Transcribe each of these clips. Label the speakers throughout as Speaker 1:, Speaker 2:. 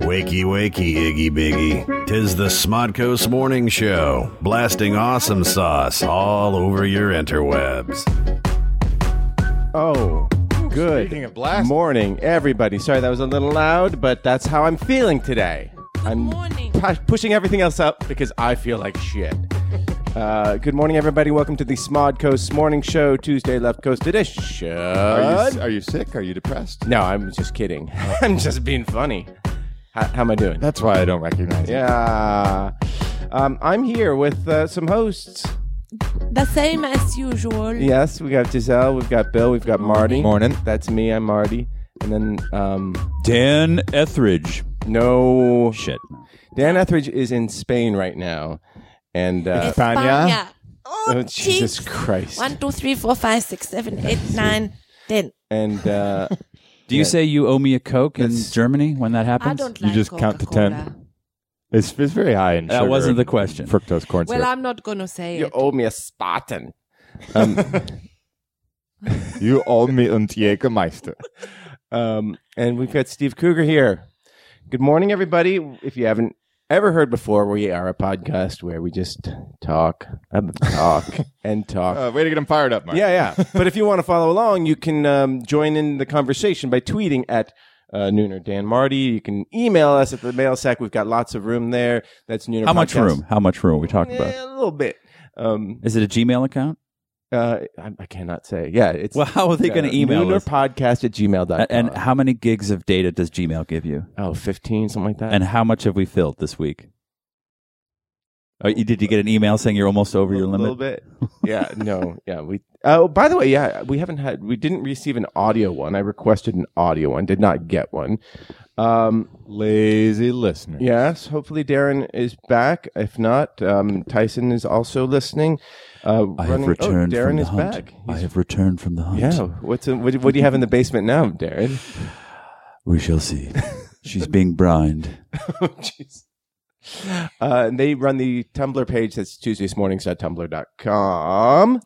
Speaker 1: Wakey, wakey, Iggy Biggy. Tis the Smodco's Morning Show, blasting awesome sauce all over your interwebs.
Speaker 2: Oh, good
Speaker 3: Speaking of blast-
Speaker 2: morning, everybody. Sorry that was a little loud, but that's how I'm feeling today. I'm
Speaker 4: morning.
Speaker 2: pu- pushing everything else up because I feel like shit. Uh, good morning, everybody. Welcome to the Smod Coast Morning Show, Tuesday Left Coast Edition.
Speaker 3: Are you, are you sick? Are you depressed?
Speaker 2: no, I'm just kidding. I'm just being funny. How, how am I doing?
Speaker 3: That's why I don't recognize it.
Speaker 2: Yeah. Um, I'm here with uh, some hosts.
Speaker 4: The same as usual.
Speaker 2: Yes, we got Giselle, we've got Bill, we've got Marty.
Speaker 5: Morning.
Speaker 2: That's me, I'm Marty. And then, um,
Speaker 5: Dan Etheridge.
Speaker 2: no.
Speaker 5: Shit.
Speaker 2: Dan Etheridge is in Spain right now, and uh,
Speaker 4: España.
Speaker 2: oh,
Speaker 4: Oh,
Speaker 2: Jesus
Speaker 4: jeez.
Speaker 2: Christ!
Speaker 4: One, two, three, four, five, six, seven, eight, nine, ten.
Speaker 2: And uh,
Speaker 5: Do you say you owe me a Coke in Germany when that happens?
Speaker 4: I don't
Speaker 3: You
Speaker 4: like
Speaker 3: just count to
Speaker 4: Coca-Cola.
Speaker 3: ten? It's, it's very high in
Speaker 5: that
Speaker 3: sugar
Speaker 5: wasn't the
Speaker 3: and
Speaker 5: question.
Speaker 3: fructose corn syrup.
Speaker 4: Well, I'm not going to say
Speaker 2: you
Speaker 4: it.
Speaker 2: owe me a Spartan. Um,
Speaker 3: you owe me und Jägermeister.
Speaker 2: um, and we've got Steve Cougar here. Good morning, everybody. If you haven't ever heard before, we are a podcast where we just talk, and talk, and talk.
Speaker 3: Uh, way to get him fired up, Mark.
Speaker 2: Yeah, yeah. but if you want to follow along, you can um, join in the conversation by tweeting at uh, Nooner Dan Marty. You can email us at the mail sack. We've got lots of room there. That's Nooner.
Speaker 5: How much
Speaker 2: Podcast.
Speaker 5: room? How much room are we talking
Speaker 2: Eh,
Speaker 5: about?
Speaker 2: a little bit. Um,
Speaker 5: Is it a Gmail account?
Speaker 2: uh, I, I cannot say. Yeah, it's.
Speaker 5: Well, how are they going to email us?
Speaker 2: podcast at gmail.com.
Speaker 5: A- And how many gigs of data does Gmail give you?
Speaker 2: oh, 15, something like that.
Speaker 5: And how much have we filled this week? Oh, you, did you get an email saying you're almost over your
Speaker 2: a little
Speaker 5: limit?
Speaker 2: bit. Yeah, no, yeah. We. Oh, by the way, yeah, we haven't had. We didn't receive an audio one. I requested an audio one. Did not get one. Um,
Speaker 3: Lazy listener.
Speaker 2: Yes, hopefully Darren is back. If not, um, Tyson is also listening. Uh,
Speaker 5: I have
Speaker 2: running-
Speaker 5: returned
Speaker 2: Oh, Darren
Speaker 5: from the
Speaker 2: is
Speaker 5: hunt.
Speaker 2: back.
Speaker 5: I
Speaker 2: He's-
Speaker 5: have returned from the hunt.
Speaker 2: yeah. What's in, what, do- what do you have in the basement now, Darren?
Speaker 5: We shall see. She's being brined.
Speaker 2: oh, jeez. Uh, and they run the Tumblr page that's tuesdaysmornings.tumblr.com.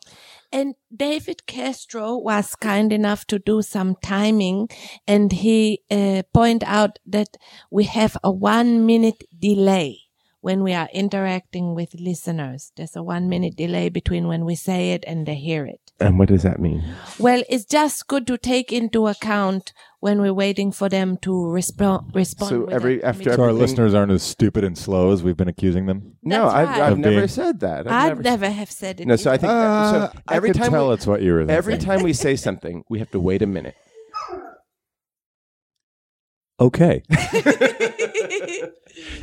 Speaker 4: And David Castro was kind enough to do some timing, and he uh, point out that we have a one minute delay when we are interacting with listeners. There's a one minute delay between when we say it and they hear it.
Speaker 2: And what does that mean?
Speaker 4: Well, it's just good to take into account when we're waiting for them to respo- respond.
Speaker 2: So
Speaker 4: with
Speaker 2: every-
Speaker 4: a
Speaker 2: after
Speaker 4: commitment.
Speaker 3: So our
Speaker 2: Everything-
Speaker 3: listeners aren't as stupid and slow as we've been accusing them.
Speaker 2: No,
Speaker 4: That's
Speaker 2: I've,
Speaker 4: right.
Speaker 2: I've
Speaker 3: Of
Speaker 2: never
Speaker 3: being-
Speaker 2: said that. I've
Speaker 4: I'd
Speaker 2: never-
Speaker 4: never have said it.
Speaker 2: No, so I think
Speaker 3: Uh,
Speaker 2: that, so every
Speaker 3: I could
Speaker 2: time
Speaker 3: tell
Speaker 2: we,
Speaker 3: it's what you were thinking.
Speaker 2: every time we say something, we have to wait a minute.
Speaker 5: Okay.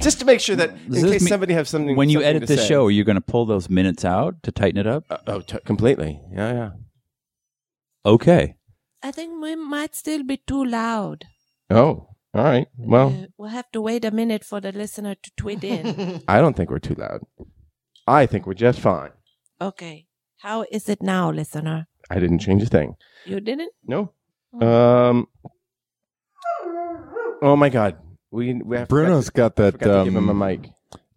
Speaker 2: just to make sure that in
Speaker 5: Does this
Speaker 2: case
Speaker 5: mean-
Speaker 2: somebody has something.
Speaker 5: when you
Speaker 2: something
Speaker 5: edit
Speaker 2: to
Speaker 5: this
Speaker 2: say.
Speaker 5: show, are you going to pull those minutes out to tighten it up?
Speaker 2: Uh, oh, t- completely. Yeah, yeah.
Speaker 5: Okay.
Speaker 4: I think we might still be too loud.
Speaker 2: Oh, all right. Well,
Speaker 4: Uh, we'll have to wait a minute for the listener to tweet in.
Speaker 2: I don't think we're too loud. I think we're just fine.
Speaker 4: okay. How is it now, listener?
Speaker 2: I didn't change a thing.
Speaker 4: You didn't?
Speaker 2: No. Um. Oh my God. We we have
Speaker 3: Bruno's got
Speaker 2: I
Speaker 3: that
Speaker 2: forgot to give him a
Speaker 3: um,
Speaker 2: mic.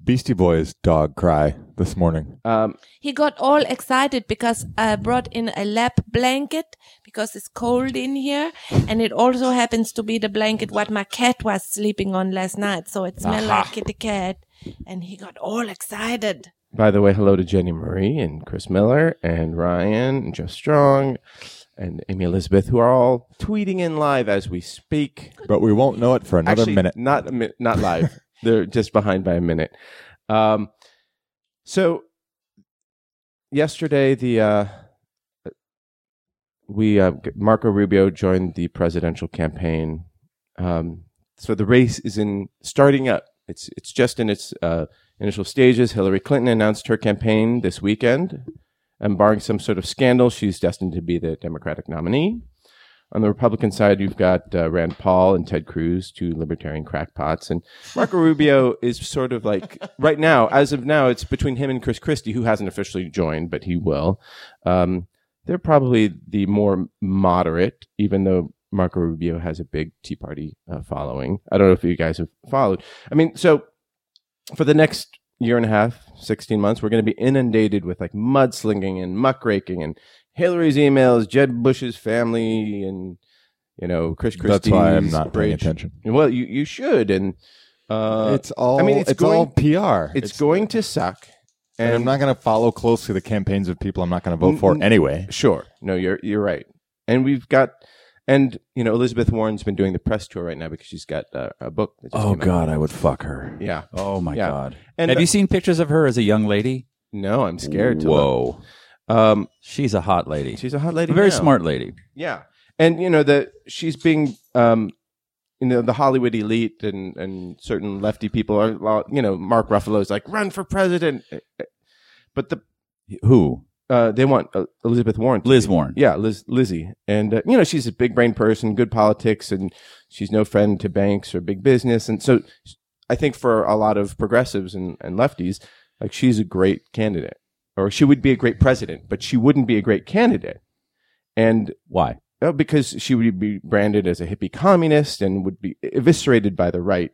Speaker 3: Beastie Boys dog cry this morning.
Speaker 2: Um.
Speaker 4: He got all excited because I brought in a lap blanket because it's cold in here. And it also happens to be the blanket what my cat was sleeping on last night. So it smelled like kitty cat. And he got all excited.
Speaker 2: By the way, hello to Jenny Marie and Chris Miller and Ryan and Joe Strong and Amy Elizabeth, who are all tweeting in live as we speak.
Speaker 3: But we won't know it for another
Speaker 2: Actually,
Speaker 3: minute.
Speaker 2: Not a mi- not live. They're just behind by a minute. Um, so yesterday, the uh, we uh, Marco Rubio joined the presidential campaign. Um, so the race is in starting up. It's it's just in its uh, initial stages. Hillary Clinton announced her campaign this weekend, and barring some sort of scandal, she's destined to be the Democratic nominee. On the Republican side, you've got uh, Rand Paul and Ted Cruz, two libertarian crackpots, and Marco Rubio is sort of like right now, as of now, it's between him and Chris Christie, who hasn't officially joined, but he will. Um, they're probably the more moderate, even though Marco Rubio has a big Tea Party uh, following. I don't know if you guys have followed. I mean, so for the next year and a half, 16 months, we're going to be inundated with like mudslinging and muckraking and Hillary's emails, Jeb Bush's family, and you know, Chris
Speaker 3: That's
Speaker 2: Christie's
Speaker 3: why I'm not paying
Speaker 2: bridge.
Speaker 3: attention.
Speaker 2: Well, you, you should, and uh,
Speaker 3: it's all.
Speaker 2: I mean, it's
Speaker 3: it's, all
Speaker 2: going-
Speaker 3: PR.
Speaker 2: it's, going to suck.
Speaker 3: and, I'm not going to follow closely the campaigns of people I'm not going to vote for
Speaker 2: Mm, mm.
Speaker 3: anyway.
Speaker 2: Sure. No, you're you're right. And we've got, and you know, Elizabeth Warren's been doing the press tour right now because she's got uh, a book. That just
Speaker 5: Oh
Speaker 2: came out.
Speaker 5: God, I would fuck her.
Speaker 2: Yeah.
Speaker 5: Oh my
Speaker 2: Yeah.
Speaker 5: God.
Speaker 2: And
Speaker 5: Have you seen pictures of her as a young lady?
Speaker 2: No, I'm scared. To look.
Speaker 5: Whoa,
Speaker 2: Um,
Speaker 5: she's a hot lady.
Speaker 2: she's a hot lady.
Speaker 5: a very
Speaker 2: now.
Speaker 5: smart lady.
Speaker 2: Yeah. And you know that she's being, um, you know, the Hollywood elite and and certain lefty people are, lo- you know, Mark Ruffalo's like run for president, Eh, but the
Speaker 5: Who?
Speaker 2: uh, they want uh, Elizabeth Warren, to
Speaker 5: Liz
Speaker 2: be-
Speaker 5: Warren.
Speaker 2: Yeah, Liz, Lizzie, and uh, you know she's a big brain person, good politics, and she's no friend to banks or big business, and so I think for a lot of progressives and, and lefties, like she's a great candidate, or she would be a great president, but she wouldn't be a great candidate, and
Speaker 5: Why?
Speaker 2: uh, because she would be branded as a hippie communist and would be eviscerated by the right,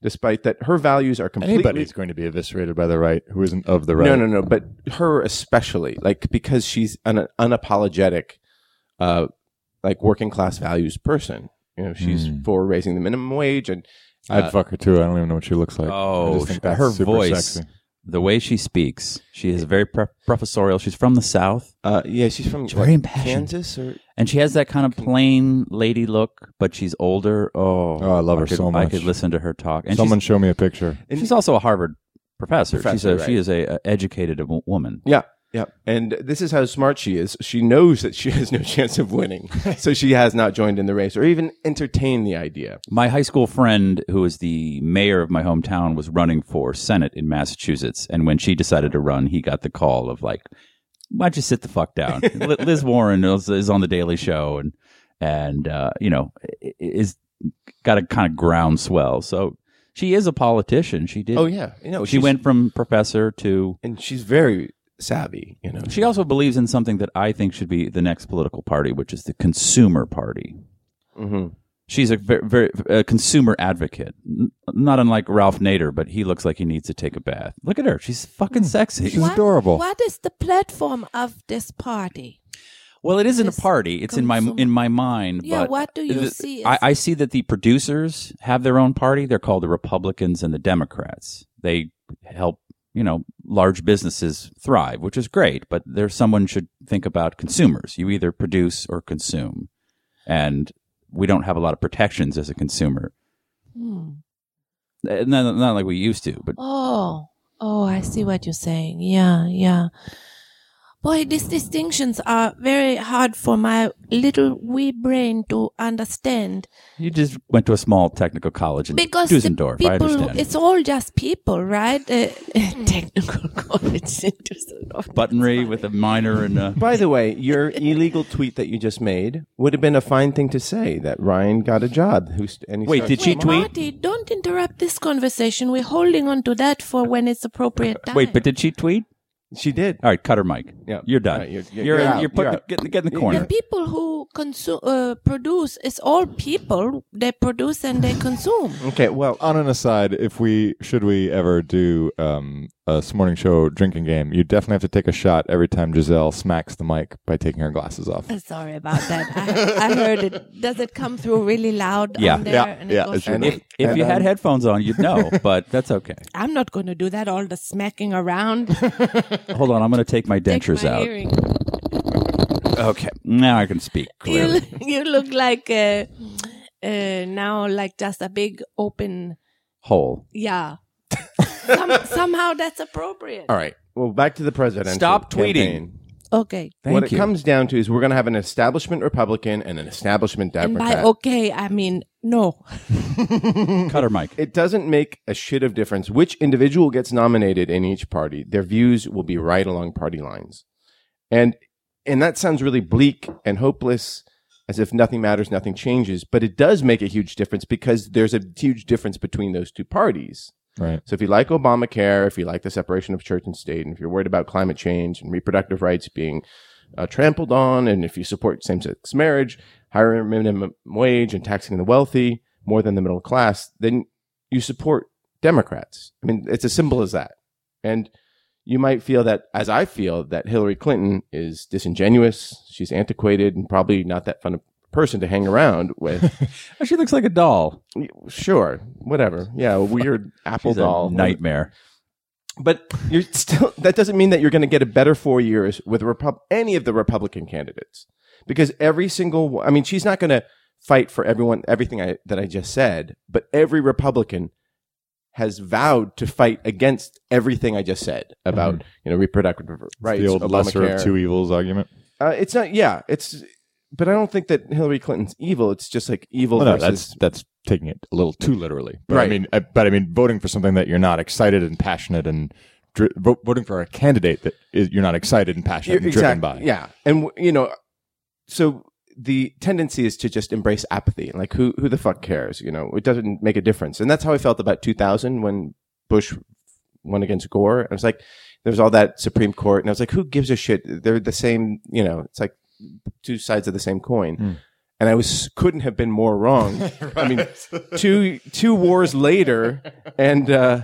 Speaker 2: despite that her values are completely
Speaker 3: Anybody's going to be eviscerated by the right who isn't of the right.
Speaker 2: no, no, no. But her especially, like because she's an unapologetic, uh, like working class values person. You know, she's
Speaker 3: Mm.
Speaker 2: for raising the minimum wage, and
Speaker 3: I'd
Speaker 2: Uh,
Speaker 3: fuck her too. I don't even know what she looks like. I
Speaker 5: Oh,
Speaker 3: just think
Speaker 5: sh-
Speaker 3: that's
Speaker 5: her
Speaker 3: super
Speaker 5: voice.
Speaker 3: Sexy.
Speaker 5: The way she speaks, she is very pre- professorial. She's from the South,
Speaker 2: uh, yeah, she's from
Speaker 5: She's
Speaker 2: what,
Speaker 5: very impassioned.
Speaker 2: Kansas, or
Speaker 5: and she has that kind of plain lady look, but she's older. Oh,
Speaker 3: Oh, I love her
Speaker 5: could,
Speaker 3: so
Speaker 5: I
Speaker 3: much.
Speaker 5: could listen to her talk. And
Speaker 3: Someone show me a picture.
Speaker 5: she's, she's also a Harvard professor. she's a,
Speaker 2: Professor,
Speaker 5: She is a, a educated w- woman.
Speaker 2: yeah, yeah. And this is how smart she is. She knows that she has no chance of winning, so she has not joined in the race or even entertained the idea.
Speaker 5: My high school friend, who is the mayor of my hometown, was running for Senate in Massachusetts. And when she decided to run, he got the call of, like, why don't you sit the fuck down? Li- Liz Warren is, is on The Daily Show and, and uh, you know, i- i- is got a kind of groundswell. So she is a politician. She did.
Speaker 2: Oh yeah, you know
Speaker 5: She
Speaker 2: she's-
Speaker 5: went from professor to.
Speaker 2: and she's very savvy. You know,
Speaker 5: She also believes in something that I think should be the next political party, which is the consumer party.
Speaker 2: hmm
Speaker 5: She's a very, very a consumer advocate, N- not unlike Ralph Nader, but he looks like he needs to take a bath. Look at her; she's fucking sexy.
Speaker 3: She's adorable.
Speaker 4: What is the platform of this party?
Speaker 5: well, it isn't a
Speaker 4: This
Speaker 5: party; it's in my
Speaker 4: consumer-
Speaker 5: in my mind.
Speaker 4: Yeah,
Speaker 5: but
Speaker 4: what do you
Speaker 5: th-
Speaker 4: see
Speaker 5: I,
Speaker 4: as-
Speaker 5: I see that the producers have their own party. They're called the Republicans and the Democrats. They help you know large businesses thrive, which is great. But there's someone should think about consumers. You either produce or consume, and we don't have a lot of protections as a consumer.
Speaker 4: Hmm.
Speaker 5: Uh, Not, not like we used to, but
Speaker 4: Oh, oh, I see what you're saying. Yeah, yeah. Boy, these distinctions are very hard for my little wee brain to understand
Speaker 5: You just went to a small technical college in
Speaker 4: because the
Speaker 5: Dusseldorf. I
Speaker 4: people,
Speaker 5: understand.
Speaker 4: it's all just people, right? Uh, technical college in Dusseldorf.
Speaker 5: Buttonry with a minor and a.
Speaker 2: By the way, your illegal tweet that you just made would have been a fine thing to say that Ryan got a job. Who st- and he
Speaker 5: Wait,
Speaker 2: started
Speaker 5: did she
Speaker 4: Wait,
Speaker 5: tweet?
Speaker 4: Marty, don't interrupt this conversation. We're holding on to that for when it's appropriate time.
Speaker 5: Wait, but did she tweet?
Speaker 2: She did.
Speaker 5: All right, cut her mic.
Speaker 2: Yeah.
Speaker 5: You're done.
Speaker 2: All right,
Speaker 5: you're
Speaker 2: you're-
Speaker 5: you're,
Speaker 2: you're-
Speaker 5: you're,
Speaker 2: you're out,
Speaker 5: put-
Speaker 2: you're out.
Speaker 5: get, get in the
Speaker 4: the
Speaker 5: corner.
Speaker 4: people who consume, uh, produce, it's all people. They produce and they consume.
Speaker 2: Okay, well,
Speaker 3: On an aside, if we should we ever do um, a this morning show drinking game, you definitely have to take a shot every time Giselle smacks the mic by taking her glasses off.
Speaker 4: Uh, Sorry about that. I, I heard it. Does it come through really loud
Speaker 5: Yeah.
Speaker 4: on there?
Speaker 3: Yeah,
Speaker 4: And it
Speaker 3: yeah,
Speaker 4: goes
Speaker 3: it's
Speaker 4: through?
Speaker 3: really-
Speaker 5: If, if you had headphones on, you'd know, but that's okay.
Speaker 4: I'm not going to do that. All the smacking around. Take
Speaker 5: Hold on, I'm going to take my dentures
Speaker 4: my
Speaker 5: out.
Speaker 4: earring.
Speaker 5: Okay, now I can speak
Speaker 4: You,
Speaker 5: clearly.
Speaker 4: look- you look like uh, uh, now like just a big open.
Speaker 5: Whole.
Speaker 4: Yeah. Some, somehow that's appropriate.
Speaker 2: all right. Well, back to the presidential.
Speaker 5: Stop tweeting.
Speaker 2: campaign.
Speaker 4: Okay.
Speaker 5: Thank
Speaker 2: what
Speaker 5: you.
Speaker 2: it comes down to is we're going to have an establishment Republican and an establishment
Speaker 4: And by
Speaker 2: Democrat.
Speaker 4: okay, I mean no.
Speaker 5: cut her mic.
Speaker 2: it doesn't make a shit of difference which individual gets nominated in each party. Their views will be right along party lines. And and that sounds really bleak and hopeless as if nothing matters, nothing changes, but it does make a huge difference because there's a huge difference between those two parties.
Speaker 3: Right.
Speaker 2: So if you like Obamacare, if you like the separation of church and state, and if you're worried about climate change and reproductive rights being uh, trampled on, and if you support same-sex marriage, higher minimum wage, and taxing the wealthy more than the middle class, then you support Democrats. I mean, it's as simple as that. And you might feel that, as I feel, that Hillary Clinton is disingenuous, she's antiquated, and probably not that fun person to hang around with.
Speaker 5: Oh, she looks like a doll.
Speaker 2: sure, whatever. Yeah, a weird apple
Speaker 5: She's
Speaker 2: doll.
Speaker 5: a nightmare.
Speaker 2: But you're still that doesn't mean that you're going to get a better 4 years with Repub- any of the Republican candidates. Because every single I mean she's not going to fight for everyone everything I, that I just said, but every Republican has vowed to fight against everything I just said about, you know, reproductive rights,
Speaker 3: Mm-hmm. the old
Speaker 2: Obamacare.
Speaker 3: lesser of two evils argument.
Speaker 2: Uh, it's not. Yeah, it's. But I don't think that Hillary Clinton's evil. It's just like evil
Speaker 3: Well, no,
Speaker 2: versus.
Speaker 3: that's that's taking it a little too literally. But I
Speaker 2: Right.
Speaker 3: mean, I, but I mean, voting for something that you're not excited and passionate and dri- vo- voting for a candidate that is, you're not excited and passionate and driven by.
Speaker 2: Yeah, and w- you know, so the tendency is to just embrace apathy. Like who who the fuck cares? You know, it doesn't make a difference. And that's how I felt about 2000 when Bush went against Gore. I was like, there was all that Supreme Court, and I was like, who gives a shit? They're the same. You know, it's like two sides of the same coin.
Speaker 3: Hmm.
Speaker 2: And I was couldn't have been more wrong. I mean, two two wars later, and uh,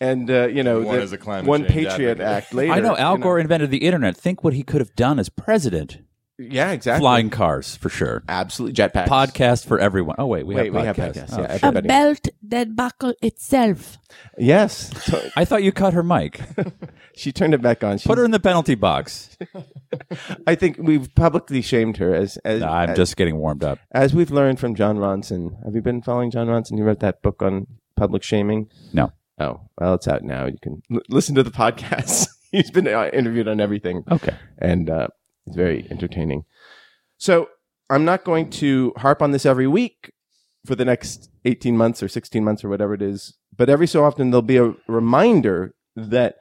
Speaker 2: and uh, you know,
Speaker 3: One
Speaker 2: the-
Speaker 3: is a climate
Speaker 2: one
Speaker 3: change
Speaker 2: Patriot
Speaker 3: advocate.
Speaker 2: Act later.
Speaker 5: I know Al
Speaker 2: you
Speaker 5: Gore invented the internet. Think what he could have done as president.
Speaker 2: Yeah, exactly.
Speaker 5: Flying cars for sure.
Speaker 2: absolutely jetpacks.
Speaker 5: Podcast for everyone. Oh wait, we
Speaker 2: Wait,
Speaker 5: have
Speaker 2: we
Speaker 5: podcasts.
Speaker 2: have podcasts,
Speaker 5: Oh,
Speaker 2: yeah.
Speaker 5: shit.
Speaker 4: A
Speaker 2: Everybody.
Speaker 4: belt that buckle itself.
Speaker 2: Yes, So-
Speaker 5: I thought you cut her mic.
Speaker 2: she turned it back on. She's,
Speaker 5: Put her in the penalty box.
Speaker 2: I think we've publicly shamed her as as
Speaker 5: Nah, I'm
Speaker 2: as,
Speaker 5: just getting warmed up.
Speaker 2: as we've learned from John Ronson. Have you been following John Ronson? He wrote that book on public shaming.
Speaker 5: No.
Speaker 2: Oh well, it's out now. You can l- listen to the podcast. He's been uh, interviewed on everything.
Speaker 5: Okay.
Speaker 2: and uh, it's very entertaining. So I'm not going to harp on this every week for the next 18 months or 16 months or whatever it is, but every so often there'll be a reminder that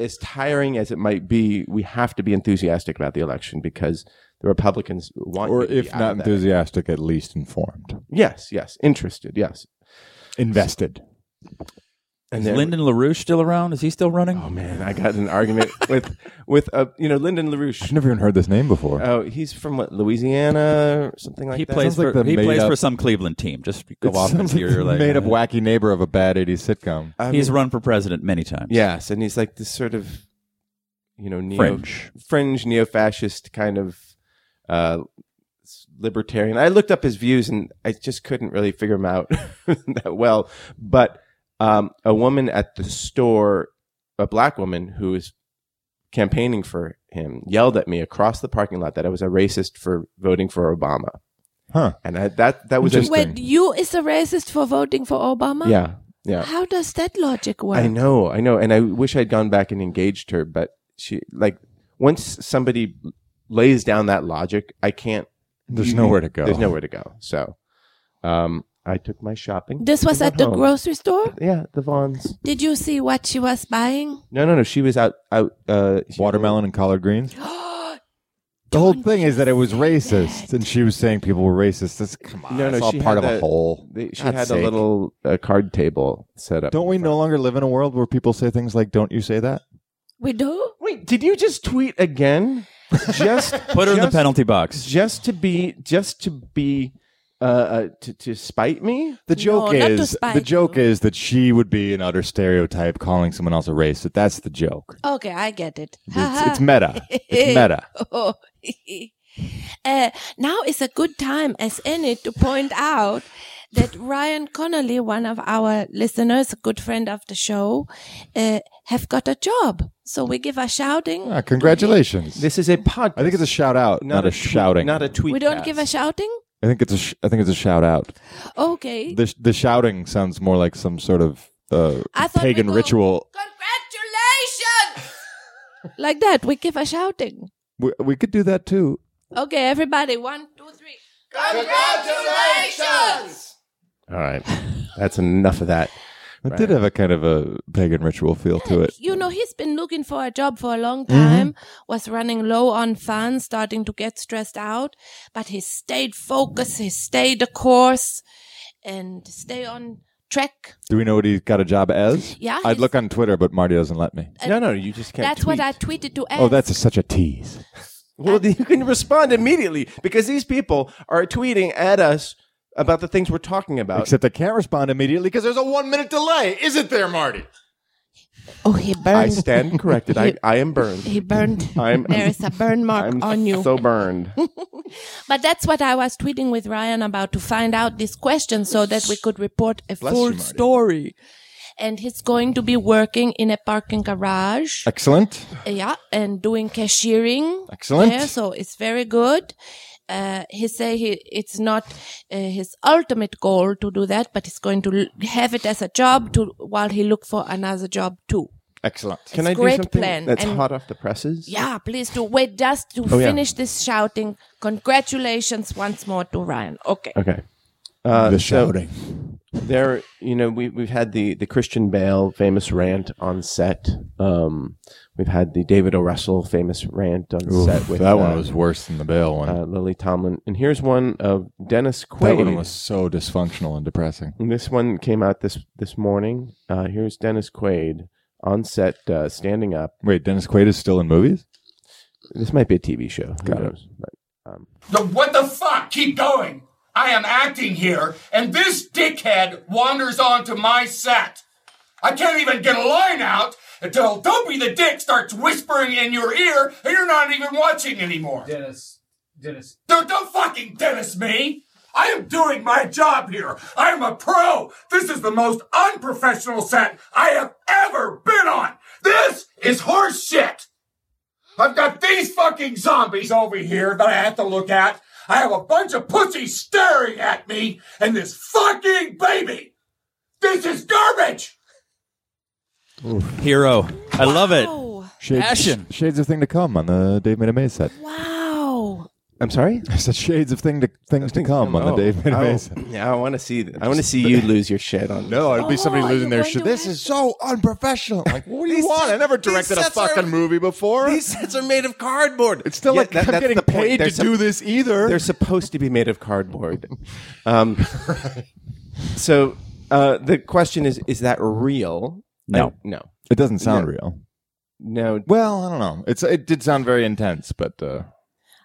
Speaker 2: as tiring as it might be, we have to be enthusiastic about the election because the Republicans want
Speaker 3: Or
Speaker 2: you to be
Speaker 3: if
Speaker 2: out
Speaker 3: not
Speaker 2: of that.
Speaker 3: enthusiastic, at least informed,
Speaker 2: yes, yes, interested, yes.
Speaker 3: invested.
Speaker 2: And
Speaker 5: Is
Speaker 2: then-
Speaker 5: Lyndon LaRouche still around? Is he still running?
Speaker 2: oh man, I got in an argument with with uh, you know Lyndon
Speaker 3: I've
Speaker 2: LaRouche.
Speaker 3: never even heard this name before.
Speaker 2: Oh, he's from what Louisiana or something like
Speaker 5: he
Speaker 2: that.
Speaker 5: plays
Speaker 3: Sounds like
Speaker 5: for
Speaker 3: the
Speaker 5: he
Speaker 3: made
Speaker 5: plays
Speaker 3: up-
Speaker 5: for some Cleveland team. Just go
Speaker 3: It
Speaker 5: off and
Speaker 3: sounds like
Speaker 5: you're
Speaker 3: the
Speaker 5: like
Speaker 3: made up
Speaker 5: uh,
Speaker 3: wacky neighbor of a bad '80s sitcom.
Speaker 2: I
Speaker 5: He's
Speaker 2: mean-
Speaker 5: run for president many times.
Speaker 2: Yes, and he's like this sort of, you know, neo,
Speaker 5: French.
Speaker 2: fringe neo-fascist kind of uh, libertarian. I looked up his views, and I just couldn't really figure him out that well. But um, a woman at the store, a black woman who is campaigning for him, yelled at me across the parking lot that I was a racist for voting for Obama.
Speaker 3: Huh.
Speaker 2: And I, that that was
Speaker 3: Interesting.
Speaker 4: Wait, you is a racist for voting for Obama?
Speaker 2: yeah, yeah.
Speaker 4: How does that logic work?
Speaker 2: I know, I know, and I wish I'd gone back and engaged her, but she like once somebody lays down that logic, I can't.
Speaker 3: There's nowhere to go.
Speaker 2: There's nowhere to go. So, um, I took my shopping.
Speaker 4: This was
Speaker 2: I
Speaker 4: at
Speaker 2: went
Speaker 4: the
Speaker 2: home.
Speaker 4: grocery store.
Speaker 2: Yeah, the Vaughns.
Speaker 4: Did you see what she was buying?
Speaker 2: No, no, no. She was out, out. Uh, she-
Speaker 3: Watermelon and collard greens. The whole
Speaker 4: Don't
Speaker 3: thing
Speaker 4: you
Speaker 3: is that it was
Speaker 4: say
Speaker 3: racist,
Speaker 4: that.
Speaker 3: and she was saying people were racist. That's come on.
Speaker 2: No, no,
Speaker 3: it's all
Speaker 2: she
Speaker 3: part
Speaker 2: had
Speaker 3: of a
Speaker 2: that-
Speaker 3: whole.
Speaker 2: They, she had
Speaker 3: God's
Speaker 2: a
Speaker 3: sake.
Speaker 2: little uh, card table set up.
Speaker 3: Don't we no longer live in a world where people say things like, "Don't you say that?"
Speaker 4: We do.
Speaker 2: Wait, did you just tweet again? just
Speaker 5: Put her in the
Speaker 2: just-
Speaker 5: penalty box.
Speaker 2: Just to be, just to be, uh, uh to to spite me.
Speaker 3: The joke
Speaker 4: not to
Speaker 3: is
Speaker 4: spite
Speaker 3: the joke
Speaker 4: you.
Speaker 3: is that she would be an utter stereotype, calling someone else a racist. That's the joke.
Speaker 4: Okay, I get it.
Speaker 3: It's, it's meta. It's meta.
Speaker 4: Oh. uh, now is a good time as any to point out that Ryan Connolly, one of our listeners, a good friend of the show, uh, have got a job. So we give a shouting.
Speaker 3: Ah, congratulations.
Speaker 2: This is a podcast.
Speaker 3: I think it's a shout out, not, a,
Speaker 2: tweet-
Speaker 3: shouting.
Speaker 2: Not a tweet.
Speaker 4: we don't
Speaker 2: pass.
Speaker 4: give a shouting.
Speaker 3: I think it's a sh- I think it's a shout out.
Speaker 4: Okay.
Speaker 3: The sh- the shouting sounds more like some sort of uh,
Speaker 4: I thought we
Speaker 3: pagan
Speaker 4: go-
Speaker 3: ritual.
Speaker 4: Congratulations! like that, we give a shouting.
Speaker 3: We, we could do that too.
Speaker 4: Okay, everybody, one, two, three. Congratulations!
Speaker 2: All right, that's enough of that.
Speaker 3: It did have a kind of a pagan ritual feel to it.
Speaker 4: You know, he's been looking for a job for a long time, was running low on funds, starting to get stressed out, but he stayed focused, he stayed the course, and stay on track.
Speaker 3: Do we know what he got a job as?
Speaker 4: Yeah,
Speaker 3: I'd
Speaker 4: he's-
Speaker 3: look on Twitter, but Marty doesn't let me.
Speaker 2: No, no, you just can't.
Speaker 4: That's
Speaker 2: tweet.
Speaker 4: what I tweeted to ask.
Speaker 3: Oh, that's such a tease.
Speaker 2: Well, then you can respond immediately because these people are tweeting at us about the
Speaker 3: Uh,
Speaker 2: things we're talking about.
Speaker 3: Except I can't respond immediately because there's a one minute delay, isn't there, Marty?
Speaker 4: Oh, he burned.
Speaker 2: I stand corrected. I, I am burned.
Speaker 4: He burned.
Speaker 2: I'm
Speaker 4: there is a burn mark
Speaker 2: I'm
Speaker 4: on you.
Speaker 2: so burned.
Speaker 4: But that's what I was tweeting with Ryan about to find out this question so that we could report a
Speaker 3: Bless you,
Speaker 4: full
Speaker 3: Marty.
Speaker 4: story. And he's going to be working in a parking garage.
Speaker 3: Excellent.
Speaker 4: yeah, and doing cashiering.
Speaker 3: Excellent.
Speaker 4: there, so it's very good. Uh, he say he it's not uh, his ultimate goal to do that, but he's going to l- have it as a job to while he look for another job too.
Speaker 3: Excellent.
Speaker 2: Can I do
Speaker 4: great
Speaker 2: something
Speaker 4: plan,
Speaker 2: that's
Speaker 4: and-
Speaker 2: hot off the presses?
Speaker 4: Yeah, please do. Wait, just to
Speaker 2: yeah.
Speaker 4: finish this shouting. Congratulations once more to Ryan. Okay.
Speaker 2: Okay. Uh,
Speaker 3: the
Speaker 2: so-
Speaker 3: shouting.
Speaker 2: there you know we, we've had the the christian bale famous rant on set um we've had the david o russell famous rant on
Speaker 3: Oof,
Speaker 2: set with
Speaker 3: that
Speaker 2: uh,
Speaker 3: one was worse than the Bale one.
Speaker 2: uh, lily tomlin and here's one of dennis quaid
Speaker 3: that one was so dysfunctional and depressing.
Speaker 2: And this one came out this this morning uh here's dennis quaid on set uh, standing up
Speaker 3: Wait, Dennis Quaid is still in movies?
Speaker 2: this might be a tv show Who
Speaker 3: Got it.
Speaker 2: knows? But
Speaker 6: The, what the fuck? Keep going. I am acting here, and this dickhead wanders onto my set. I can't even get a line out until Dopey the Dick starts whispering in your ear, and you're not even watching anymore.
Speaker 7: Dennis, Dennis,
Speaker 6: Don't, don't fucking Dennis me! I am doing my job here. I am a pro. This is the most unprofessional set I have ever been on. This is horse shit. I've got these fucking zombies over here that I have to look at. I have a bunch of pussies staring at me and this fucking baby. This is garbage.
Speaker 5: Hero. I love it.
Speaker 4: Oh,
Speaker 3: Shades,
Speaker 5: Passion.
Speaker 3: Shades of Thing to Come on the Dave Made a Maze set.
Speaker 4: wow.
Speaker 2: i'm sorry
Speaker 3: I said Shades of Thing to Things to Come on the
Speaker 2: Oh,
Speaker 3: Dave Made a
Speaker 2: oh,
Speaker 3: Maze set.
Speaker 2: yeah i want to see th- i want to see you lose your shit on
Speaker 3: No, it'd be somebody
Speaker 4: Oh,
Speaker 3: losing their
Speaker 4: you're going
Speaker 3: shit.
Speaker 4: to
Speaker 3: This
Speaker 4: have
Speaker 3: is so unprofessional. Like, what do you want? I never directed a
Speaker 2: sets are-
Speaker 3: fucking movie before.
Speaker 2: these sets are made of cardboard
Speaker 3: it's still
Speaker 2: Yeah,
Speaker 3: like
Speaker 2: that-
Speaker 3: I'm
Speaker 2: that's
Speaker 3: getting
Speaker 2: the point.
Speaker 3: paid
Speaker 2: They're
Speaker 3: to
Speaker 2: sup-
Speaker 3: do this either.
Speaker 2: They're supposed to be made of cardboard. Um, So uh, the question is: Is that real?
Speaker 5: No.
Speaker 2: I- no,
Speaker 3: It doesn't sound
Speaker 2: Yeah.
Speaker 3: real.
Speaker 2: no.
Speaker 3: Well, I don't know. It's it did sound very intense, but uh,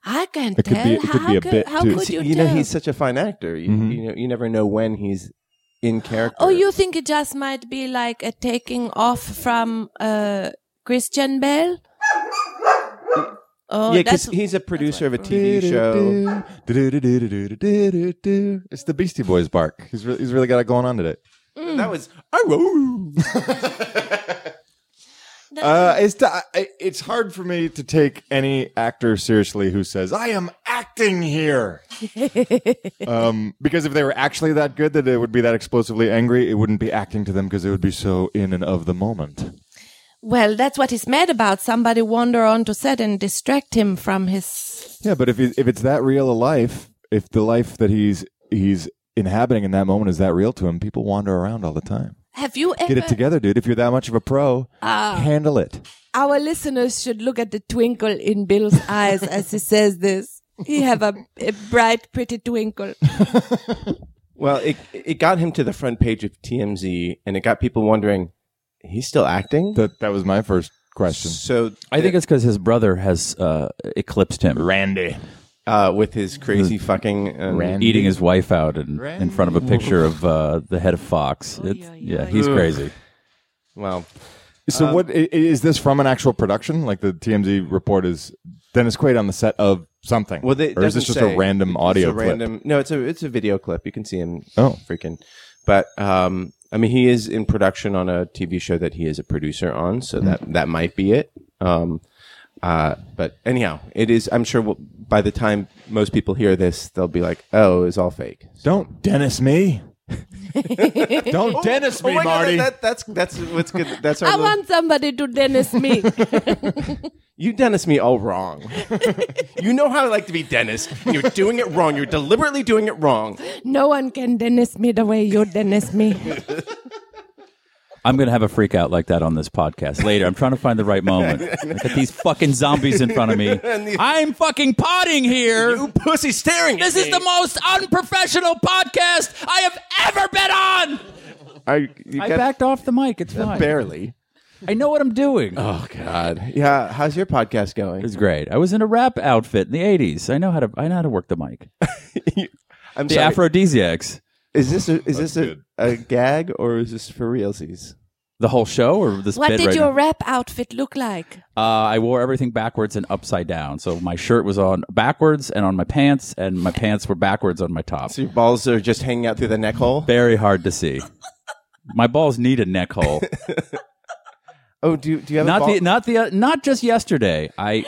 Speaker 4: I can
Speaker 3: It could be-
Speaker 4: tell.
Speaker 3: it could
Speaker 4: how
Speaker 3: be a
Speaker 4: could,
Speaker 3: bit
Speaker 4: how
Speaker 3: too.
Speaker 4: could you,
Speaker 2: you
Speaker 4: tell?
Speaker 2: know he's such a fine actor. You,
Speaker 5: Mm-hmm.
Speaker 3: Mhm.
Speaker 2: you know, you never know when he's in character.
Speaker 4: oh, you think it just might be like a taking off from uh, Christian Bale? Oh,
Speaker 2: yeah, because
Speaker 4: that's
Speaker 2: he's a producer of a TV show.
Speaker 3: Do-do-do-do-do-do-do-do-do. It's the Beastie Boys bark. He's really, he's really got it going on today.
Speaker 2: That was "Aroo."
Speaker 3: Uh, it's t- I- it's hard for me to take any actor seriously who says I am acting here, um, because if they were actually that good, that it would be that explosively angry, it wouldn't be acting to them because it would be so in and of the moment.
Speaker 4: well, that's what he's mad about. Somebody wander onto set and distract him from his.
Speaker 3: Yeah, but if it, if it's that real a life, if the life that he's he's inhabiting in that moment is that real to him, people wander around all the time.
Speaker 4: Have you ever?
Speaker 3: Get it together, dude. If you're that much of a pro, handle it.
Speaker 4: Our listeners should look at the twinkle in Bill's eyes as he says this. He have a, a bright, pretty twinkle.
Speaker 2: Well, it it got him to the front page of TMZ, and it got people wondering: He's still acting?
Speaker 3: That that was my first question.
Speaker 2: so
Speaker 5: I think it's because his brother has uh, eclipsed him,
Speaker 3: Randy.
Speaker 2: uh, with his crazy fucking um,
Speaker 5: eating his wife out in, in
Speaker 3: Randy.
Speaker 5: front of a picture of uh, the head of Fox. It's-
Speaker 4: Oh, yeah, yeah.
Speaker 5: yeah, he's
Speaker 2: Ugh.
Speaker 5: crazy.
Speaker 2: Well, Um,
Speaker 3: So what i- i- is this from an actual production? Like the TMZ report is Dennis Quaid on the set of something.
Speaker 2: Well, they, it
Speaker 3: or is this
Speaker 2: doesn't
Speaker 3: just
Speaker 2: say.
Speaker 3: a random
Speaker 2: It's
Speaker 3: audio
Speaker 2: a
Speaker 3: clip?
Speaker 2: Random, no, it's a it's a video clip. You can see him.
Speaker 3: Oh.
Speaker 2: freaking! But um, I mean, he is in production on a TV show that he is a producer on, so
Speaker 3: Hmm.
Speaker 2: that that might be it. Um, uh, but anyhow, it is. I'm sure we'll, by the time most people hear this, they'll be like, "Oh, it's all fake."
Speaker 3: Don't Dennis me. Don't Dennis me,
Speaker 2: Oh my God,
Speaker 3: Marty.
Speaker 2: that- that's that's what's good. That's our
Speaker 4: I
Speaker 2: little-
Speaker 4: want somebody to Dennis me.
Speaker 2: you Dennis me all wrong. you know how I like to be Dennis. You're doing it wrong. You're deliberately doing it wrong.
Speaker 4: no one can Dennis me the way you Dennis me.
Speaker 5: I'm gonna have a freak out like that on this podcast later. I'm trying to find the right moment. Look at these fucking zombies in front of me. I'm fucking potting here.
Speaker 2: You pussy staring.
Speaker 5: This is the most unprofessional podcast I have ever been on.
Speaker 2: I, you
Speaker 5: I
Speaker 2: got-
Speaker 5: backed off the mic. It's fine.
Speaker 2: barely.
Speaker 5: I know what I'm doing.
Speaker 2: Oh God. Yeah. How's your podcast
Speaker 5: it
Speaker 2: going?
Speaker 5: was great. I was in a rap outfit in the '80s. I know how to. I know how to work the mic.
Speaker 2: I'm
Speaker 5: The
Speaker 2: sorry.
Speaker 5: aphrodisiacs.
Speaker 2: is this a, is this a,
Speaker 3: good.
Speaker 2: a gag or is this for realsies?
Speaker 5: The whole show or this
Speaker 4: What
Speaker 5: bit
Speaker 4: did
Speaker 5: right
Speaker 4: your
Speaker 5: now?
Speaker 4: rap outfit look like?
Speaker 5: Uh, I wore everything backwards and upside down. So my shirt was on backwards and on my pants, and my pants were backwards on my top.
Speaker 2: So your balls are just hanging out through the neck hole.
Speaker 5: Very hard to see. My balls need a neck hole.
Speaker 2: Oh, do do you have a
Speaker 5: not
Speaker 2: ball?
Speaker 5: the not the uh, not just yesterday. I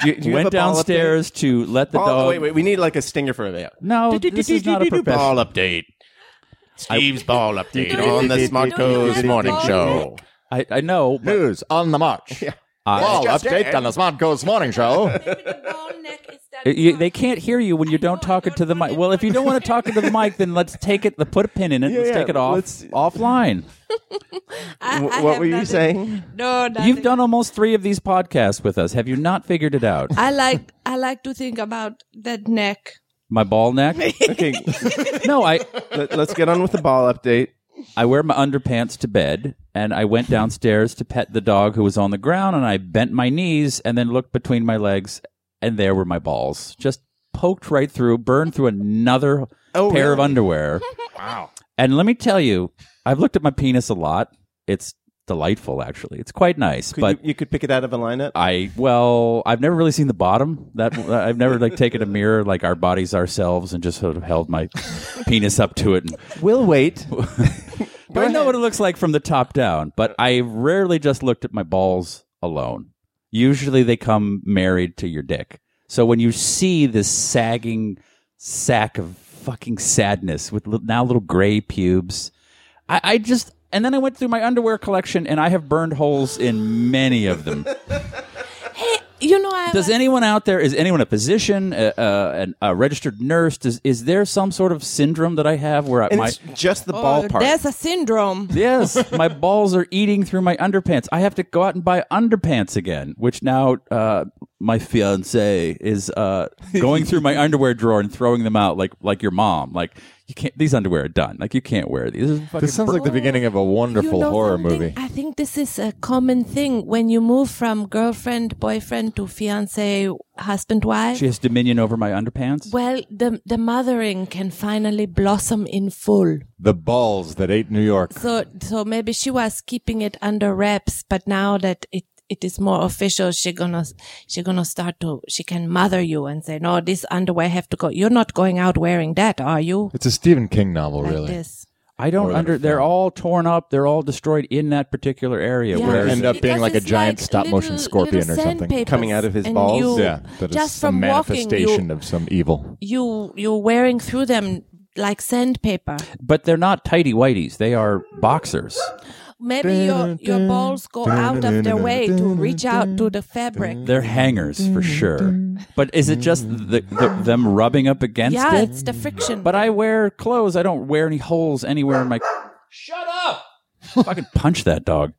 Speaker 2: do you, do you
Speaker 5: went
Speaker 2: have a ball update?
Speaker 5: downstairs to let the
Speaker 2: Ball-
Speaker 5: dog.
Speaker 2: oh, wait, wait. We need like a stinger for that.
Speaker 5: No, this is not a professional.
Speaker 2: Ball update. Steve's ball update
Speaker 4: Do you-
Speaker 2: on the
Speaker 4: do you-
Speaker 2: Smart
Speaker 4: do you
Speaker 2: Goes
Speaker 4: have a
Speaker 2: Morning
Speaker 4: ball
Speaker 2: Show.
Speaker 5: I, I know. But
Speaker 3: News on the march.
Speaker 5: I,
Speaker 3: Ball update on the Smart Coast Morning Show.
Speaker 4: Maybe the ball neck is
Speaker 2: Uh,
Speaker 4: that
Speaker 5: you,
Speaker 4: long.
Speaker 5: they can't hear you when you don't talk into the mic. Well, if you don't want to talk into the mic, then let's take it. Put a pin in it. let's
Speaker 2: yeah,
Speaker 5: take it off
Speaker 2: let's-
Speaker 5: offline.
Speaker 4: I- I
Speaker 2: what
Speaker 4: have
Speaker 2: were you
Speaker 4: nothing.
Speaker 2: saying?
Speaker 4: No, nothing.
Speaker 5: You've done almost three of these podcasts with us. Have you not figured it out?
Speaker 4: I like I like to think about that neck.
Speaker 5: My ball neck.
Speaker 2: Okay,
Speaker 5: No, I
Speaker 2: let, us get on with the ball update.
Speaker 5: I wear my underpants to bed, and I went downstairs to pet the dog who was on the ground, and I bent my knees and then looked between my legs, and there were my balls, just poked right through, burned through another
Speaker 2: Oh,
Speaker 5: pair of underwear.
Speaker 3: Wow.
Speaker 5: And let me tell you, I've looked at my penis a lot. It's delightful, actually. It's quite nice,
Speaker 2: Could
Speaker 5: but.
Speaker 2: you, you could pick it out of a lineup.
Speaker 5: I well, I've never really seen the bottom. That I've never like taken a mirror like our bodies ourselves and just sort of held my penis up to it and
Speaker 2: We'll wait.
Speaker 5: but I know what it looks like from the top down, but I rarely just looked at my balls alone. Usually they come married to your dick. So when you see this sagging sack of fucking sadness with li- now little gray pubes, I, I just. And then I went through my underwear collection and I have burned holes in many of them.
Speaker 4: Hey, you know I
Speaker 5: Does
Speaker 4: was-
Speaker 5: anyone out there, is anyone a physician, a, a, an- a registered nurse? Does, is there some sort of syndrome that I have where I
Speaker 2: And
Speaker 5: might.
Speaker 2: it's just the
Speaker 4: Oh,
Speaker 2: ball part.
Speaker 4: There's a syndrome.
Speaker 5: Yes, my balls are eating through my underpants. I have to go out and buy underpants again, which now uh, my fiance is uh, going through my underwear drawer and throwing them out like like your mom. Like you can't; these underwear are done. Like you can't wear these. This, is fucking
Speaker 3: This sounds
Speaker 5: bur-
Speaker 3: like the beginning of a wonderful
Speaker 4: You know
Speaker 3: horror
Speaker 4: something?
Speaker 3: movie.
Speaker 4: I think this is a common thing when you move from girlfriend, boyfriend to fiance, husband, wife.
Speaker 5: she has dominion over my underpants.
Speaker 4: well, the the mothering can finally blossom in full.
Speaker 3: The balls that ate New York.
Speaker 4: So so maybe she was keeping it under wraps, but now that it it is more official, she gonna she gonna start to she can mother you and say, no, this underwear have to go. You're not going out wearing that, are you?
Speaker 3: It's a Stephen King novel,
Speaker 4: Like
Speaker 3: really.
Speaker 4: this.
Speaker 5: I don't under. They're all torn up. They're all destroyed in that particular area.
Speaker 4: Yeah.
Speaker 5: Where
Speaker 3: End up
Speaker 4: Because
Speaker 3: being like a
Speaker 4: it's
Speaker 3: giant stop-motion
Speaker 4: little-
Speaker 3: scorpion
Speaker 4: little
Speaker 3: or something.
Speaker 4: sandpapers
Speaker 2: Coming out of his
Speaker 4: and
Speaker 2: balls?
Speaker 4: you-
Speaker 3: Yeah, that is
Speaker 4: just
Speaker 3: some
Speaker 4: from walking,
Speaker 3: manifestation
Speaker 4: you,
Speaker 3: of some evil.
Speaker 4: you you're wearing through them like sandpaper.
Speaker 5: but they're not tidy whities. They are boxers.
Speaker 4: Maybe your your balls go out of their way to reach out to the fabric.
Speaker 5: They're hangers
Speaker 4: Mm-hmm.
Speaker 5: for sure. But is it just the, the, them rubbing up against
Speaker 4: Yeah,
Speaker 5: it?
Speaker 4: it's the friction.
Speaker 5: But I wear clothes. I don't wear any holes anywhere in my. Shut up! Fucking punch that dog.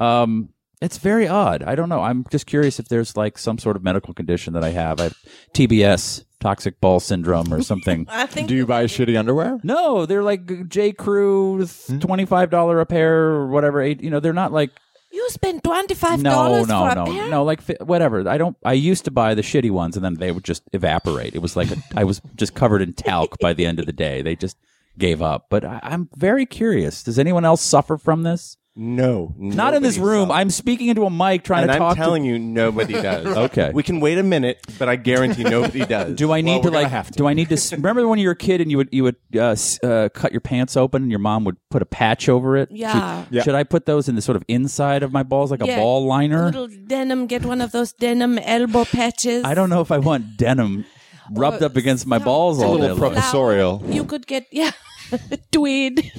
Speaker 5: Um, it's very odd. I don't know. I'm just curious if there's like some sort of medical condition that I have. I have TBS, toxic ball syndrome, or something.
Speaker 4: I think
Speaker 3: Do you buy shitty underwear?
Speaker 5: no, they're like J. Crew, twenty five dollar a pair or whatever. Eight, you know, they're not like
Speaker 4: you spend twenty five
Speaker 5: no,
Speaker 4: dollars
Speaker 5: no,
Speaker 4: for a
Speaker 5: no,
Speaker 4: pair.
Speaker 5: no. Like fi- whatever. I don't. I used to buy the shitty ones, and then they would just evaporate. It was like a, I was just covered in talc by the end of the day. They just gave up. But I, I'm very curious. Does anyone else suffer from this?
Speaker 2: No,
Speaker 5: Not in this
Speaker 2: nobody
Speaker 5: room.
Speaker 2: saw.
Speaker 5: I'm speaking into a mic trying
Speaker 2: and
Speaker 5: to talk.
Speaker 2: I'm telling
Speaker 5: to,
Speaker 2: you, nobody does.
Speaker 5: Okay.
Speaker 2: we can wait a minute, but I guarantee nobody does.
Speaker 5: Do I need to
Speaker 3: we're gonna
Speaker 5: like?
Speaker 3: have to.
Speaker 5: Do I need to s- remember when you were a kid and you would you would uh, s- uh, cut your pants open and your mom would put a patch over it?
Speaker 4: Yeah.
Speaker 5: Should, should I put those in the sort of inside of my balls like a
Speaker 4: Yeah,
Speaker 5: ball liner?
Speaker 4: Little denim, get one of those denim elbow patches.
Speaker 5: I don't know if I want denim rubbed
Speaker 4: Or
Speaker 5: up against my
Speaker 4: some-
Speaker 5: balls all day
Speaker 3: little
Speaker 5: long.
Speaker 3: professorial.
Speaker 4: Flower. You could get yeah, tweed.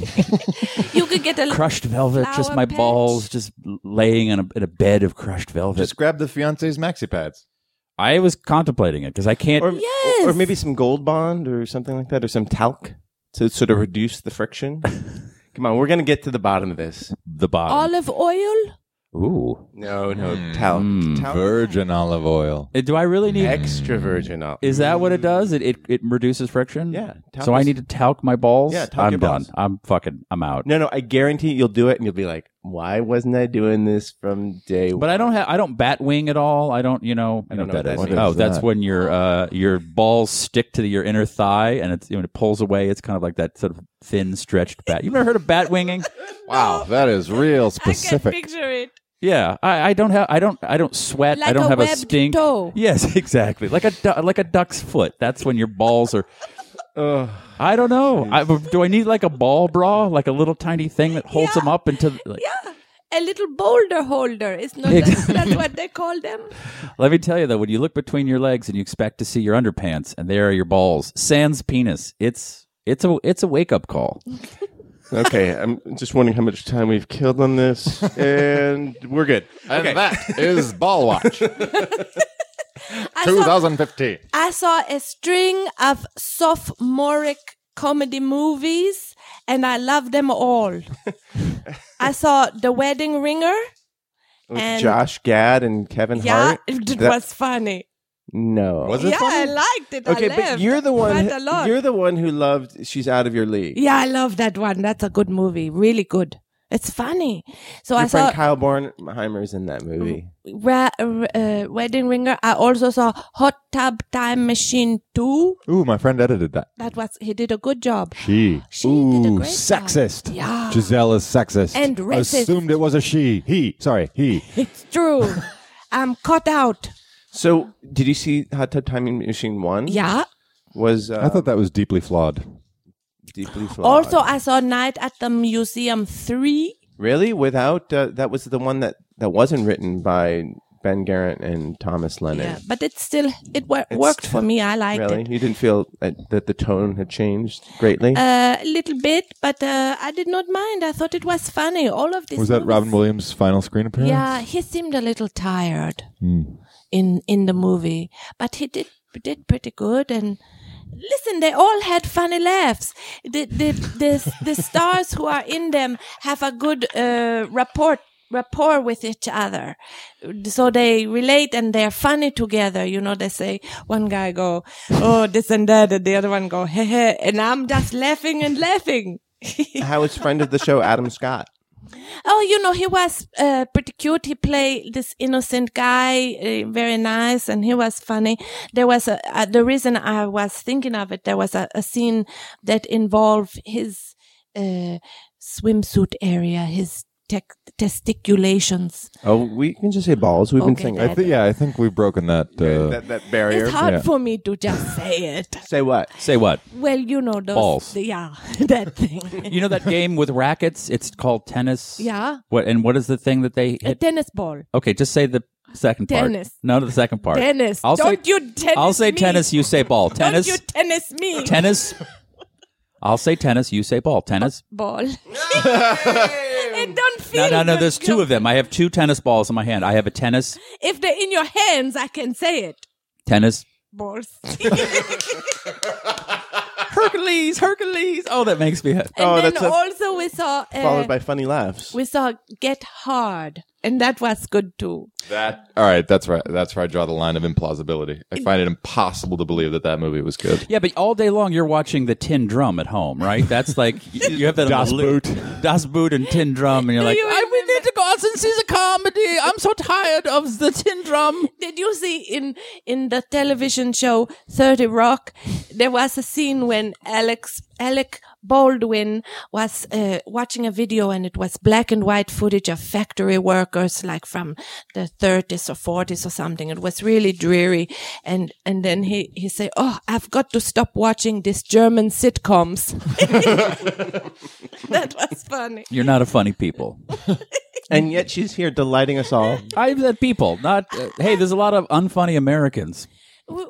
Speaker 4: you could get a
Speaker 5: crushed velvet, just
Speaker 4: Flower
Speaker 5: my
Speaker 4: patch.
Speaker 5: balls, just laying in a, in a bed of crushed velvet.
Speaker 3: Just grab the fiance's maxi pads.
Speaker 5: I was contemplating it because I can't.
Speaker 2: Or,
Speaker 4: Yes.
Speaker 2: or maybe some gold bond or something like that, or some talc to sort
Speaker 5: Mm.
Speaker 2: of reduce the friction. Come on, we're gonna get to the bottom of this.
Speaker 5: the bottom.
Speaker 4: olive oil.
Speaker 5: Ooh.
Speaker 2: No, no, talc,
Speaker 5: Mm.
Speaker 2: talc,
Speaker 3: Virgin olive oil.
Speaker 5: Uh, Do I really need?
Speaker 2: extra virgin olive.
Speaker 5: Is that what it does? It it, it reduces friction.
Speaker 2: Yeah, talc
Speaker 5: So I
Speaker 2: is-
Speaker 5: need to talk my balls.
Speaker 2: Yeah, talc
Speaker 5: I'm
Speaker 2: your
Speaker 5: done.
Speaker 2: balls.
Speaker 5: I'm fucking. I'm out.
Speaker 2: no, no, I guarantee you'll do it, and you'll be like, why wasn't I doing this from day
Speaker 5: But I don't have I don't bat wing at all. I don't you know
Speaker 2: I don't
Speaker 5: you
Speaker 2: know what that
Speaker 5: is.
Speaker 2: means.
Speaker 5: Oh,
Speaker 2: What is
Speaker 5: that's
Speaker 2: that?
Speaker 5: when your uh your balls stick to your inner thigh and it's you know, it pulls away. It's kind of like that sort of thin stretched bat. You've never heard of bat winging?
Speaker 3: Wow, that is real
Speaker 4: I can
Speaker 3: specific.
Speaker 4: picture it.
Speaker 5: Yeah, I, I don't have I don't I don't sweat. I
Speaker 4: Like
Speaker 5: don't
Speaker 4: a
Speaker 5: have a
Speaker 4: webbed
Speaker 5: stink.
Speaker 4: toe.
Speaker 5: Yes, exactly. Like a du- like a duck's foot. That's when your balls are.
Speaker 2: Ugh.
Speaker 5: I don't know. I, do I need like a ball bra, like a little tiny thing that holds
Speaker 4: Yeah.
Speaker 5: them up into? Like,
Speaker 4: Yeah. A little boulder holder. It's not that, that's what they call them.
Speaker 5: Let me tell you though, when you look between your legs and you expect to see your underpants, and there are your balls, sans penis. It's it's a it's a wake up call.
Speaker 2: Okay, I'm just wondering how much time we've killed on this, and we're good.
Speaker 3: And that is Ball Watch
Speaker 4: I saw,
Speaker 3: 2015.
Speaker 4: I saw a string of sophomoric comedy movies and I love them all. I saw The Wedding Ringer.
Speaker 2: With
Speaker 4: And-
Speaker 2: Josh Gad and Kevin
Speaker 4: Yeah,
Speaker 2: Hart.
Speaker 4: it
Speaker 2: That-
Speaker 4: was funny.
Speaker 2: no.
Speaker 3: Was it
Speaker 4: Yeah,
Speaker 3: funny?
Speaker 4: I liked it.
Speaker 2: Okay,
Speaker 4: I
Speaker 2: but
Speaker 4: laughed
Speaker 2: you're the one.
Speaker 4: quite a lot.
Speaker 2: You're the one who loved. She's out of your league.
Speaker 4: Yeah, I love that one. That's a good movie. Really good. It's funny. So I
Speaker 2: Your friend
Speaker 4: saw
Speaker 2: Kyle Bornheimer's in that movie.
Speaker 4: Ra- uh, Wedding Ringer. I also saw Hot Tub Time Machine 2.
Speaker 3: Ooh, my friend edited that.
Speaker 4: That was, he did a good job.
Speaker 3: She.
Speaker 4: She
Speaker 3: Ooh,
Speaker 4: did a great job.
Speaker 3: sexist.
Speaker 4: Yeah.
Speaker 3: Giselle is sexist.
Speaker 4: And racist.
Speaker 3: Assumed it was a she. He. Sorry, he.
Speaker 4: It's true. I'm caught out.
Speaker 2: So, did you see Hot Tub Time Machine One?
Speaker 4: Yeah.
Speaker 2: Was uh,
Speaker 3: I thought that was deeply flawed.
Speaker 2: deeply flawed.
Speaker 4: Also, I saw Night at the Museum 3.
Speaker 2: really without uh, that was the one that that wasn't written by Ben Garrett and Thomas Lennon.
Speaker 4: Yeah, but it still, it wor-
Speaker 2: It's
Speaker 4: worked
Speaker 2: still-
Speaker 4: for me. I liked
Speaker 2: Really,
Speaker 4: it.
Speaker 2: you didn't feel that, that the tone had changed greatly.
Speaker 4: Uh, a little bit, but uh, I did not mind. I thought it was funny. All of this
Speaker 3: Was that Robin Williams' final screen appearance?
Speaker 4: Yeah, he seemed a little tired in in the movie, but he did did pretty good. And listen, they all had funny laughs. The the the, the stars who are in them have a good uh, rapport rapport with each other so they relate and they're funny together you know they say one guy go oh this and that and the other one go heh heh and i'm just laughing and laughing
Speaker 2: How is friend of the show Adam Scott?
Speaker 4: Oh, you know, he was uh, pretty cute. He played this innocent guy, uh, very nice, and he was funny. There was a, uh, the reason I was thinking of it. There was a, a scene that involved his uh, swimsuit area, his tec- testiculations.
Speaker 2: Oh, we can just say balls. We've been
Speaker 4: Okay,
Speaker 2: saying
Speaker 3: I think. Yeah, I think we've broken that. Uh,
Speaker 2: that, that barrier.
Speaker 4: It's hard
Speaker 3: Yeah.
Speaker 4: for me to just say it.
Speaker 2: Say what?
Speaker 5: Say what?
Speaker 4: Well, you know those.
Speaker 5: Balls.
Speaker 4: Yeah, that thing.
Speaker 5: You know that game with rackets? It's called tennis.
Speaker 4: Yeah.
Speaker 5: What and what is the thing that they
Speaker 4: a
Speaker 5: hit?
Speaker 4: tennis ball.
Speaker 5: Okay, just say the second part.
Speaker 4: Tennis.
Speaker 5: No, the second part.
Speaker 4: Tennis.
Speaker 5: I'll
Speaker 4: Don't
Speaker 5: say,
Speaker 4: you tennis
Speaker 5: I'll say
Speaker 4: me.
Speaker 5: tennis. You say ball. Tennis.
Speaker 4: Don't you tennis me.
Speaker 5: tennis. I'll say tennis. You say ball. Tennis.
Speaker 4: ball. it don't
Speaker 5: No,
Speaker 4: feel.
Speaker 5: no, no.
Speaker 4: good.
Speaker 5: There's two of them. I have two tennis balls in my hand. I have a tennis,
Speaker 4: If they're in your hands, I can say it.
Speaker 5: tennis.
Speaker 4: Balls.
Speaker 5: Hercules, Hercules. Oh, that makes me.
Speaker 4: And
Speaker 2: Oh,
Speaker 4: then
Speaker 2: that's a-
Speaker 4: also we saw uh,
Speaker 2: Followed by funny laughs.
Speaker 4: we saw Get Hard, and that was good too.
Speaker 3: that. All right, that's right. That's where I draw the line of implausibility. I find it impossible to believe that that movie was good.
Speaker 5: Yeah, but all day long you're watching the tin drum at home, right? That's like you, you have that
Speaker 3: Das
Speaker 5: on the loop.
Speaker 3: Boot.
Speaker 5: das boot, and tin drum, and you're like,
Speaker 4: you
Speaker 5: I, we
Speaker 4: remember-
Speaker 5: need to go out and see the comedy. I'm so tired of the tin drum.
Speaker 4: Did you see in in the television show Thirty Rock? There was a scene when Alex Alec Baldwin was uh, watching a video, and it was black and white footage of factory workers, like from the 30s or 40s or something. It was really dreary, and and then he he said, "Oh, I've got to stop watching these German sitcoms." that was funny.
Speaker 5: You're not a funny people.
Speaker 2: and yet she's here delighting us all.
Speaker 5: I've said people, not uh, hey. There's a lot of unfunny Americans.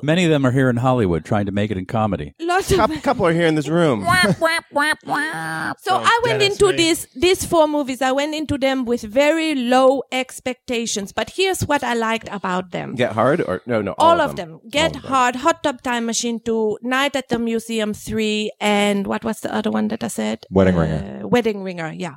Speaker 5: Many of them are here in Hollywood trying to make it in comedy.
Speaker 4: Lots of
Speaker 2: A couple are here in this room.
Speaker 4: So I went into these these four movies. I went into them with very low expectations. But here's what I liked about them.
Speaker 2: Get hard or no, no, all,
Speaker 4: All, of them. Get Hard, Hot Tub Time Machine 2, Night at the Museum 3, and what was the other one that I said?
Speaker 3: Wedding Ringer.
Speaker 4: Uh, Wedding Ringer, yeah.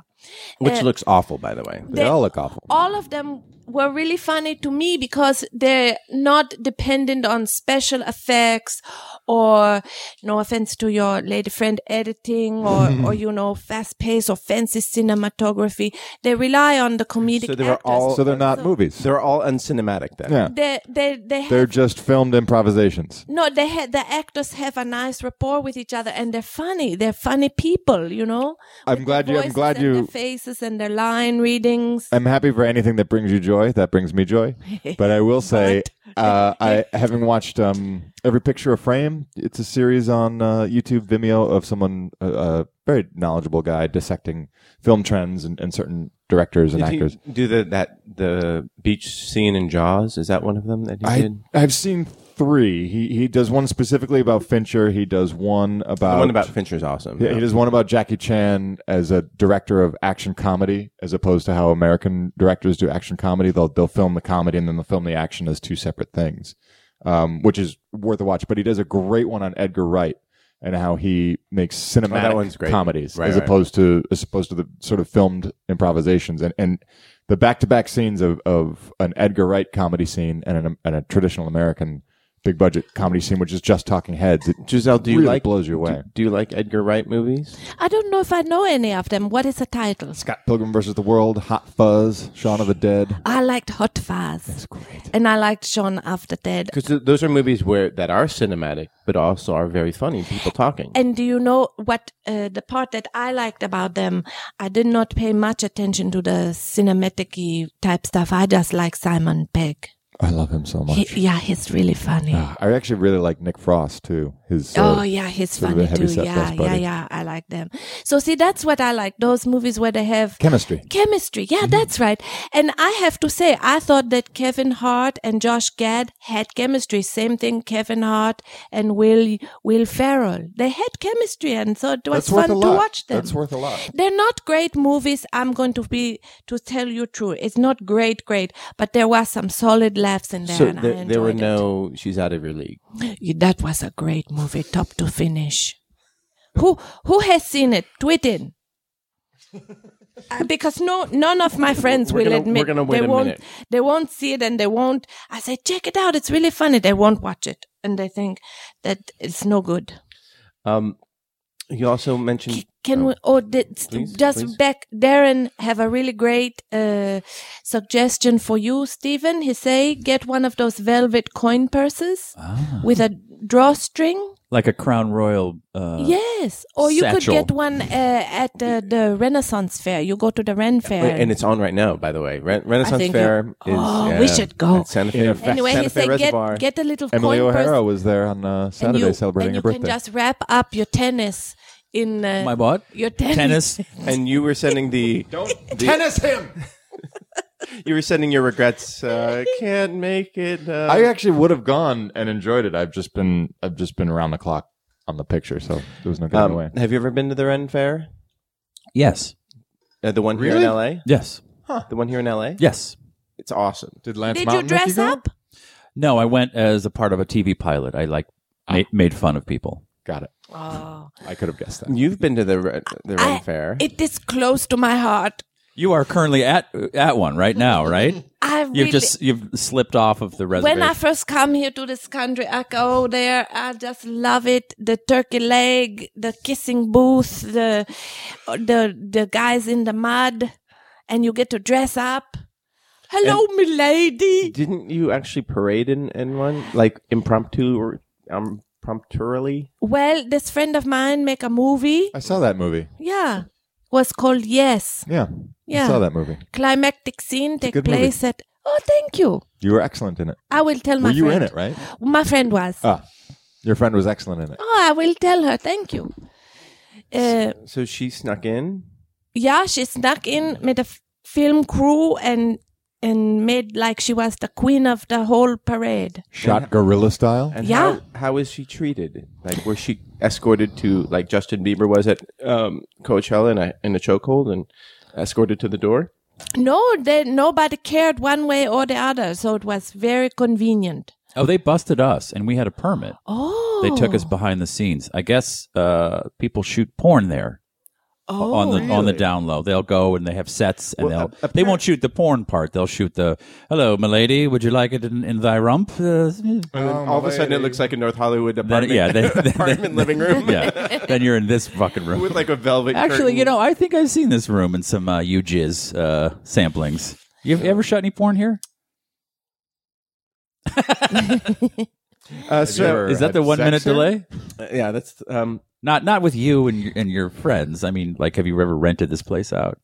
Speaker 2: which looks awful, by the way. They,
Speaker 4: they-
Speaker 2: all look awful.
Speaker 4: all of them were really funny to me because they're not dependent on special effects or no offense to your lady friend editing or, or you know fast pace or fancy cinematography they rely on the comedic
Speaker 2: So they were
Speaker 4: actors.
Speaker 2: all-
Speaker 3: So they're not
Speaker 4: So-
Speaker 3: movies.
Speaker 2: They're all uncinematic then.
Speaker 3: Yeah.
Speaker 4: they they they have
Speaker 3: They're just filmed improvisations.
Speaker 4: no they had the actors have a nice rapport with each other and they're funny they're funny people you know
Speaker 3: I'm glad you. I'm
Speaker 4: Voices
Speaker 3: glad
Speaker 4: and their
Speaker 3: you.
Speaker 4: faces and their line readings
Speaker 3: I'm happy for anything that brings you joy. That brings me joy. But I will say, uh, I having watched um, every picture of frame. It's a series on uh, YouTube Vimeo of someone, a a very knowledgeable guy, dissecting film trends and, and certain directors and
Speaker 2: Did he
Speaker 3: actors.
Speaker 2: do the that the beach scene in Jaws? Is that one of them that he
Speaker 3: I
Speaker 2: did?
Speaker 3: I've seen three. He he does one specifically about Fincher. He does one about
Speaker 2: The one about Fincher's awesome.
Speaker 3: Yeah, he does one about Jackie Chan as a director of action comedy, as opposed to how American directors do action comedy. They'll they'll film the comedy and then they'll film the action as two separate things, um, which is worth a watch. But he does a great one on Edgar Wright and how he makes cinematic
Speaker 2: Oh, one's great.
Speaker 3: comedies
Speaker 2: Right,
Speaker 3: as
Speaker 2: right.
Speaker 3: opposed to as opposed to the sort of filmed improvisations and and the back to back scenes of of an Edgar Wright comedy scene and an, and a traditional American. Big budget comedy scene, which is just talking heads. It
Speaker 2: Giselle, do you
Speaker 3: really
Speaker 2: like
Speaker 3: blows you
Speaker 2: do-
Speaker 3: away.
Speaker 2: Do, you like Edgar Wright movies?
Speaker 4: i don't know if i know any of them what is the title
Speaker 3: Scott Pilgrim versus the World, Hot Fuzz, Shaun of the Dead.
Speaker 4: I liked Hot Fuzz,
Speaker 3: Great.
Speaker 4: and I liked Shaun After Dead.
Speaker 2: Because th- those are movies where that are cinematic, but also are very funny. People talking.
Speaker 4: And do you know what uh, the part that I liked about them? I did not pay much attention to the cinematic type stuff. I just like Simon Pegg.
Speaker 3: I love him so much.
Speaker 4: He, yeah, he's really funny.
Speaker 3: Ah, I actually really like Nick Frost too. His uh,
Speaker 4: oh yeah, he's
Speaker 3: sort of a
Speaker 4: funny too.
Speaker 3: heavyset
Speaker 4: Yeah,
Speaker 3: West
Speaker 4: yeah,
Speaker 3: buddy.
Speaker 4: yeah. I like them. So see, that's what I like. Those movies where they have
Speaker 3: chemistry. Mm-hmm.
Speaker 4: chemistry. Yeah, that's right. And I have to say, I thought that Kevin Hart and Josh Gad had chemistry. Same thing, Kevin Hart and Will Will Ferrell. They had chemistry, and so it was
Speaker 3: That's worth
Speaker 4: fun
Speaker 3: a
Speaker 4: to
Speaker 3: lot.
Speaker 4: watch them.
Speaker 3: That's worth a lot.
Speaker 4: They're not great movies. I'm going to be to tell you true. It's not great, great, but there was some solid laughs in there,
Speaker 2: so
Speaker 4: and I
Speaker 2: there,
Speaker 4: enjoyed
Speaker 2: there were
Speaker 4: it.
Speaker 2: no. She's out of your league.
Speaker 4: Yeah, That was a great movie, top to finish. Who who has seen it? Tweet in. Uh, because no, none of my friends
Speaker 2: We're
Speaker 4: will
Speaker 2: gonna-
Speaker 4: admit
Speaker 2: we're gonna wait
Speaker 4: they
Speaker 2: a
Speaker 4: won't.
Speaker 2: minute.
Speaker 4: They won't see it, and they won't. I say, check it out. It's really funny. They won't watch it, and they think that it's no good.
Speaker 2: Um, you also mentioned.
Speaker 4: Can we? Oh, did,
Speaker 2: Please,
Speaker 4: just
Speaker 2: please.
Speaker 4: back. Darren have a really great uh, suggestion for you, Stephen. He say get one of those velvet coin purses
Speaker 5: Ah.
Speaker 4: with a drawstring.
Speaker 5: Like a Crown Royal. Uh,
Speaker 4: Yes, or you
Speaker 5: satchel.
Speaker 4: could get one uh, at the, the Renaissance Fair. You go to the Ren Fair.
Speaker 2: Wait, and it's on right now, by the way. Ren- Renaissance
Speaker 4: think
Speaker 2: Fair
Speaker 4: you-
Speaker 2: is. uh,
Speaker 4: Oh, we should go.
Speaker 2: at Santa Fe,
Speaker 3: Yeah.
Speaker 4: anyway,
Speaker 2: Santa
Speaker 4: he
Speaker 2: Fe
Speaker 4: said
Speaker 2: Reservoir.
Speaker 4: get, get a little
Speaker 3: Emily
Speaker 4: coin purse,
Speaker 3: O'Hara was there on uh,
Speaker 4: and
Speaker 3: Saturday
Speaker 4: you,
Speaker 3: celebrating
Speaker 4: and
Speaker 3: her
Speaker 4: you
Speaker 3: birthday.
Speaker 4: can just wrap up your tennis in uh,
Speaker 5: My what?
Speaker 4: your tennis.
Speaker 5: Tennis.
Speaker 2: and you were sending the
Speaker 3: tennis him.
Speaker 2: you were sending your regrets. Uh, can't make it. Uh,
Speaker 3: I actually would have gone and enjoyed it. I've just been I've just been around the clock on the picture, so there was no getting
Speaker 2: um,
Speaker 3: away.
Speaker 2: have you ever been to the Ren Fair?
Speaker 5: yes.
Speaker 2: Uh, the one here
Speaker 3: Really?
Speaker 2: in L.A.
Speaker 5: Yes.
Speaker 2: The one here in L.A.
Speaker 5: Yes.
Speaker 2: It's awesome.
Speaker 3: Did Lance
Speaker 4: Did you dress up?
Speaker 5: No, I went as a part of a TV pilot. I like ma- made fun of people.
Speaker 3: Got it.
Speaker 4: Oh,
Speaker 3: I could have guessed that.
Speaker 2: You've been to the Ren, the Ren
Speaker 4: I-
Speaker 2: Fair.
Speaker 4: it is close to my heart.
Speaker 5: You are currently at at one right now, right?
Speaker 4: I really.
Speaker 5: You've just you've slipped off of the reservation.
Speaker 4: when I first come here to this country, I go there. I just love it. The turkey leg, the kissing booth, the the the guys in the mud, and you get to dress up. Hello, milady.
Speaker 2: Didn't you actually parade in, in one like impromptu or um, prompturally?
Speaker 4: Well, this friend of mine make a movie.
Speaker 3: I saw that movie.
Speaker 4: Yeah, was called Yes.
Speaker 3: Yeah, I
Speaker 4: Yeah.
Speaker 3: saw that movie.
Speaker 4: Climactic scene take
Speaker 3: good movie.
Speaker 4: place at. Oh, thank you.
Speaker 3: You were excellent in it.
Speaker 4: I will tell my
Speaker 3: were you
Speaker 4: friend. Oh.
Speaker 3: in it? Right.
Speaker 4: My friend was.
Speaker 3: Ah, your friend was excellent in it.
Speaker 4: Oh, I will tell her. Thank you. Uh,
Speaker 2: So she snuck in.
Speaker 4: yeah, she snuck in with a f- film crew and and made like she was the queen of the whole parade.
Speaker 3: Shot gorilla style.
Speaker 2: And
Speaker 4: Yeah.
Speaker 2: How, how was she treated? Like, was she escorted to like Justin Bieber was at um, Coachella in a in a chokehold and escorted to the door?
Speaker 4: No, they, nobody cared one way or the other, so it was very convenient.
Speaker 5: oh, they busted us, and we had a permit.
Speaker 4: Oh,
Speaker 5: They took us behind the scenes. I guess uh, people shoot porn there.
Speaker 4: Oh,
Speaker 5: on the on the
Speaker 3: really?
Speaker 5: down low. They'll go and they have sets and
Speaker 3: Well,
Speaker 5: they'll
Speaker 3: a-
Speaker 5: they won't shoot the porn part. They'll shoot the hello, milady, would you like it in, in thy rump? Uh,
Speaker 2: And then
Speaker 3: Oh,
Speaker 2: all of a sudden, it
Speaker 3: milady.
Speaker 2: looks like a North Hollywood apartment.
Speaker 5: yeah, they- they-
Speaker 2: apartment living room.
Speaker 5: yeah, then you're in this fucking room.
Speaker 2: with like a velvet.
Speaker 5: Actually,
Speaker 2: curtain.
Speaker 5: you know, I think I've seen this room in some uh, you jizz uh, samplings. You ever shot any porn here?
Speaker 2: Uh, so,
Speaker 3: ever-
Speaker 5: Is that the
Speaker 3: had
Speaker 5: one minute
Speaker 3: sex here?
Speaker 5: delay?
Speaker 2: yeah, that's um.
Speaker 5: Not not with you and your, and your friends. I mean, like, have you ever rented this place out?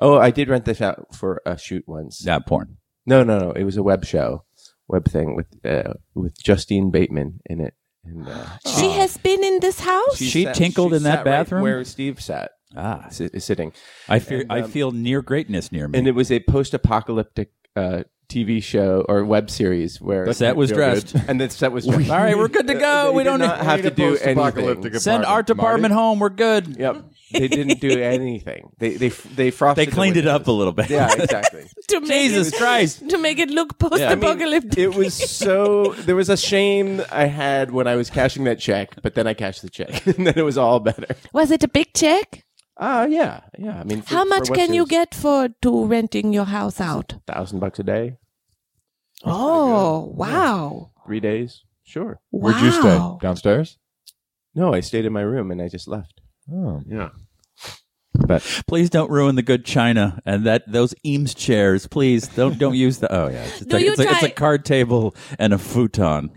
Speaker 2: Oh, I did rent this out for a shoot once.
Speaker 5: Not porn.
Speaker 2: No, no, no. It was a web show, web thing with uh, with Justine Bateman in it. And, uh,
Speaker 4: she has been in this house.
Speaker 5: She tinkled in that
Speaker 2: sat right
Speaker 5: bathroom?
Speaker 2: where Steve sat,
Speaker 5: Ah,
Speaker 2: si- sitting,
Speaker 5: I fear
Speaker 2: And,
Speaker 5: I
Speaker 2: um,
Speaker 5: feel near greatness near me.
Speaker 2: and it was a post-apocalyptic uh, TV show or web series where
Speaker 5: The set was
Speaker 2: Feel good.
Speaker 5: dressed.
Speaker 2: and the set was dressed.
Speaker 5: All right, we're good to
Speaker 2: They
Speaker 5: go. We
Speaker 2: did
Speaker 5: don't
Speaker 2: not
Speaker 5: need-
Speaker 2: have
Speaker 3: Need
Speaker 2: to
Speaker 3: a
Speaker 2: do anything.
Speaker 3: post-apocalyptic
Speaker 5: Send our
Speaker 3: apartment,
Speaker 5: department
Speaker 3: Marty.
Speaker 5: home. We're good.
Speaker 2: Yep, they didn't do anything. They they they frosted.
Speaker 5: They
Speaker 2: the
Speaker 5: cleaned it up a
Speaker 2: windows.
Speaker 5: little bit.
Speaker 2: Yeah, exactly.
Speaker 4: to make
Speaker 5: Jesus
Speaker 4: it,
Speaker 5: Christ.
Speaker 4: To make it look
Speaker 5: I mean,
Speaker 4: post-apocalyptic.
Speaker 2: It was so there was a shame I had when I was cashing that check, but then I cashed the check, and then it was all better.
Speaker 4: was it a big check?
Speaker 2: Uh yeah, yeah. I mean, for-
Speaker 4: How
Speaker 2: for
Speaker 4: much
Speaker 2: what
Speaker 4: can you
Speaker 2: series?
Speaker 4: get for to renting your house out?
Speaker 2: Thousand bucks a day,
Speaker 4: Oh, wow.
Speaker 2: three days. Sure.
Speaker 3: Where'd you stay?
Speaker 4: Wow.
Speaker 3: Downstairs?
Speaker 2: No, I stayed in my room and I just left.
Speaker 3: Oh.
Speaker 2: But
Speaker 5: Please don't ruin the good china and that those Eames chairs. Please don't don't use the. Oh yeah, it's,
Speaker 4: Do
Speaker 5: like,
Speaker 4: you
Speaker 5: it's, like- it's
Speaker 4: try-
Speaker 5: a card table and a futon.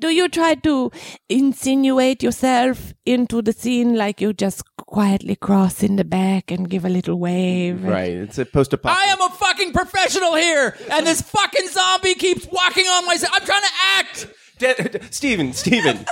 Speaker 4: Do you try to insinuate yourself into the scene like you just quietly cross in the back and give a little wave?
Speaker 2: right, it's a post-apocalyptic.
Speaker 5: a fucking professional here, and this fucking zombie keeps walking on my. I'm trying to act.
Speaker 2: De- Steven, Steven.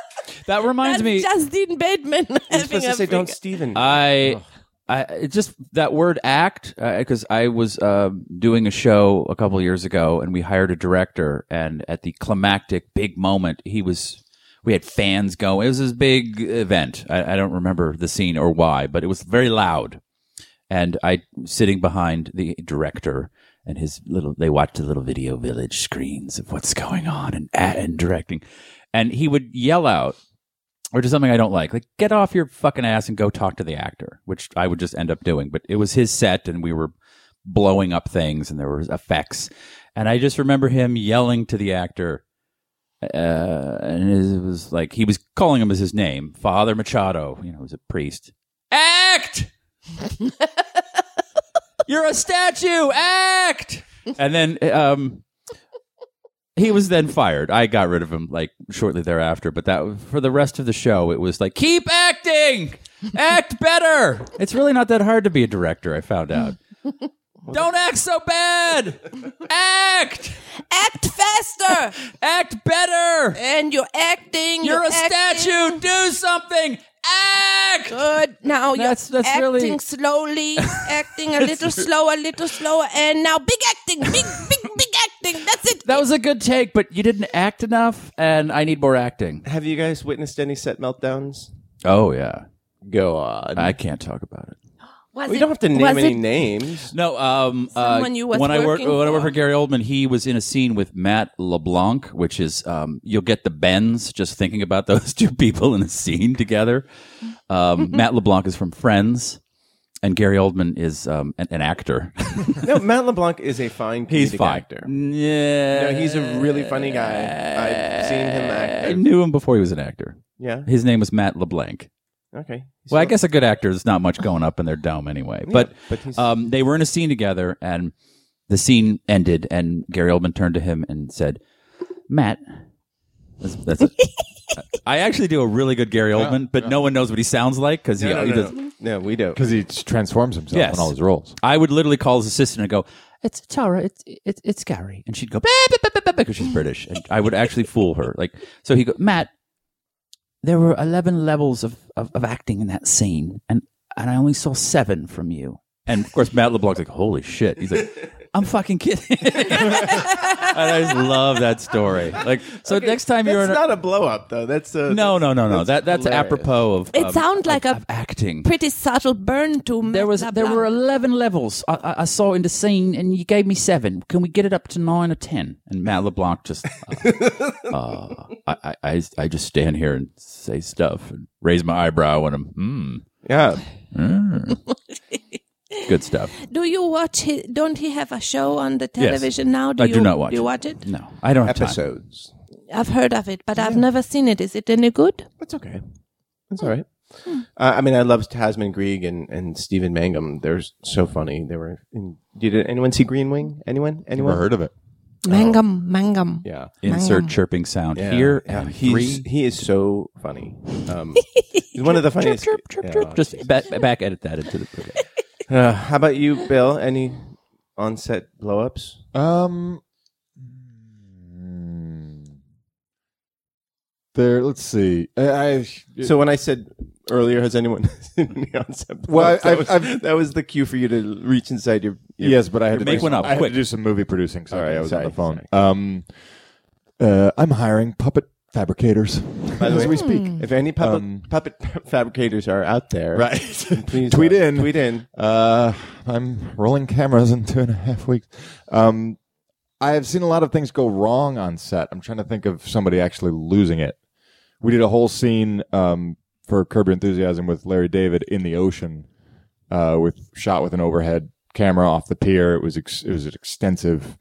Speaker 5: That reminds
Speaker 4: That's
Speaker 5: me.
Speaker 4: Justin Bateman
Speaker 2: You're
Speaker 4: having
Speaker 2: supposed
Speaker 4: a
Speaker 2: to say don't
Speaker 4: freak-
Speaker 2: Steven.
Speaker 5: Uh, I, I it just that word act because I was uh, doing a show a couple years ago, and we hired a director, and at the climactic big moment, he was. We had fans going. It was this big event. I, I don't remember the scene or why, but it was very loud. And I sitting behind the director and his little. They watched the little video village screens of what's going on and and directing, and he would yell out or just something I don't like. Like, get off your fucking ass and go talk to the actor, which I would just end up doing. But it was his set, and we were blowing up things, and there was effects, and I just remember him yelling to the actor, uh, and it was like he was calling him as his name, Father Machado. You know, he was a priest. Act. You're a statue. Act. And then, um, he was then fired. I got rid of him like shortly thereafter, but that for the rest of the show it was like keep acting. Act better. It's really not that hard to be a director, I found out. Don't act so bad. Act.
Speaker 4: Act faster!
Speaker 5: Act better.
Speaker 4: and you're acting.
Speaker 5: You're a
Speaker 4: acting
Speaker 5: statue. Do something. Act.
Speaker 4: Good. Now
Speaker 5: That's-
Speaker 4: you're
Speaker 5: that's
Speaker 4: acting
Speaker 5: really-
Speaker 4: slowly, acting a little slower, a little slower, and now big acting, big, big, big acting. That's it.
Speaker 5: That was a good take, but you didn't act enough and I need more acting.
Speaker 2: Have you guys witnessed any set meltdowns?
Speaker 5: Oh yeah.
Speaker 2: Go on.
Speaker 5: I can't talk about it.
Speaker 4: Was
Speaker 2: we
Speaker 4: it-
Speaker 2: don't have to name
Speaker 4: was
Speaker 2: any
Speaker 4: it-
Speaker 2: names.
Speaker 5: No, um, uh,
Speaker 4: Someone you was
Speaker 5: when I worked
Speaker 4: working
Speaker 5: when I worked
Speaker 4: for.
Speaker 5: for Gary Oldman, he was in a scene with Matt LeBlanc, which is um, you'll get the bends just thinking about those two people in a scene together. Um,
Speaker 4: Mm-hmm.
Speaker 5: Matt LeBlanc is from Friends, and Gary Oldman is um, an, an actor.
Speaker 2: No, Matt LeBlanc is a fine comedic
Speaker 5: he's fine.
Speaker 2: actor.
Speaker 5: Yeah,
Speaker 2: No, he's a really funny guy. I've seen him
Speaker 5: I
Speaker 2: act.
Speaker 5: knew him before he was an actor.
Speaker 2: Yeah.
Speaker 5: His name was Matt LeBlanc.
Speaker 2: Okay.
Speaker 5: Well, I guess a good actor is not much going up in their dome anyway. but
Speaker 2: but he's-
Speaker 5: um, they were in a scene together, and the scene ended, and Gary Oldman turned to him and said, "Matt, that's, that's it." I actually do a really good Gary Oldman, but no one knows what he sounds like because he,
Speaker 2: No,
Speaker 5: he
Speaker 2: no,
Speaker 5: does.
Speaker 2: no, no. No, we don't.
Speaker 3: Because he transforms himself
Speaker 5: Yes.
Speaker 3: in all his roles.
Speaker 5: I would literally call his assistant and go, "It's Tara, it's it's it's Gary," and she'd go, "Because she's British," and I would actually fool her. Like, so he go, "Matt, there were eleven levels of, of, of acting in that scene, and and I only saw seven from you." And of course, Matt LeBlanc's like, "Holy shit!" He's like, "I'm fucking kidding." and I just love that story. Like, so next time you're in,
Speaker 2: That's
Speaker 5: a,
Speaker 2: not a blow up though. That's a
Speaker 5: no, no, no, no. that that's
Speaker 2: hilarious.
Speaker 5: apropos of
Speaker 4: It
Speaker 5: of-
Speaker 4: sounds
Speaker 5: of-
Speaker 4: like a
Speaker 5: um, of acting
Speaker 4: Pretty subtle burn to Matt
Speaker 5: there was there were
Speaker 4: LeBlanc.
Speaker 5: eleven levels I, I, I saw in the scene, and you gave me seven. Can we get it up to nine or ten? And Matt LeBlanc just, uh, uh, I, I- I I just stand here and say stuff and raise my eyebrow when I'm. Hmm.
Speaker 2: Yeah.
Speaker 5: Good stuff.
Speaker 4: Do you watch? He, don't he have a show on the
Speaker 5: Yes.
Speaker 4: television now? Do
Speaker 5: I
Speaker 4: you,
Speaker 5: do not watch
Speaker 4: You
Speaker 5: it.
Speaker 4: watch it?
Speaker 5: No, I don't have time.
Speaker 2: Episodes.
Speaker 4: I've heard of it, but I've never seen it. Is it any good?
Speaker 2: That's okay. That's
Speaker 5: Hmm.
Speaker 2: all right. Uh, I mean, I love Tasman Grieg and, and Stephen Mangum. They're s- so funny. They were. In, did anyone see Green Wing? Anyone? Anyone?
Speaker 3: Never heard of it.
Speaker 4: Mangum, Mangum.
Speaker 2: Yeah.
Speaker 5: Insert chirping sound
Speaker 2: Yeah.
Speaker 5: here.
Speaker 2: Yeah.
Speaker 5: and
Speaker 2: He's,
Speaker 5: three.
Speaker 2: he is so funny. Um, he's one of the funniest.
Speaker 5: Chirp, chirp,
Speaker 2: Yeah.
Speaker 5: chirp. Just back, back edit that into the.
Speaker 2: Uh, how about you, Bill? Any on-set blow-ups?
Speaker 3: Um, mm, there. Let's see. I, I
Speaker 2: So when I said earlier, has anyone seen any on-set blow-ups?
Speaker 3: Well, I-
Speaker 2: that, was,
Speaker 3: I've- I've-
Speaker 2: that was the cue for you to reach inside your. your
Speaker 3: Yes, but I had to
Speaker 5: Make
Speaker 3: do
Speaker 5: one
Speaker 3: some-
Speaker 5: up,
Speaker 3: I had
Speaker 5: quick.
Speaker 3: to do some movie producing. Sorry,
Speaker 2: All right,
Speaker 3: I was on
Speaker 2: sorry,
Speaker 3: the phone. Um, uh, I'm hiring puppet fabricators
Speaker 2: By the
Speaker 3: as
Speaker 2: way-
Speaker 3: we speak.
Speaker 2: If any puppet,
Speaker 3: Um,
Speaker 2: puppet fabricators are out there,
Speaker 3: Right.
Speaker 2: Please
Speaker 3: tweet
Speaker 2: uh,
Speaker 3: in.
Speaker 2: Tweet in.
Speaker 3: Uh, I'm rolling cameras in two and a half weeks. Um, I have seen a lot of things go wrong on set. I'm trying to think of somebody actually losing it. We did a whole scene um, for Curb Your Enthusiasm with Larry David in the ocean, uh, with shot with an overhead camera off the pier. It was ex- it was an extensive.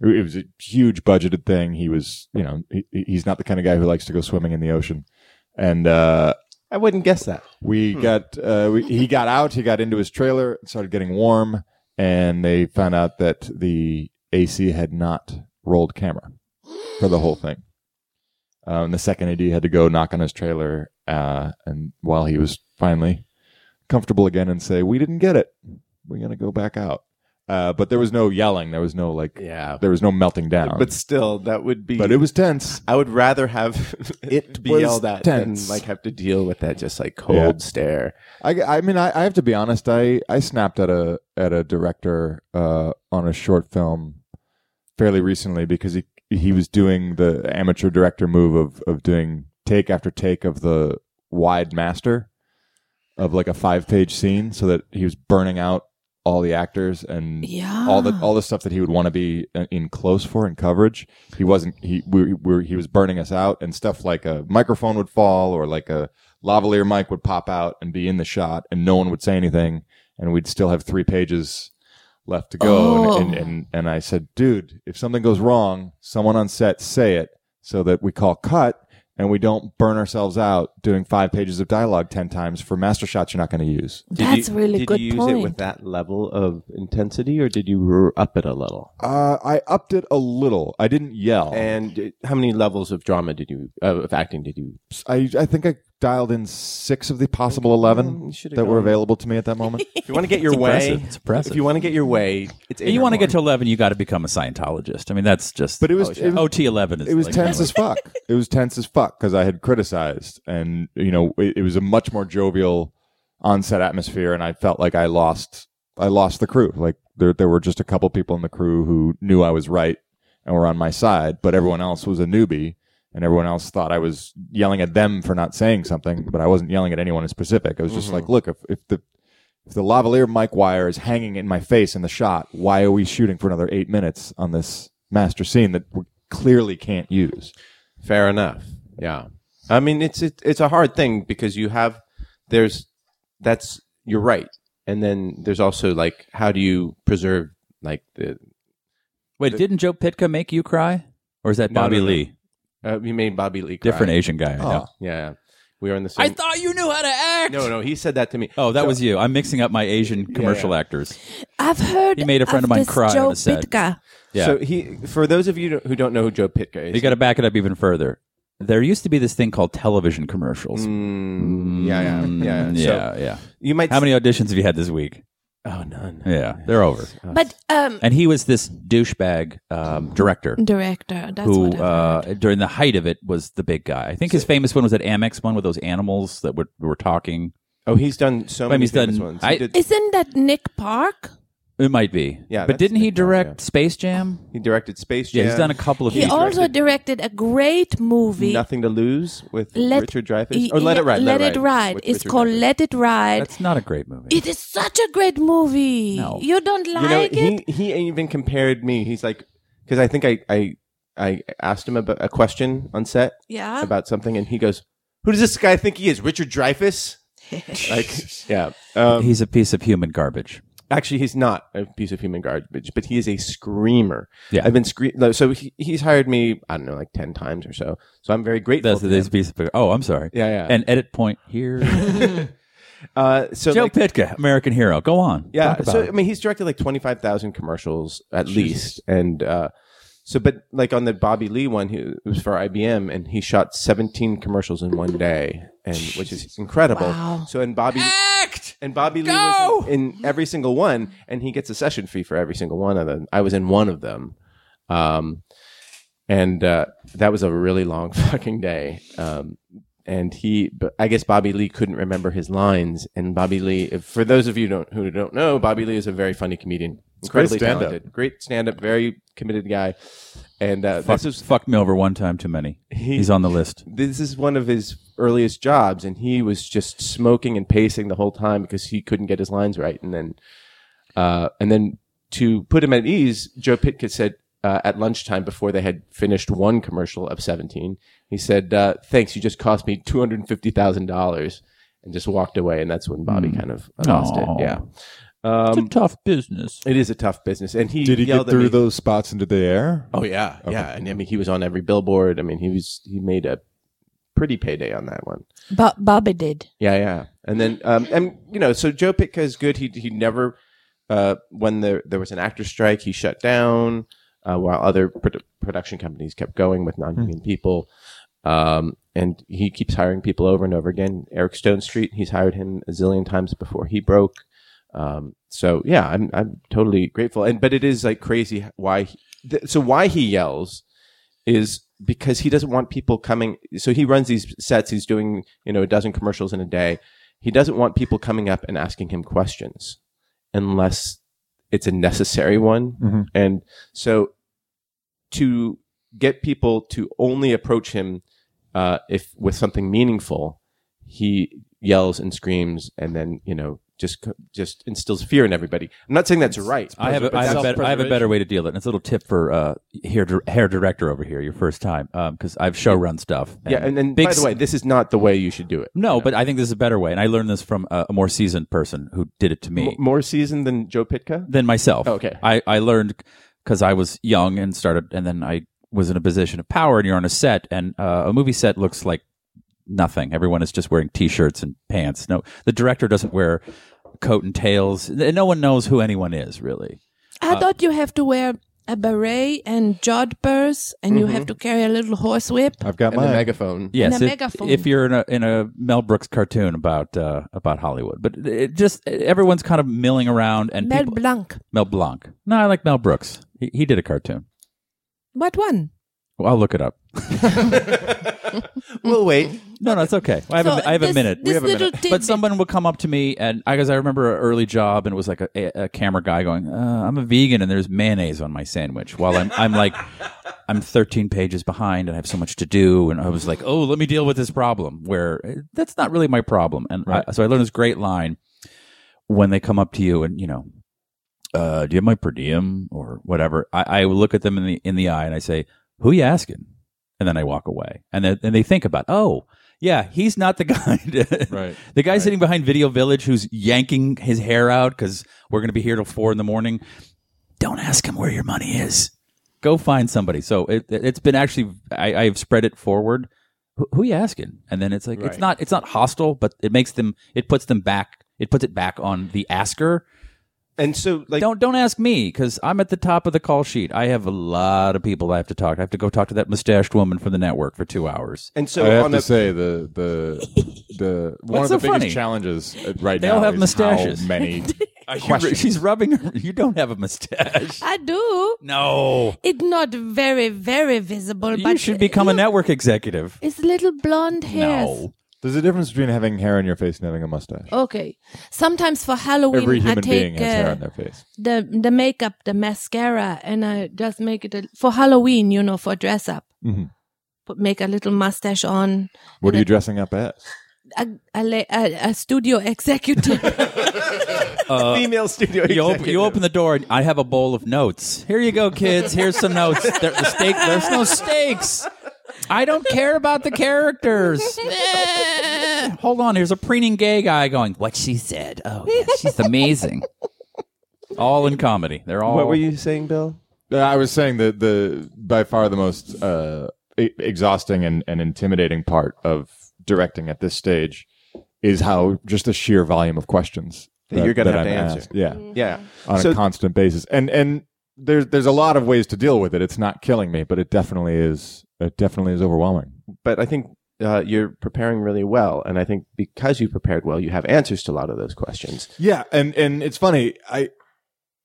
Speaker 3: It was a huge budgeted thing. He was, you know, he, he's not the kind of guy who likes to go swimming in the ocean. And uh,
Speaker 2: I wouldn't guess that.
Speaker 3: we got uh, we, he got out. He got into his trailer, it started getting warm, and they found out that the AC had not rolled camera for the whole thing. Um, the second AD had to go knock on his trailer, uh, and while he was finally comfortable again, and say, "We didn't get it. We're gonna go back out." Uh, but there was no yelling. There was no like.
Speaker 2: Yeah,
Speaker 3: There was no melting down.
Speaker 2: but still, that would be.
Speaker 3: but it was tense.
Speaker 2: I would rather have
Speaker 3: It
Speaker 2: it be
Speaker 3: was
Speaker 2: yelled at
Speaker 3: tense.
Speaker 2: than like have to deal with that just like cold stare.
Speaker 3: I, I mean, I, I have to be honest. I, I snapped at a at a director uh, on a short film fairly recently because he he was doing the amateur director move of of doing take after take of the wide master of like a five page scene, so that he was burning out all the actors and
Speaker 4: Yeah.
Speaker 3: all the all the stuff that he would want to be uh, in close for in coverage. He wasn't. He we, we he was burning us out, and stuff like a microphone would fall or like a lavalier mic would pop out and be in the shot, and no one would say anything, and we'd still have three pages left to go.
Speaker 4: Oh.
Speaker 3: And, and and and I said, dude, if something goes wrong, someone on set say it so that we call cut. And we don't burn ourselves out doing five pages of dialogue ten times for master shots you're not going to use.
Speaker 2: Did
Speaker 4: That's
Speaker 2: you,
Speaker 4: a really
Speaker 2: did
Speaker 4: good
Speaker 2: you use
Speaker 4: point.
Speaker 2: it with that level of intensity, or did you rear up it a little?
Speaker 3: Uh, I upped it a little. I didn't yell.
Speaker 2: And uh, how many levels of drama did you uh, of acting did you?
Speaker 3: I, I think I dialed in six of the possible 11
Speaker 2: Mm, you should've
Speaker 3: that were
Speaker 2: gone-
Speaker 3: available to me at that moment.
Speaker 2: If you want to get your way,
Speaker 5: impressive. It's impressive.
Speaker 2: If you want to get your way, it's eight
Speaker 5: you
Speaker 2: or
Speaker 5: want to
Speaker 2: more.
Speaker 5: get to eleven, you got to become a Scientologist. I mean, that's just.
Speaker 3: But it was-
Speaker 5: oh,
Speaker 3: it was-
Speaker 5: OT eleven. Is
Speaker 3: it was
Speaker 5: like-
Speaker 3: tense as fuck. It was tense as fuck because I had criticized, and you know, it, it was a much more jovial onset atmosphere, and I felt like I lost, I lost the crew. Like there, there were just a couple people in the crew who knew I was right and were on my side, but everyone else was a newbie, and everyone else thought I was yelling at them for not saying something, but I wasn't yelling at anyone in specific. I was
Speaker 2: Mm-hmm.
Speaker 3: just like, look, if, if the if the lavalier mic wire is hanging in my face in the shot, why are we shooting for another eight minutes on this master scene that we clearly can't use?
Speaker 2: Fair enough. Yeah. I mean, it's it, it's a hard thing because you have there's that's you're right, and then there's also like how do you preserve like the
Speaker 5: Wait, didn't Joe Pitka make you cry, or is that
Speaker 2: No,
Speaker 5: Bobby
Speaker 2: no, no.
Speaker 5: Lee,
Speaker 2: uh, we made Bobby Lee cry.
Speaker 5: different Asian guy? I
Speaker 3: Oh.
Speaker 5: know.
Speaker 2: Yeah, we were in the
Speaker 5: I
Speaker 2: same.
Speaker 5: thought you knew how to act.
Speaker 2: no, no, he said that to me.
Speaker 5: Oh, that
Speaker 2: So-
Speaker 5: was you. I'm mixing up my Asian commercial actors.
Speaker 4: I've heard.
Speaker 5: He made a friend of mine
Speaker 4: this
Speaker 5: cry on
Speaker 4: Joe
Speaker 5: a set.
Speaker 4: Pitka.
Speaker 5: Yeah.
Speaker 2: So he for those of you who don't know who Joe Pitka is,
Speaker 5: you got to back it up even further. There used to be this thing called television commercials.
Speaker 2: Mm, yeah, yeah, yeah,
Speaker 4: Mm-hmm.
Speaker 5: Mm,
Speaker 2: So
Speaker 5: yeah, yeah.
Speaker 2: you might
Speaker 5: How many auditions have you had this week?
Speaker 2: Oh, none.
Speaker 5: Yeah, they're over.
Speaker 4: But um,
Speaker 5: And he was this douchebag um, director
Speaker 4: director. Mm, That's
Speaker 5: who,
Speaker 4: what I've heard.
Speaker 5: uh, during the height of it, was the big guy. I think his famous one was that Amex one with those animals that were, were talking.
Speaker 2: Oh, he's done so
Speaker 5: But
Speaker 2: many
Speaker 5: he's done-
Speaker 2: famous ones. He
Speaker 5: I-
Speaker 2: did-
Speaker 4: Isn't that Nick Park?
Speaker 5: It might be.
Speaker 2: Yeah,
Speaker 5: but
Speaker 2: that's
Speaker 5: didn't
Speaker 2: the
Speaker 5: he
Speaker 2: big guy,
Speaker 5: direct
Speaker 2: yeah.
Speaker 5: Space Jam?
Speaker 2: he directed Space Jam.
Speaker 5: Yeah, he's done a couple of.
Speaker 4: He
Speaker 5: these
Speaker 4: also directed a great movie.
Speaker 2: Nothing to Lose with
Speaker 4: Let-
Speaker 2: Richard Dreyfuss.
Speaker 4: Y-
Speaker 2: Or Let It
Speaker 4: yeah,
Speaker 2: Ride.
Speaker 4: Let, it ride.
Speaker 2: with
Speaker 4: It's
Speaker 2: Richard
Speaker 4: called
Speaker 2: Dreyfuss.
Speaker 4: Let It Ride.
Speaker 5: That's not a great movie.
Speaker 4: It is such a great movie.
Speaker 5: No.
Speaker 4: You don't
Speaker 2: You know,
Speaker 4: like it?
Speaker 2: he, he even compared me. He's like, because I think I, I I asked him about a question on set
Speaker 4: Yeah.
Speaker 2: about something, and he goes, "Who does this guy think he is? Richard Dreyfuss?" like, yeah. Um,
Speaker 5: He's a piece of human garbage.
Speaker 2: actually he's not a piece of human garbage but he is a screamer
Speaker 5: Yeah.
Speaker 2: i've been scre- no, so he, he's hired me i don't know like 10 times or so so i'm very grateful
Speaker 5: That's
Speaker 2: to
Speaker 5: this
Speaker 2: him.
Speaker 5: piece of. Oh, I'm sorry.
Speaker 2: yeah yeah
Speaker 5: An edit point here.
Speaker 2: uh, so
Speaker 5: Joe
Speaker 2: like,
Speaker 5: Pitka, American hero. Go on.
Speaker 2: yeah
Speaker 5: Talk about
Speaker 2: so
Speaker 5: it.
Speaker 2: i mean he's directed like 25000 commercials at least and uh, so but like on the bobby lee one he, it was for ibm and he shot 17 commercials in one day and which is incredible
Speaker 4: Wow.
Speaker 2: so and bobby and Bobby Lee was in, in every single one, and he gets a session fee for every single one of them. I was in one of them, um, and uh, that was a really long fucking day. Um, and he, but I guess Bobby Lee couldn't remember his lines. And Bobby Lee, if, for those of you don't, who don't know, Bobby Lee is a very funny comedian, incredibly
Speaker 3: stand-up.
Speaker 2: talented, great stand-up, very committed guy. And uh,
Speaker 5: Fuck,
Speaker 2: this is
Speaker 5: fuck me over one time too many.
Speaker 2: He-
Speaker 5: He's on the list.
Speaker 2: this is one of his earliest jobs, and he was just smoking and pacing the whole time because he couldn't get his lines right. And then, uh, and then to put him at ease, Joe Pitka said uh, at lunchtime before they had finished one commercial of seventeen, he said, uh, "Thanks, you just cost me two hundred fifty thousand dollars," and just walked away. And that's when Bobby
Speaker 3: Hmm.
Speaker 2: kind of lost
Speaker 5: Aw.
Speaker 2: it. Yeah, um,
Speaker 5: tough business.
Speaker 2: it is a tough business, and he
Speaker 3: Did he
Speaker 2: yelled
Speaker 3: get
Speaker 2: at
Speaker 3: through
Speaker 2: me-
Speaker 3: those spots into the air?
Speaker 2: Oh yeah, yeah. And I mean, he was on every billboard. I mean, he was he made a pretty payday on that one.
Speaker 4: Bo- Bobby did.
Speaker 2: Yeah, yeah. And then, um, and you know, so Joe Pitka is good. He he never, uh, when there there was an actor strike, he shut down, uh, while other produ- production companies kept going with non-union people. Um, and he keeps hiring people over and over again. Eric Stone Street, he's hired him a zillion times before he broke. Um, so yeah, I'm I'm totally grateful. And but it is like crazy why. He, th- so why he yells is because he doesn't want people coming. So he runs these sets. He's doing you know a dozen commercials in a day. He doesn't want people coming up and asking him questions unless it's a necessary one.
Speaker 3: Mhm.
Speaker 2: And so to get people to only approach him uh, if with something meaningful, he yells and screams, and then you know just just instills fear in everybody. I'm not saying that's right.
Speaker 5: I have, a, I, have a better, I have a
Speaker 3: self-preservation.
Speaker 5: better way to deal with it. And it's a little tip for uh, hair, dir- hair director over here, your first time, because I've show run stuff.
Speaker 2: yeah, and then by the way, this is not the way you should do it.
Speaker 5: no, but I think this is a better way. And I learned this from a, a more seasoned person who did it to me
Speaker 2: M- more seasoned than Joe Pitka.
Speaker 5: than myself.
Speaker 2: Okay.
Speaker 5: I, I learned because I was young and started, and then I was in a position of power, and you're on a set, and uh, a movie set looks like nothing. Everyone is just wearing t-shirts and pants. No, the director doesn't wear coat and tails. N- No one knows who anyone is really.
Speaker 4: I thought you have to wear a beret and jodhpurs, and you
Speaker 3: Mm-hmm.
Speaker 4: have to carry a little horsewhip.
Speaker 3: I've got
Speaker 2: And the
Speaker 3: mine.
Speaker 2: megaphone.
Speaker 5: Yes,
Speaker 4: a
Speaker 5: if-
Speaker 4: megaphone.
Speaker 5: If, you're in a in a Mel Brooks cartoon about uh, about Hollywood, but it just everyone's kind of milling around and
Speaker 4: Mel
Speaker 5: people,
Speaker 4: Blanc.
Speaker 5: Mel Blanc. No, I like Mel Brooks. He, he did a cartoon.
Speaker 4: What one?
Speaker 5: Well, I'll look it up.
Speaker 2: We'll Oh, wait.
Speaker 5: No, no, it's okay. I have
Speaker 4: So
Speaker 5: a, I have a
Speaker 4: this-
Speaker 5: minute.
Speaker 4: This little
Speaker 5: but
Speaker 4: tidbit-
Speaker 5: someone would come up to me and I guess I remember an early job and it was like a, a camera guy going, uh, "I'm a vegan and there's mayonnaise on my sandwich." While I'm I'm like I'm 13 pages behind and I have so much to do and I was like, "Oh, let me deal with this problem." Where eh, that's not really my problem. And I, so I learned this great line when they come up to you and you know, uh, "Do you have my per diem or whatever?" I, I look at them in the in the eye and I say, "Who you asking?" And then I walk away and then and they think about, "Oh." Yeah, he's not the guy. to-
Speaker 3: Right.
Speaker 5: the guy sitting behind Video Village who's yanking his hair out because we're going to be here till four in the morning. Don't ask him where your money is. Go find somebody. So it, it- it's been actually I, I've spread it forward. Who, who you asking? And then it's like it's
Speaker 2: Right.
Speaker 5: not it's not hostile, but it makes them it puts them back. It puts it back on the asker.
Speaker 2: And so, like,
Speaker 5: Don't don't ask me because I'm at the top of the call sheet. I have a lot of people I have to talk. to. I have to go talk to that mustached woman from the network for two hours.
Speaker 2: and so
Speaker 3: I have
Speaker 2: on
Speaker 3: to
Speaker 2: a,
Speaker 3: say the the the one
Speaker 5: What's
Speaker 3: of the
Speaker 5: so
Speaker 3: biggest
Speaker 5: funny?
Speaker 3: challenges uh, right
Speaker 5: They
Speaker 3: now
Speaker 5: all have
Speaker 3: is
Speaker 5: mustaches.
Speaker 3: how many
Speaker 5: She's rubbing. Her, you don't have a mustache.
Speaker 4: I do.
Speaker 5: No.
Speaker 4: It's not very, very visible.
Speaker 5: You
Speaker 4: but
Speaker 5: should become a
Speaker 4: look,
Speaker 5: network executive.
Speaker 4: It's little blonde hairs.
Speaker 5: No.
Speaker 3: There's a difference between having hair on your face and having a mustache.
Speaker 4: Okay. Sometimes for Halloween,
Speaker 3: Every
Speaker 4: I
Speaker 3: human being
Speaker 4: take
Speaker 3: has hair
Speaker 4: uh,
Speaker 3: on their face.
Speaker 4: the the makeup, the mascara, and I just make it a, for Halloween. You know, for dress up,
Speaker 3: Mhm.
Speaker 4: put make a little mustache on.
Speaker 3: What are you dressing up as?
Speaker 4: A, a, la- a, a studio executive.
Speaker 2: female studio.
Speaker 5: You open, you open the door. And I have a bowl of notes. Here you go, kids. Here's some notes. There, the steak, there's no steaks. I don't care about the characters. hold on. Here's a preening gay guy going, what she said. Oh, yeah, she's amazing. all in comedy. They're all.
Speaker 2: What were you saying, Bill?
Speaker 3: Uh, I was saying that the by far the most uh, e- exhausting and, and intimidating part of directing at this stage is how just the sheer volume of questions
Speaker 2: That you're gonna have to answer.
Speaker 3: asked. Yeah,
Speaker 2: Yeah.
Speaker 3: on
Speaker 2: So-
Speaker 3: a constant basis, and and there's there's a lot of ways to deal with it. It's not killing me, but it definitely is. It definitely is overwhelming.
Speaker 2: but I think uh, you're preparing really well, and I think because you prepared well, you have answers to a lot of those questions.
Speaker 3: Yeah, and and it's funny. I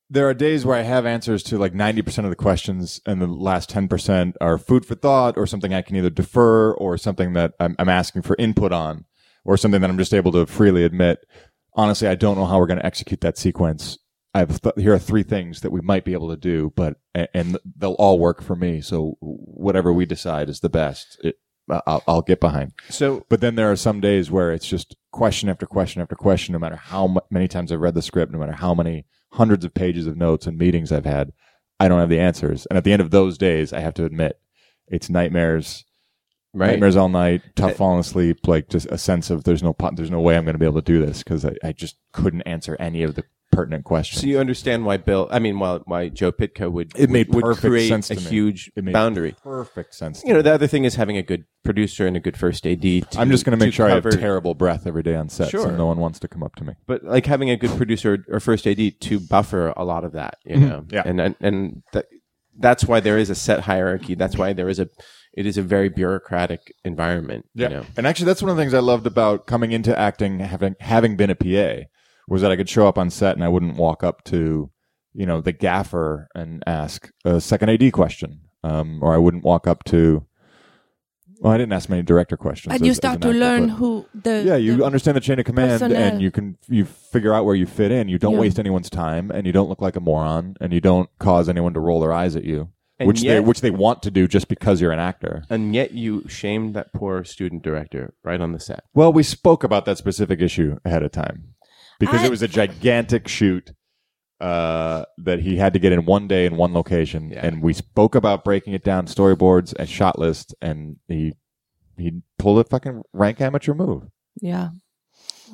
Speaker 3: there are days where I have answers to like ninety percent of the questions, and the last ten percent are food for thought, or something I can either defer, or something that I'm, I'm asking for input on, or something that I'm just able to freely admit. Honestly, I don't know how we're going to execute that sequence. I've th- here are three things that we might be able to do, but a- and they'll all work for me. So whatever we decide is the best. It, I- I'll, I'll get behind.
Speaker 2: So
Speaker 3: But then there are some days where it's just question after question after question, no matter how mu- many times I've read the script, no matter how many hundreds of pages of notes and meetings I've had, I don't have the answers. And at the end of those days, I have to admit it's nightmares,
Speaker 2: right, Eh
Speaker 3: nightmares all night, tough falling asleep, like just a sense of there's no po- there's no way I'm going to be able to do this because I, I just couldn't answer any of the pertinent questions.
Speaker 2: so you understand why Bill, I mean, why why Joe Pitko would
Speaker 3: It made
Speaker 2: would
Speaker 3: perfect
Speaker 2: create
Speaker 3: sense
Speaker 2: a
Speaker 3: to me.
Speaker 2: huge
Speaker 3: It made
Speaker 2: boundary.
Speaker 3: perfect sense. to
Speaker 2: You know,
Speaker 3: me.
Speaker 2: the other thing is having a good producer and a good first AD. To,
Speaker 3: I'm just going to make sure I
Speaker 2: cover-
Speaker 3: have terrible breath every day on set, so
Speaker 2: Sure.
Speaker 3: no one wants to come up to me.
Speaker 2: but like having a good producer or first AD to buffer a lot of that, you know,
Speaker 3: Yeah.
Speaker 2: and and, and that, that's why there is a set hierarchy. That's why there is a it is a very bureaucratic environment.
Speaker 3: Yeah.
Speaker 2: You know?
Speaker 3: And actually, that's one of the things I loved about coming into acting, having having been a PA, was that I could show up on set and I wouldn't walk up to, you know, the gaffer and ask a second AD question, um, or I wouldn't walk up to. Well, I didn't ask many director questions.
Speaker 4: But
Speaker 3: as-
Speaker 4: you
Speaker 3: as
Speaker 4: start
Speaker 3: an
Speaker 4: to
Speaker 3: actor,
Speaker 4: learn
Speaker 3: but-
Speaker 4: who the
Speaker 3: yeah, you
Speaker 4: the-
Speaker 3: understand the chain of command,
Speaker 4: personnel.
Speaker 3: and you can you figure out where you fit in. You don't
Speaker 4: Yeah.
Speaker 3: waste anyone's time, and you don't look like a moron, and you don't cause anyone to roll their eyes at you,
Speaker 2: And
Speaker 3: which they
Speaker 2: yet-
Speaker 3: which they want to do just because you're an actor.
Speaker 2: And yet you shamed that poor student director right on the set.
Speaker 3: Well, we spoke about that specific issue ahead of time because
Speaker 4: I-
Speaker 3: it was a gigantic shoot uh, that he had to get in one day in one location,
Speaker 2: Yeah.
Speaker 3: and we spoke about breaking it down, storyboards and shot list, and he he pulled a fucking rank amateur move.
Speaker 4: Yeah.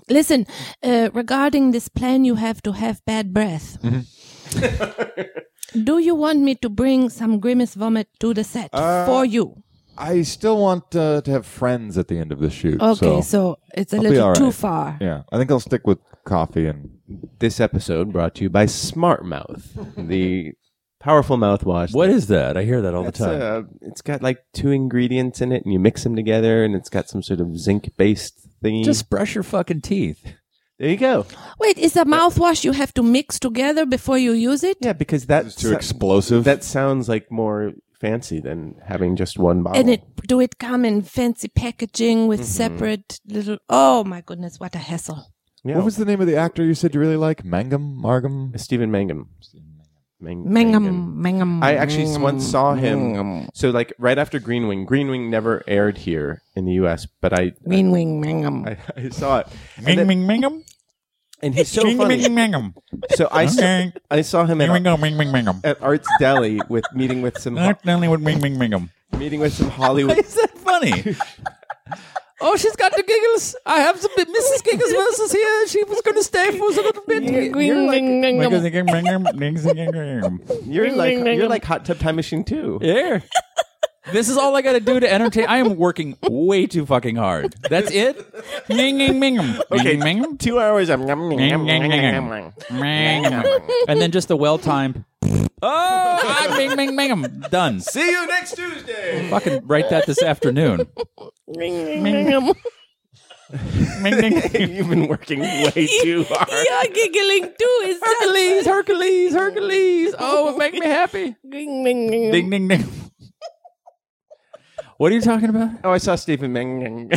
Speaker 4: Listen, uh, regarding this plan, you have to have bad breath.
Speaker 3: Mm-hmm.
Speaker 4: Do you want me to bring some grimace vomit to the set
Speaker 3: Uh,
Speaker 4: for you?
Speaker 3: I still want uh, to have friends at the end of the shoot.
Speaker 4: Okay, so,
Speaker 3: so,
Speaker 4: it's a
Speaker 3: I'll be
Speaker 4: little
Speaker 3: all
Speaker 4: too
Speaker 3: right.
Speaker 4: far.
Speaker 3: yeah, I think I'll stick with coffee and
Speaker 2: This episode brought to you by Smart Mouth, the powerful mouthwash.
Speaker 5: What is that? I hear that all
Speaker 2: That's,
Speaker 5: the time.
Speaker 2: uh, it's got like two ingredients in it, and you mix them together, and it's got some sort of zinc-based thingy.
Speaker 5: Just brush your fucking teeth.
Speaker 2: there you go.
Speaker 4: Wait, is a mouthwash you have to mix together before you use it?
Speaker 2: Yeah, because that's
Speaker 3: it's too explosive.
Speaker 2: That sounds like more fancy than having just one bottle.
Speaker 4: And it do it come in fancy packaging with
Speaker 3: Mm-hmm.
Speaker 4: separate little? Oh my goodness, what a hassle!
Speaker 2: yeah.
Speaker 3: what was the name of the actor you said you really like? Mangum, Margum.
Speaker 2: Stephen Mangum? Mang-
Speaker 4: Mangum, mangum.
Speaker 2: I actually s- once saw him.
Speaker 4: mangum.
Speaker 2: So like right after Green Wing, Green Wing never aired here in the U.S., but I
Speaker 4: Wing, wing, mangum.
Speaker 2: I, I saw it. And, it-
Speaker 7: ming, mingum.
Speaker 2: and he's so funny.
Speaker 7: mingum.
Speaker 2: So I saw,
Speaker 7: Okay.
Speaker 2: I saw him at,
Speaker 7: go, ming, ming, mingum.
Speaker 2: at Arts Deli with meeting with some ho-
Speaker 7: only with ming, ming, mingum.
Speaker 2: meeting with some Hollywood.
Speaker 5: Is that funny? oh, she's got the giggles. I have some bit. Mrs. Giggles versus here. She was going to stay for us a little bit.
Speaker 4: Wing, wing, mangum.
Speaker 2: You're like you're like Hot Tub Time Machine too.
Speaker 5: Yeah. This is all I got to do to entertain. I am working way too fucking hard. That's it.
Speaker 7: Ming, ming, mingum.
Speaker 2: Okay,
Speaker 7: Ming, mingum.
Speaker 2: two hours. I'm
Speaker 7: Ming, ming, mingum. Mingum.
Speaker 5: And then just a well timed. Oh, ah, ming, ming, mingum. Done.
Speaker 2: See you next Tuesday.
Speaker 5: Fucking write that this afternoon.
Speaker 4: mangum.
Speaker 7: Ming, ming.
Speaker 2: You've been working way too hard.
Speaker 4: You're giggling too, is that?
Speaker 5: Hercules, Hercules, Hercules. Oh, it make me happy.
Speaker 4: Ding, ding, ding.
Speaker 7: Ding, ding, ding.
Speaker 5: What are you talking about?
Speaker 2: Oh, I saw Stephen Mangum.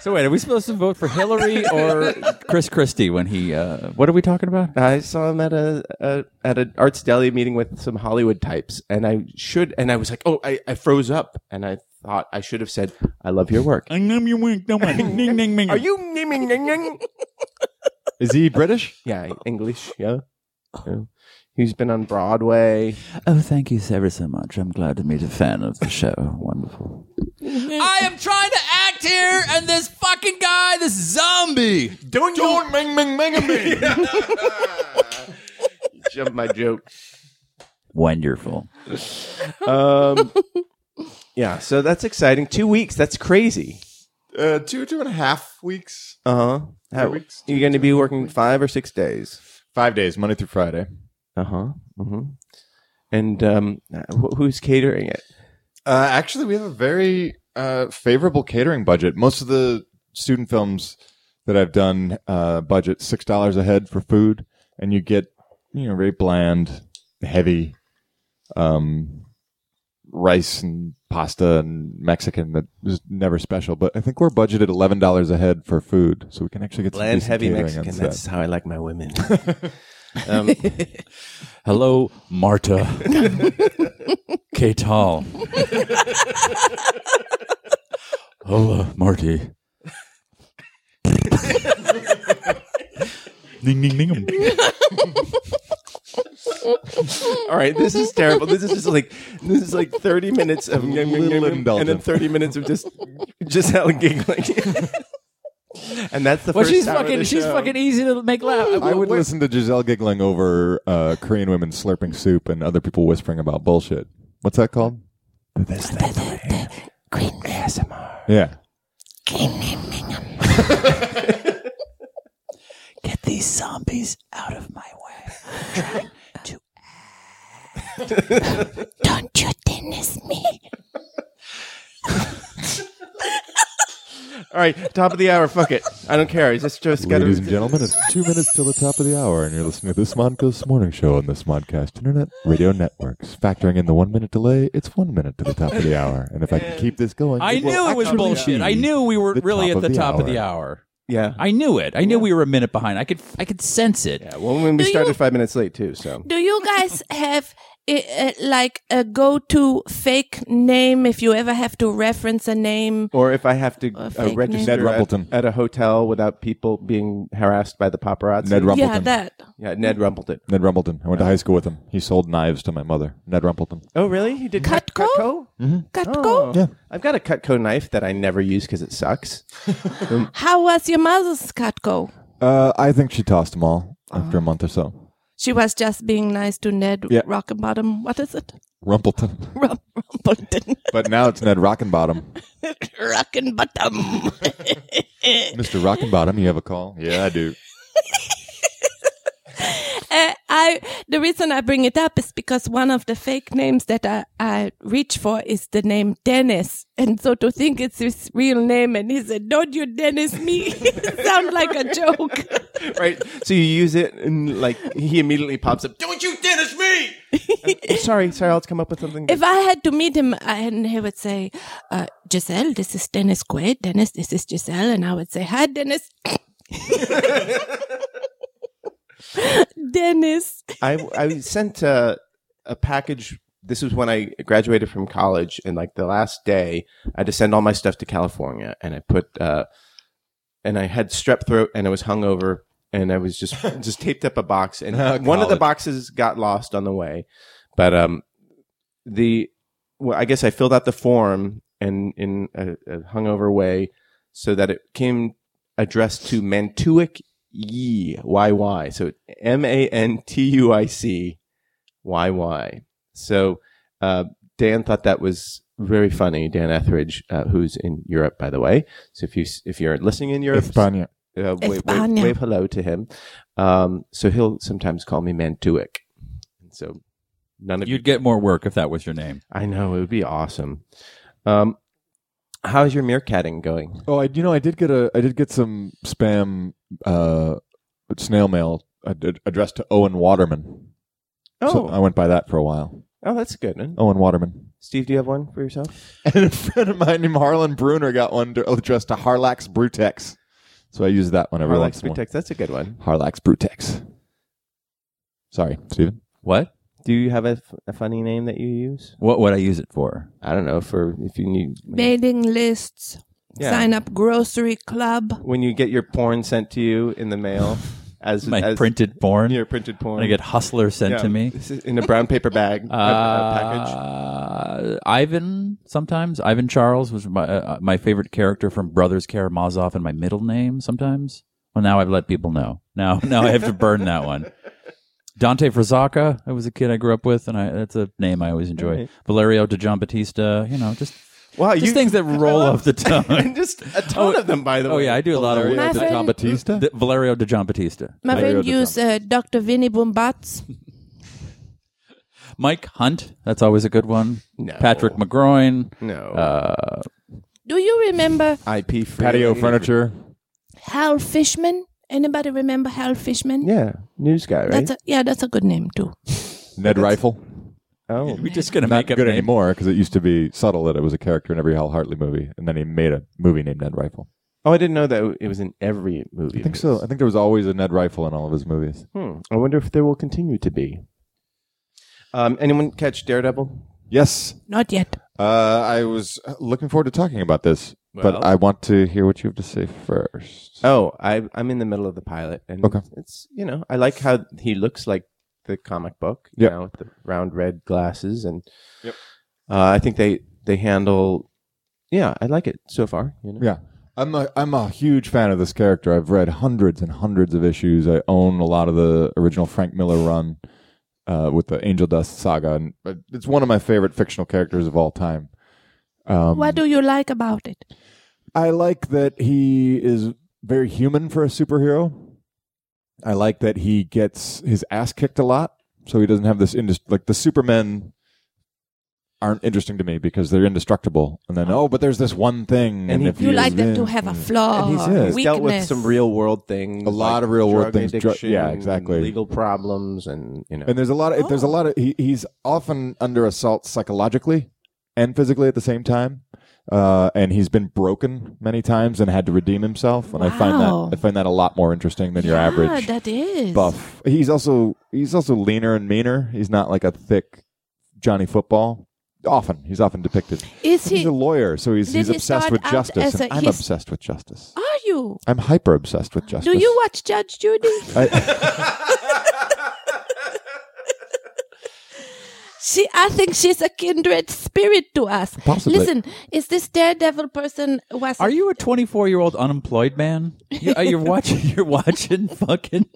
Speaker 5: So wait, are we supposed to vote for Hillary or Chris Christie when he? Uh, what are we talking about?
Speaker 2: I saw him at a, a at an arts deli meeting with some Hollywood types, and I should and I was like, oh, I, I froze up, and I thought I should have said, I love your work.
Speaker 7: I numb your wing, don't mind. Ding, ding, mingum.
Speaker 2: Are you naming? naming, naming?
Speaker 3: Is he British?
Speaker 2: yeah, English. Yeah.
Speaker 3: Oh.
Speaker 2: yeah. He's been on Broadway.
Speaker 5: Oh, thank you ever so much. I'm glad to meet a fan of the show. Wonderful. I am trying to act act here, and this fucking guy, this zombie.
Speaker 3: Don't, don't ming ming ming ming.
Speaker 2: Jump my joke.
Speaker 5: Wonderful.
Speaker 2: Um, yeah, so that's exciting. Two weeks. That's crazy.
Speaker 3: Uh, two two and a half weeks.
Speaker 2: Uh huh.
Speaker 3: weeks,
Speaker 2: You're going to be working five or six days.
Speaker 3: Five days, Monday through Friday.
Speaker 2: Uh huh. hmm And um, wh- who's catering it?
Speaker 3: Uh, actually, we have a very uh, favorable catering budget. Most of the student films that I've done uh, budget six dollars a head for food, and you get you know very bland, heavy, um, rice and pasta and Mexican that is never special. But I think we're budgeted eleven dollars a head for food, so we can actually get some
Speaker 2: Bland,
Speaker 3: decent
Speaker 2: heavy
Speaker 3: catering
Speaker 2: Mexican.
Speaker 3: On set.
Speaker 2: That's how I like my women.
Speaker 5: Hello, Marta. Katal. Hola, Marty. ding, ding, ding.
Speaker 2: All right, this is terrible. This is just like this is like thirty minutes of
Speaker 3: Little
Speaker 2: and then
Speaker 3: indulgent.
Speaker 2: thirty minutes of just just Giselle giggling. and that's the
Speaker 8: Well,
Speaker 2: first.
Speaker 8: she's
Speaker 2: hour of
Speaker 8: fucking.
Speaker 2: the
Speaker 8: She's
Speaker 2: show.
Speaker 8: fucking easy to make laugh.
Speaker 3: I would listen to Giselle giggling over uh, Korean women slurping soup and other people whispering about bullshit. What's that called?
Speaker 4: Green man.
Speaker 3: Yeah.
Speaker 5: Get these zombies out of my way.
Speaker 4: Don't you tennis me?
Speaker 2: All right, top of the hour. Fuck it. I don't care. It's just just gotta.
Speaker 3: Ladies and gentlemen, it's two minutes till the top of the hour, and you're listening to this Monco's Morning Show on this Modcast Internet Radio Networks. Factoring in the one minute delay, it's one minute to the top of the hour. And if I can keep this going,
Speaker 5: I
Speaker 3: will
Speaker 5: knew it was
Speaker 3: actually
Speaker 5: bullshit.
Speaker 3: be
Speaker 5: I knew we were
Speaker 3: the
Speaker 5: really
Speaker 3: top
Speaker 5: at the
Speaker 3: of the
Speaker 5: top of the
Speaker 3: hour.
Speaker 5: hour.
Speaker 2: yeah.
Speaker 5: I knew it. I knew we were a minute behind. I could I could sense it.
Speaker 2: yeah. Well, when we
Speaker 4: you-
Speaker 2: started five minutes late too, so
Speaker 4: Do you guys have uh, uh, like a go-to fake name if you ever have to reference a name?
Speaker 3: Oh,
Speaker 2: or if I have to
Speaker 4: A
Speaker 2: uh,
Speaker 4: Oh, fake
Speaker 2: register
Speaker 3: name. Ned Rumpleton.
Speaker 2: at, at a hotel without people being harassed by the paparazzi.
Speaker 3: Ned Rumpleton.
Speaker 4: Yeah, that.
Speaker 2: yeah, Ned Rumpleton.
Speaker 3: Ned Rumpleton. I went to high school with him. He sold knives to my mother. Ned Rumpleton.
Speaker 2: Oh, really? He did Cut-
Speaker 4: Cutco?
Speaker 2: Cutco?
Speaker 4: Katko?
Speaker 2: Oh,
Speaker 3: Yeah.
Speaker 2: I've got a Cutco knife that I never use because it sucks.
Speaker 4: How was your mother's Katko?
Speaker 3: Uh, I think she tossed them all Uh-huh. after a month or so.
Speaker 4: She was just being nice to Ned
Speaker 3: Yeah.
Speaker 4: Rockenbottom. What is it?
Speaker 3: Rumpleton.
Speaker 4: Rum- Rumpleton.
Speaker 3: But now it's Ned Rockenbottom.
Speaker 4: Rockenbottom.
Speaker 3: Mr. Rockenbottom, you have a call? Yeah, I do.
Speaker 4: Uh, I the reason I bring it up is because one of the fake names that I, I reach for is the name Dennis, and so to think it's his real name, and he said, "Don't you Dennis me?" Sound like a joke.
Speaker 2: right? So you use it, and like he immediately pops up. Don't you Dennis me? I'm sorry, sorry. I'll come up with something.
Speaker 4: if I had to meet him, I- and he would say, uh, "Giselle, this is Dennis Quaid. Dennis, this is Giselle," and I would say, "Hi, Dennis." Dennis.
Speaker 2: I I sent uh, a package. This was when I graduated from college, and like the last day, I had to send all my stuff to California, and I put uh, and I had strep throat, and I was hungover, and I was just just taped up a box, and
Speaker 3: Ah,
Speaker 2: one of the
Speaker 3: college.
Speaker 2: boxes got lost on the way, but um, the well, I guess I filled out the form and in a, a hungover way, so that it came addressed to Mantuic Yee, Y Y. So M A N T U I C Y Y. So uh, Dan thought that was very funny. Dan Etheridge, uh, who's in Europe, by the way. So if you if you're listening in Europe, uh,
Speaker 3: España.
Speaker 2: wave, wave,
Speaker 4: España.
Speaker 2: wave hello to him. Um, so he'll sometimes call me Mantuic. And so none of you.
Speaker 5: You'd get more work if that was your name.
Speaker 2: I know it would be awesome. Um, how's your meerkatting going?
Speaker 3: Oh, I you know I did get a I did get some spam uh, snail mail ad- addressed to Owen Waterman.
Speaker 2: Oh,
Speaker 3: So I went by that for a while.
Speaker 2: oh, that's a good. one.
Speaker 3: Owen Waterman.
Speaker 2: Steve, do you have one for yourself?
Speaker 3: And a friend of mine named Harlan Bruner got one dr- addressed to Harlax Brutex. So I use that one every
Speaker 2: Relax
Speaker 3: once in a while.
Speaker 2: Protect, That's a good one.
Speaker 3: Harlax Brutex. Sorry, Steven.
Speaker 5: What?
Speaker 2: Do you have a, f- a funny name that you use?
Speaker 5: What would I use it for?
Speaker 2: I don't know. For if you need
Speaker 4: Mailing lists.
Speaker 2: Yeah.
Speaker 4: Sign up grocery club.
Speaker 2: when you get your porn sent to you in the mail, as
Speaker 5: my
Speaker 2: as
Speaker 5: printed porn.
Speaker 2: Your printed porn.
Speaker 5: I get Hustler sent
Speaker 2: Yeah.
Speaker 5: to me.
Speaker 2: This is in a brown paper bag uh, uh, package.
Speaker 5: Uh, Ivan, sometimes Ivan Charles was my uh, my favorite character from Brothers Karamazov, and my middle name sometimes. Well, now I've let people know. Now, now I have to burn that one. Dante Frazaka, I was a kid I grew up with, and I, that's a name I always enjoy. Valerio de John Batista, you know, just
Speaker 2: Wow,
Speaker 5: just things that roll off the tongue.
Speaker 2: and just a ton of them, by the way.
Speaker 5: oh yeah, I do a lot of
Speaker 4: My
Speaker 5: the,
Speaker 4: friend-
Speaker 5: John Batista. The, Valerio de John Batista.
Speaker 4: My friend used uh, Dr. Vinny Bumbats.
Speaker 5: Mike Hunt, that's always a good one.
Speaker 2: No.
Speaker 5: Patrick McGroin.
Speaker 2: No.
Speaker 5: Uh,
Speaker 4: Do you remember
Speaker 2: IP free.
Speaker 3: Patio furniture.
Speaker 4: Hal Fishman? Anybody remember Hal Fishman?
Speaker 2: Yeah, news guy, right?
Speaker 4: That's a, yeah, that's a good name too.
Speaker 3: Ned Rifle.
Speaker 2: oh,
Speaker 5: We're just gonna
Speaker 3: Not
Speaker 5: make up
Speaker 3: good
Speaker 5: names.
Speaker 3: anymore because it used to be subtle that it was a character in every Hal Hartley movie, and then he made a movie named Ned Rifle.
Speaker 2: oh, I didn't know that it was in every movie.
Speaker 3: I think so. I think there was always a Ned Rifle in all of his movies.
Speaker 2: Hmm. I wonder if there will continue to be. Um, anyone catch Daredevil?
Speaker 3: Yes,
Speaker 4: Not yet.
Speaker 3: uh, I was looking forward to talking about this, but
Speaker 2: Well.
Speaker 3: I want to hear what you have to say first.
Speaker 2: Oh, I, I'm in the middle of the pilot, and
Speaker 3: Okay.
Speaker 2: it's you know I like how he looks like the comic book, you
Speaker 3: Yeah.
Speaker 2: know, with the round red glasses, and
Speaker 3: Yep.
Speaker 2: uh, I think they they handle. Yeah, I like it so far. You know,
Speaker 3: Yeah. I'm a, I'm a huge fan of this character. I've read hundreds and hundreds of issues. I own a lot of the original Frank Miller run uh, with the Angel Dust saga, and uh, it's one of my favorite fictional characters of all time. Um,
Speaker 4: what do you like about it?
Speaker 3: I like that he is very human for a superhero. I like that he gets his ass kicked a lot, so he doesn't have this indus- like the Supermen aren't interesting to me because they're indestructible. And then oh, but there's this one thing, and,
Speaker 2: And he-
Speaker 3: if
Speaker 4: You
Speaker 3: he hmm.
Speaker 4: like
Speaker 3: is
Speaker 4: them to
Speaker 3: this-
Speaker 4: have a flaw,
Speaker 2: and he's,
Speaker 4: or
Speaker 3: yeah,
Speaker 2: he's
Speaker 4: weakness.
Speaker 2: dealt with some real world things,
Speaker 3: A lot of real
Speaker 2: drug
Speaker 3: world things, dru-
Speaker 2: addiction
Speaker 3: yeah, exactly.
Speaker 2: and legal problems, and you know,
Speaker 3: And there's a lot of there's a
Speaker 4: Oh.
Speaker 3: lot of he, he's often under assault psychologically and physically at the same time. Uh, and he's been broken many times and had to redeem himself. And I find
Speaker 4: Wow.
Speaker 3: that I find that a lot more interesting than your
Speaker 4: yeah,
Speaker 3: average
Speaker 4: Ah, That is
Speaker 3: buff. He's also he's also leaner and meaner. He's not like a thick Johnny Football. Often he's often depicted.
Speaker 4: Is
Speaker 3: He's
Speaker 4: he?
Speaker 3: a lawyer, so he's
Speaker 4: did
Speaker 3: he's
Speaker 4: he
Speaker 3: obsessed
Speaker 4: start
Speaker 3: with
Speaker 4: out
Speaker 3: justice.
Speaker 4: as a-
Speaker 3: and I'm
Speaker 4: he's-
Speaker 3: obsessed with justice.
Speaker 4: are you?
Speaker 3: I'm hyper obsessed with justice.
Speaker 4: Do you watch Judge Judy?
Speaker 3: I,
Speaker 4: She, I think she's a kindred spirit to us.
Speaker 3: Possibly.
Speaker 4: Listen, is this daredevil person was?
Speaker 5: Are you a 24 year old unemployed man? You, are you watching? You're watching fucking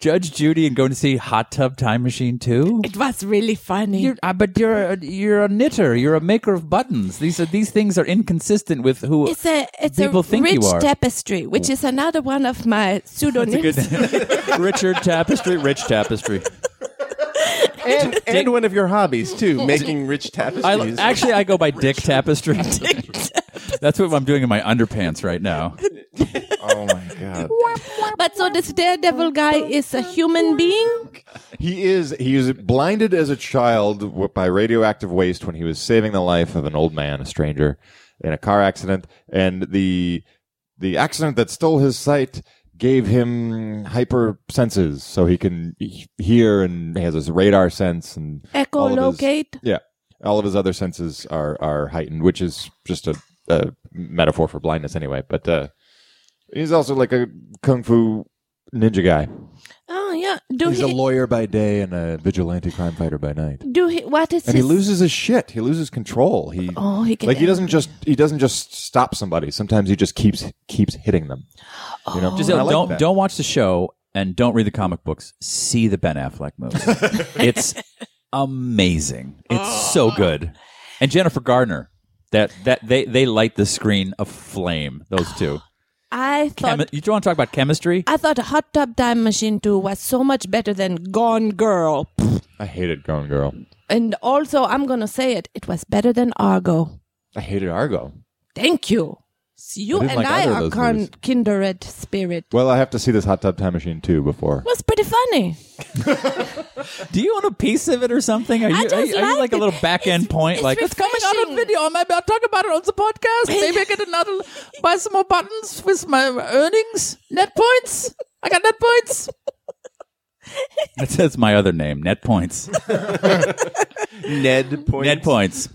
Speaker 5: Judge Judy and going to see Hot Tub Time Machine too.
Speaker 4: It was really funny.
Speaker 5: You're, uh, but you're a, you're a knitter. You're a maker of buttons. These are these things are inconsistent with who
Speaker 4: it's a it's
Speaker 5: people
Speaker 4: a
Speaker 5: think you
Speaker 4: rich
Speaker 5: are.
Speaker 4: tapestry, which is another one of my pseudonyms.
Speaker 5: Richard Tapestry, Rich Tapestry.
Speaker 2: and, and one of your hobbies too, making rich
Speaker 5: I,
Speaker 2: tapestries.
Speaker 5: actually, I go by Dick Tapestry. That's what I'm doing in my underpants right now.
Speaker 3: oh my god.
Speaker 4: but so this daredevil guy is a human being.
Speaker 3: He is he was blinded as a child w- by radioactive waste when he was saving the life of an old man, a stranger, in a car accident, and the the accident that stole his sight gave him hyper senses, so he can he- hear and he has his radar sense and all of his-
Speaker 4: Echolocate.
Speaker 3: yeah, all of his other senses are are heightened, which is just a, a metaphor for blindness anyway. But uh, he's also like a kung fu ninja guy.
Speaker 4: Oh yeah. Do
Speaker 3: He's a
Speaker 4: he?
Speaker 3: lawyer by day and a vigilante crime fighter by night.
Speaker 4: do he? What is
Speaker 3: And he
Speaker 4: his?
Speaker 3: loses his shit. He loses control. He
Speaker 4: Oh, he get
Speaker 3: like he doesn't just he doesn't just stop somebody. Sometimes he just keeps keeps hitting them. You know, And Oh,
Speaker 5: Giselle,
Speaker 3: I like
Speaker 5: don't
Speaker 3: that.
Speaker 5: don't watch the show and don't read the comic books. See the Ben Affleck movie. it's amazing. It's
Speaker 4: Oh.
Speaker 5: so good. And Jennifer Gardner. That that they they light the screen aflame. Those two.
Speaker 4: I thought.
Speaker 5: Chemi- you want to talk about chemistry?
Speaker 4: I thought Hot Tub Time Machine 2 was so much better than Gone Girl.
Speaker 3: I hated Gone Girl.
Speaker 4: And also, I'm going to say it, it was better than Argo.
Speaker 3: I hated Argo.
Speaker 4: Thank you. See, You
Speaker 3: I didn't
Speaker 4: and
Speaker 3: like
Speaker 4: I
Speaker 3: either of
Speaker 4: are
Speaker 3: those
Speaker 4: con-
Speaker 3: movies.
Speaker 4: kindred spirit.
Speaker 3: Well, I have to see this Hot Tub Time Machine too before.
Speaker 4: It was pretty funny.
Speaker 5: Do you want a piece of it or something? Are you,
Speaker 4: I just
Speaker 5: are you, are you
Speaker 4: liked
Speaker 5: like a
Speaker 4: it.
Speaker 5: little back end
Speaker 4: It's-
Speaker 5: point?
Speaker 4: it's
Speaker 5: like it's coming out on
Speaker 4: refreshing.
Speaker 5: video. I might I'll talk about it on the podcast. Maybe I get another buy some more buttons with my earnings. Net points. I got net points. That's, that's my other name, net points.
Speaker 2: Ned point.
Speaker 5: Net points.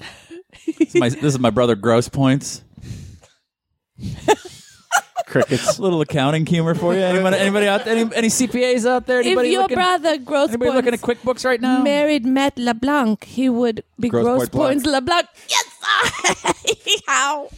Speaker 5: This is my, this is my brother Gross points.
Speaker 2: Crickets.
Speaker 5: Little accounting humor for you. Anybody, anybody out? Any, any CPAs out there? Anybody
Speaker 4: if your
Speaker 5: looking,
Speaker 4: brother growth
Speaker 5: anybody looking at
Speaker 4: points
Speaker 5: QuickBooks right now?
Speaker 4: married Matt LeBlanc, he would be
Speaker 3: Gross
Speaker 4: gross,
Speaker 3: point blank.
Speaker 4: points LeBlanc. Yes, how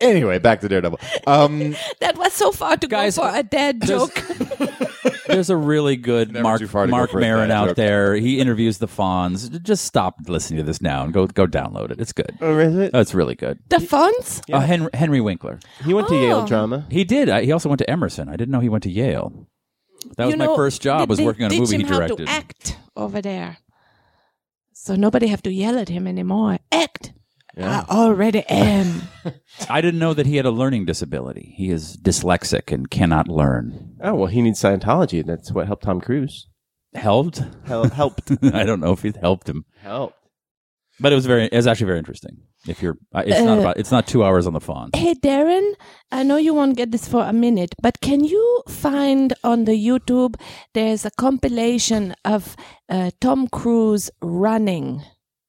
Speaker 3: Anyway, back to Daredevil. Um,
Speaker 4: that was so far to
Speaker 5: Guys,
Speaker 4: go for a dad
Speaker 5: there's-
Speaker 4: joke.
Speaker 5: There's a really good
Speaker 3: Never
Speaker 5: Mark
Speaker 3: too far to go
Speaker 5: Mark
Speaker 3: for a bad
Speaker 5: Maron out
Speaker 3: joke.
Speaker 5: there. He interviews the Fonz. Just stop listening to this now and go go download it. It's good.
Speaker 2: Oh, is it?
Speaker 5: Oh, it's really good.
Speaker 4: the fonts.
Speaker 5: Uh, Henry, Henry Winkler.
Speaker 2: He went to Yale
Speaker 4: Oh.
Speaker 2: drama.
Speaker 5: He did. I, he also went to Emerson. I didn't know he went to Yale. That was
Speaker 4: You
Speaker 5: my
Speaker 4: know,
Speaker 5: first job.
Speaker 4: they-
Speaker 5: was
Speaker 4: they
Speaker 5: working on a
Speaker 4: teach
Speaker 5: movie
Speaker 4: him
Speaker 5: he directed.
Speaker 4: How to act over there, so nobody have to yell at him anymore. Act. I already am.
Speaker 5: I didn't know that he had a learning disability. He is dyslexic and cannot learn.
Speaker 2: Oh well, he needs Scientology. That's what helped Tom Cruise.
Speaker 5: Helped?
Speaker 2: Hel- helped.
Speaker 5: I don't know if it helped him,
Speaker 2: helped.
Speaker 5: but it was very. It was actually very interesting. If you're, I- it's not
Speaker 4: Uh,
Speaker 5: about. It's not two hours on the phone.
Speaker 4: Hey, Darren, I know you won't get this for a minute, but can you find on the YouTube there's a compilation of uh, Tom Cruise running?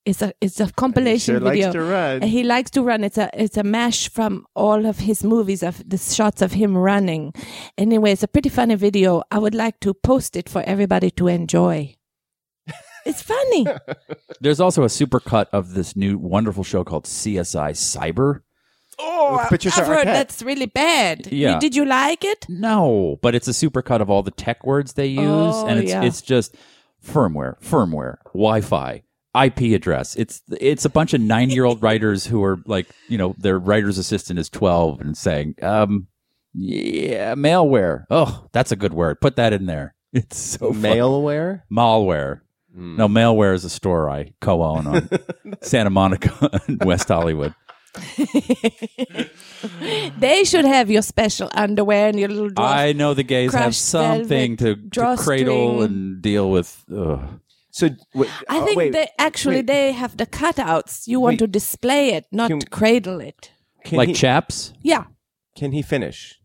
Speaker 4: It's a it's a compilation
Speaker 2: sure likes
Speaker 4: video.
Speaker 2: to run.
Speaker 4: And he likes to run. It's a it's a mash from all of his movies of the shots of him running. Anyway, it's a pretty funny video. I would like to post it for everybody to enjoy. It's funny.
Speaker 5: There's also a supercut of this new wonderful show called CSI Cyber.
Speaker 4: oh,
Speaker 2: Patricia
Speaker 4: I've heard
Speaker 2: Arquette.
Speaker 4: that's really bad. You-
Speaker 5: Yeah.
Speaker 4: did you like it?
Speaker 5: No, but it's a supercut of all the tech words they use,
Speaker 4: Oh,
Speaker 5: and it's
Speaker 4: yeah.
Speaker 5: it's just firmware, firmware, Wi-Fi, IP address. It's it's a bunch of nine year old writers who are like, you know, their writer's assistant is twelve and saying, um, yeah, malware. Oh, that's a good word. Put that in there. It's so fun-
Speaker 2: Maleware.
Speaker 5: malware.
Speaker 2: Mm.
Speaker 5: No, malware is a store I co-own on Santa Monica and West Hollywood.
Speaker 4: They should have your special underwear and your little dress.
Speaker 5: I know the gays have
Speaker 4: crushed velvet,
Speaker 5: something to, to cradle
Speaker 4: drawstring.
Speaker 5: and deal with. Ugh.
Speaker 2: So wait,
Speaker 4: I
Speaker 2: oh,
Speaker 4: think
Speaker 2: wait,
Speaker 4: they actually
Speaker 2: wait.
Speaker 4: they have the cutouts. You want
Speaker 2: Wait.
Speaker 4: to display it, not
Speaker 2: Can-
Speaker 4: cradle it.
Speaker 2: can
Speaker 5: like
Speaker 2: he,
Speaker 5: chaps.
Speaker 4: Yeah.
Speaker 2: Can he finish?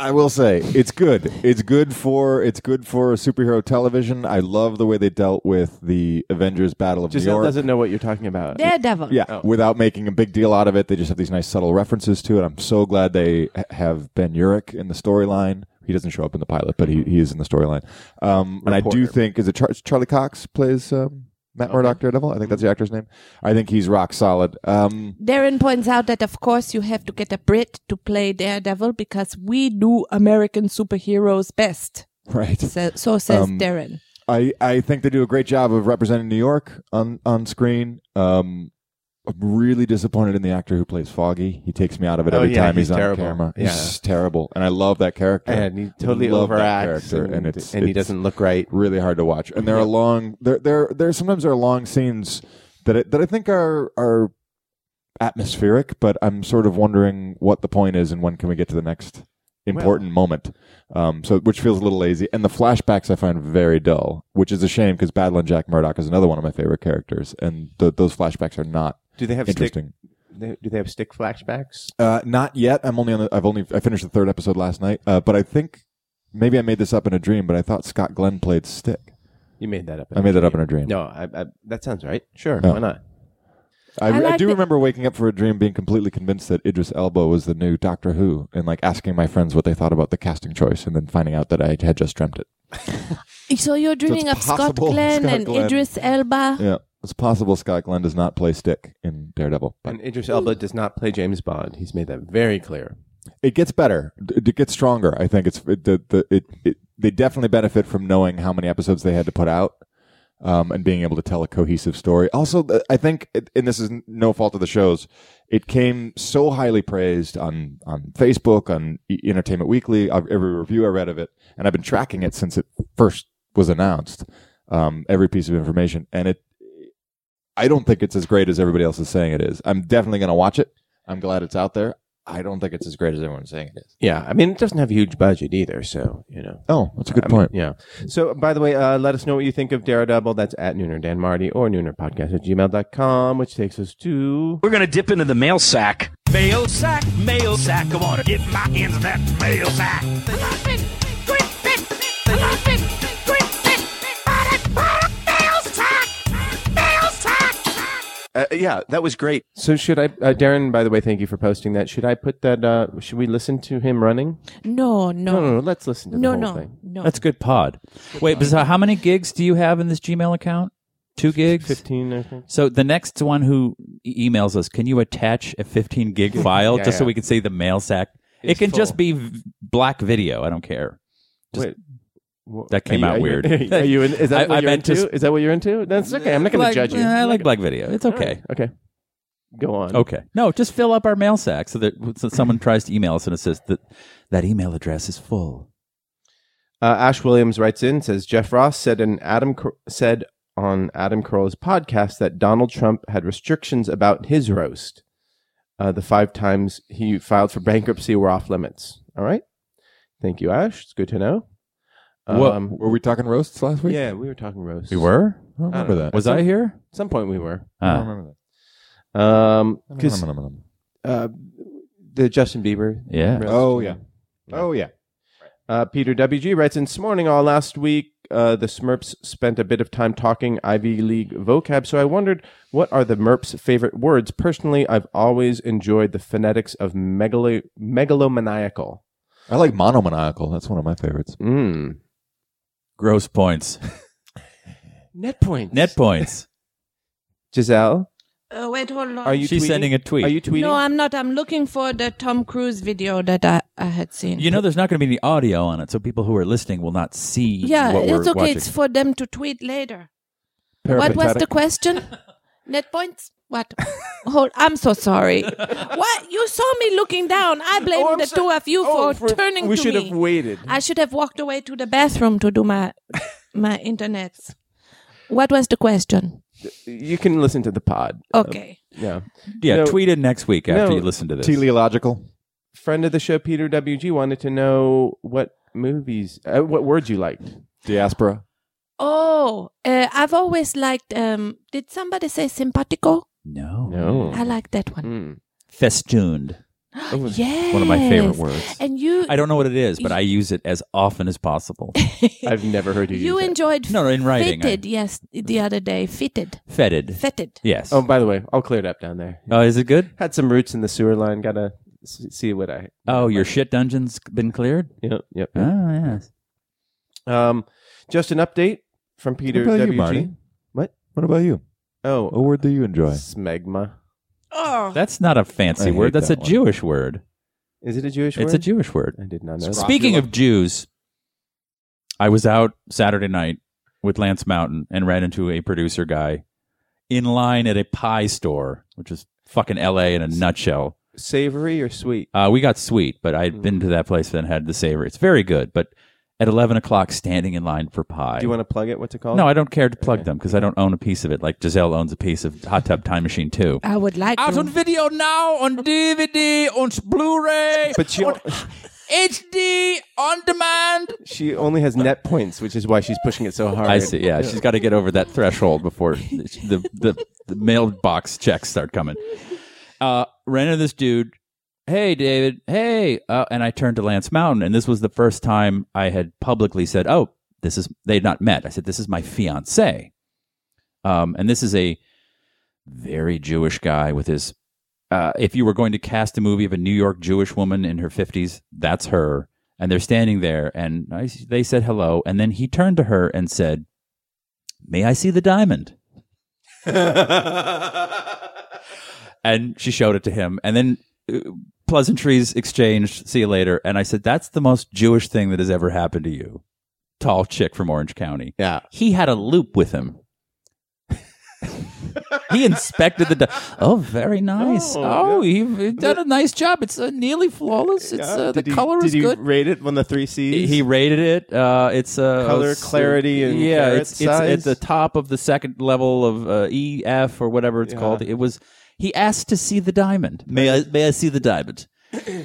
Speaker 3: I will say it's good. It's good for it's good for superhero television. I love the way they dealt with the Avengers Battle of New
Speaker 2: Giselle
Speaker 3: York.
Speaker 2: doesn't know what you're talking about.
Speaker 4: Daredevil.
Speaker 3: yeah,
Speaker 2: Oh.
Speaker 3: without making a big deal out of it, they just have these nice subtle references to it. I'm so glad they ha- have Ben Urich in the storyline. He doesn't show up in the pilot, but he, he is in the storyline. Um, and I do
Speaker 2: Reporter.
Speaker 3: think is it Char- Charlie Cox plays um, Matt Murdock Daredevil. I think
Speaker 2: Mm-hmm.
Speaker 3: that's the actor's name. I think he's rock solid. Um,
Speaker 4: Darren points out that of course you have to get a Brit to play Daredevil because we do American superheroes best.
Speaker 3: right.
Speaker 4: So, so says
Speaker 3: Um,
Speaker 4: Darren.
Speaker 3: I, I think they do a great job of representing New York on on screen. Um, I'm really disappointed in the actor who plays Foggy. He takes me out of it
Speaker 2: Oh,
Speaker 3: every
Speaker 2: yeah,
Speaker 3: time he's,
Speaker 2: he's
Speaker 3: on
Speaker 2: terrible.
Speaker 3: camera.
Speaker 2: Yeah.
Speaker 3: He's terrible, and I love that character.
Speaker 2: And he totally
Speaker 3: Love that
Speaker 2: overacts,
Speaker 3: character,
Speaker 2: and,
Speaker 3: and it's-
Speaker 2: and he
Speaker 3: it's-
Speaker 2: doesn't look right.
Speaker 3: really hard to watch. And there are long there there there sometimes there are long scenes that I, that I think are are atmospheric, but I'm sort of wondering what the point is and when can we get to the next important moment. Um, so which feels a little lazy, and the flashbacks I find very dull, which is a shame because Badlin Jack Murdoch is another one of my favorite characters, and th- those flashbacks are not
Speaker 2: Do they have stick?
Speaker 3: interesting.
Speaker 2: They, do they have stick flashbacks?
Speaker 3: Uh, not yet. I'm only on. The, I've only. I finished the third episode last night. Uh, but I think maybe I made this up in a dream. But I thought Scott Glenn played Stick.
Speaker 2: You made that up.
Speaker 3: I made that up in a dream.
Speaker 2: No, I, I, that sounds right. Sure,
Speaker 3: Oh.
Speaker 2: why not?
Speaker 3: I,
Speaker 4: I
Speaker 3: I
Speaker 4: like
Speaker 3: do
Speaker 4: the-
Speaker 3: remember waking up for a dream being completely convinced that Idris Elba was the new Doctor Who and like asking my friends what they thought about the casting choice and then finding out that I had just dreamt it.
Speaker 4: So you're dreaming of Scott
Speaker 3: possible
Speaker 4: Glenn
Speaker 3: Scott
Speaker 4: and
Speaker 3: Glenn.
Speaker 4: Idris Elba.
Speaker 3: Yeah. It's possible Scott Glenn does not play Stick in Daredevil, but
Speaker 2: And Idris Elba does not play James Bond. He's made that very clear.
Speaker 3: it gets better. D- It gets stronger. I think it's it, the, the it, it they definitely benefit from knowing how many episodes they had to put out. Um, and being able to tell a cohesive story. Also, th- I think, it, and this is n- no fault of the shows, it came so highly praised on on Facebook, on E- Entertainment Weekly, uh, every review I read of it, and I've been tracking it since it first was announced. Um, every piece of information, and it, I don't think it's as great as everybody else is saying it is. I'm definitely going to watch it. I'm glad it's out there. I don't think it's as great as everyone's saying it is.
Speaker 2: Yeah, I mean, it doesn't have a huge budget either, so you know.
Speaker 3: Oh, that's a good
Speaker 2: I mean,
Speaker 3: point.
Speaker 2: yeah. So, by the way, uh, let us know what you think of Daredevil. That's at Nooner Dan Marty or Noonerpodcast at gmail.com, which takes us to.
Speaker 8: We're gonna dip into the mail sack. Mail sack, mail sack. Come on, get my hands on that mail sack.
Speaker 2: Uh,
Speaker 8: yeah, that was great.
Speaker 2: So should I, uh, Darren? By the way, thank you for posting that. Should I put that? Uh, should we listen to him running?
Speaker 4: No, no,
Speaker 2: No, no, no. Let's listen to the
Speaker 4: no,
Speaker 2: whole
Speaker 4: no,
Speaker 2: thing.
Speaker 4: no.
Speaker 5: That's good pod. Wait, but so how many gigs do you have in this Gmail account? Two gigs?
Speaker 2: Fifteen, I think.
Speaker 5: So the next one who e- emails us, can you attach a 15 gig file
Speaker 2: Yeah,
Speaker 5: just so
Speaker 2: yeah.
Speaker 5: we can see the mail sack? it
Speaker 2: It's
Speaker 5: can just
Speaker 2: full.
Speaker 5: be v- black video. I don't care. Just-
Speaker 2: Wait. Wha-
Speaker 5: That came
Speaker 2: Are
Speaker 5: out
Speaker 2: you-
Speaker 5: weird.
Speaker 2: Are you, are you in, is that
Speaker 5: I-
Speaker 2: what
Speaker 5: I
Speaker 2: you're
Speaker 5: meant to
Speaker 2: into?
Speaker 5: s-
Speaker 2: is that what you're into? That's okay. I'm not going to
Speaker 5: Black-
Speaker 2: judge you.
Speaker 5: I like black video. It's okay.
Speaker 2: Okay. Go on.
Speaker 5: Okay. No, just fill up our mail sack so that so someone tries to email us and it says that that email address is full.
Speaker 2: Uh, Ash Williams writes in says Jeff Ross said an Adam Cor- said on Adam Carolla's podcast that Donald Trump had restrictions about his roast. Uh, the five times he filed for bankruptcy were off limits. All right. Thank you, Ash. It's good to know. Um,
Speaker 3: Well, were we talking roasts last week?
Speaker 2: yeah, we were talking roast.
Speaker 5: We were?
Speaker 3: I don't
Speaker 2: I
Speaker 3: remember
Speaker 2: don't
Speaker 3: that.
Speaker 5: Was I here?
Speaker 2: At some point, we were.
Speaker 3: I don't
Speaker 5: Ah,
Speaker 3: remember
Speaker 2: Um,
Speaker 3: that.
Speaker 2: because uh, the Justin Bieber.
Speaker 5: yeah.
Speaker 2: roast.
Speaker 3: Oh, yeah. Oh yeah.
Speaker 2: Uh, Peter WG writes in Smorning all last week. Uh, the Smurps spent a bit of time talking Ivy League vocab, so I wondered what are the Merps' favorite words. Personally, I've always enjoyed the phonetics of megalo- megalomaniacal.
Speaker 3: I like monomaniacal. That's one of my favorites.
Speaker 2: Mm.
Speaker 5: Gross points.
Speaker 2: Net points.
Speaker 5: Net points.
Speaker 2: Giselle,
Speaker 4: Uh, wait, hold on.
Speaker 2: are you?
Speaker 5: She's
Speaker 2: tweeting?
Speaker 5: sending a tweet.
Speaker 2: Are you tweeting?
Speaker 4: no, I'm not. I'm looking for the Tom Cruise video that I, I had seen.
Speaker 5: You know, there's not going to be any audio on it, so people who are listening will not see.
Speaker 4: yeah,
Speaker 5: what
Speaker 4: it's
Speaker 5: we're
Speaker 4: okay.
Speaker 5: Watching.
Speaker 4: It's for them to tweet later. What
Speaker 3: Peripatetic.
Speaker 4: was the question? Net points? What? Hold, I'm so sorry. What? You saw me looking down. I blame
Speaker 2: Oh, I'm
Speaker 4: the
Speaker 2: so-
Speaker 4: two of you
Speaker 2: Oh,
Speaker 4: for, turning
Speaker 2: We
Speaker 4: to
Speaker 2: should
Speaker 4: me.
Speaker 2: have waited.
Speaker 4: I should have walked away to the bathroom to do my my internets. What was the question?
Speaker 2: you can listen to the pod.
Speaker 5: Uh,
Speaker 4: Okay.
Speaker 2: Yeah.
Speaker 5: yeah,
Speaker 2: No.
Speaker 5: tweet it next week after
Speaker 2: No.
Speaker 5: you listen to this.
Speaker 3: Teleological.
Speaker 2: Friend of the show, Peter WG, wanted to know what movies, uh, what words you liked.
Speaker 3: Diaspora.
Speaker 4: Oh, uh, I've always liked. Um, did somebody say simpatico?
Speaker 5: no.
Speaker 2: No.
Speaker 4: I like that one.
Speaker 2: Mm.
Speaker 5: Festooned.
Speaker 4: yes.
Speaker 5: Mm, One of my favorite words.
Speaker 4: And you,
Speaker 5: I don't know what it is, but I use it as often as possible.
Speaker 2: I've never heard you.
Speaker 4: you
Speaker 2: use that.
Speaker 4: enjoyed
Speaker 5: No, no, in writing. I-
Speaker 4: fitted. Yes, the other day, fitted,
Speaker 5: Fetid.
Speaker 4: fetted.
Speaker 5: Yes.
Speaker 2: Oh,
Speaker 5: Oh,
Speaker 2: by the way, all cleared up down there.
Speaker 5: is it good?
Speaker 2: Had some roots in the sewer line. Gotta s- see what I.
Speaker 5: Oh, your shit dungeon's been cleared?
Speaker 2: Yep, yep.
Speaker 5: Oh, yes.
Speaker 2: Um, just an update from Peter
Speaker 3: about you,
Speaker 2: WG.
Speaker 3: Marty?
Speaker 2: what?
Speaker 3: What about you? What
Speaker 2: Oh,
Speaker 3: word do you enjoy?
Speaker 2: smegma.
Speaker 4: Oh,
Speaker 5: That's not a fancy
Speaker 3: I
Speaker 5: word.
Speaker 3: hate
Speaker 5: That's
Speaker 3: that
Speaker 5: a
Speaker 3: one.
Speaker 5: Jewish word.
Speaker 2: Is it a Jewish word?
Speaker 5: It's a Jewish word.
Speaker 2: I did not know. that.
Speaker 5: Speaking of Jews, I was out Saturday night with Lance Mountain and ran into a producer guy in line at a pie store, which is fucking LA in a nutshell.
Speaker 2: Savory or sweet?
Speaker 5: Uh, we got sweet, but I had been to that place and had the savory. It's very good, but at 11 o'clock, standing in line for pie.
Speaker 2: Do you want to plug it? What's it called?
Speaker 5: no, I don't care to plug
Speaker 2: Okay.
Speaker 5: them because I don't own a piece of it. Like Giselle owns a piece of Hot Tub Time Machine too.
Speaker 4: I would like
Speaker 5: Out
Speaker 4: to.
Speaker 5: on video now on DVD, on Blu-ray,
Speaker 2: But she
Speaker 5: HD, on demand.
Speaker 2: she only has net points, which is why she's pushing it so hard.
Speaker 5: I see. Yeah, she's got to get over that threshold before the the, the mailbox checks start coming. Uh, ran into this dude. Hey, David. Hey, uh, and I turned to Lance Mountain, and this was the first time I had publicly said, "Oh, this is." They had not met. I said, "This is my fiance," um, and this is a very Jewish guy with his. Uh, if you were going to cast a movie of a New York Jewish woman in her fifties, that's her. And they're standing there, and I, they said hello, and then he turned to her and said, "May I see the diamond?" and she showed it to him, and then uh, pleasantries exchanged. See you later. And I said, "That's the most Jewish thing that has ever happened to you, tall chick from Orange County."
Speaker 2: Yeah.
Speaker 5: he had a loop with him. he inspected the. Di- oh, very nice.
Speaker 2: Oh,
Speaker 5: Oh, he, he did a nice job. It's uh, nearly flawless. It's uh, the
Speaker 2: Did he-
Speaker 5: color
Speaker 2: did
Speaker 5: is
Speaker 2: he
Speaker 5: good.
Speaker 2: rate it on the three C's?
Speaker 5: He rated it. Uh, it's uh,
Speaker 2: Color,
Speaker 5: s- uh,
Speaker 2: clarity, and
Speaker 5: yeah,
Speaker 2: carat
Speaker 5: it's, it's at
Speaker 2: size?
Speaker 5: the top of the second level of uh, E F or whatever it's
Speaker 2: Yeah.
Speaker 5: called. It was. He asked to see the diamond. May I? May I see the diamond?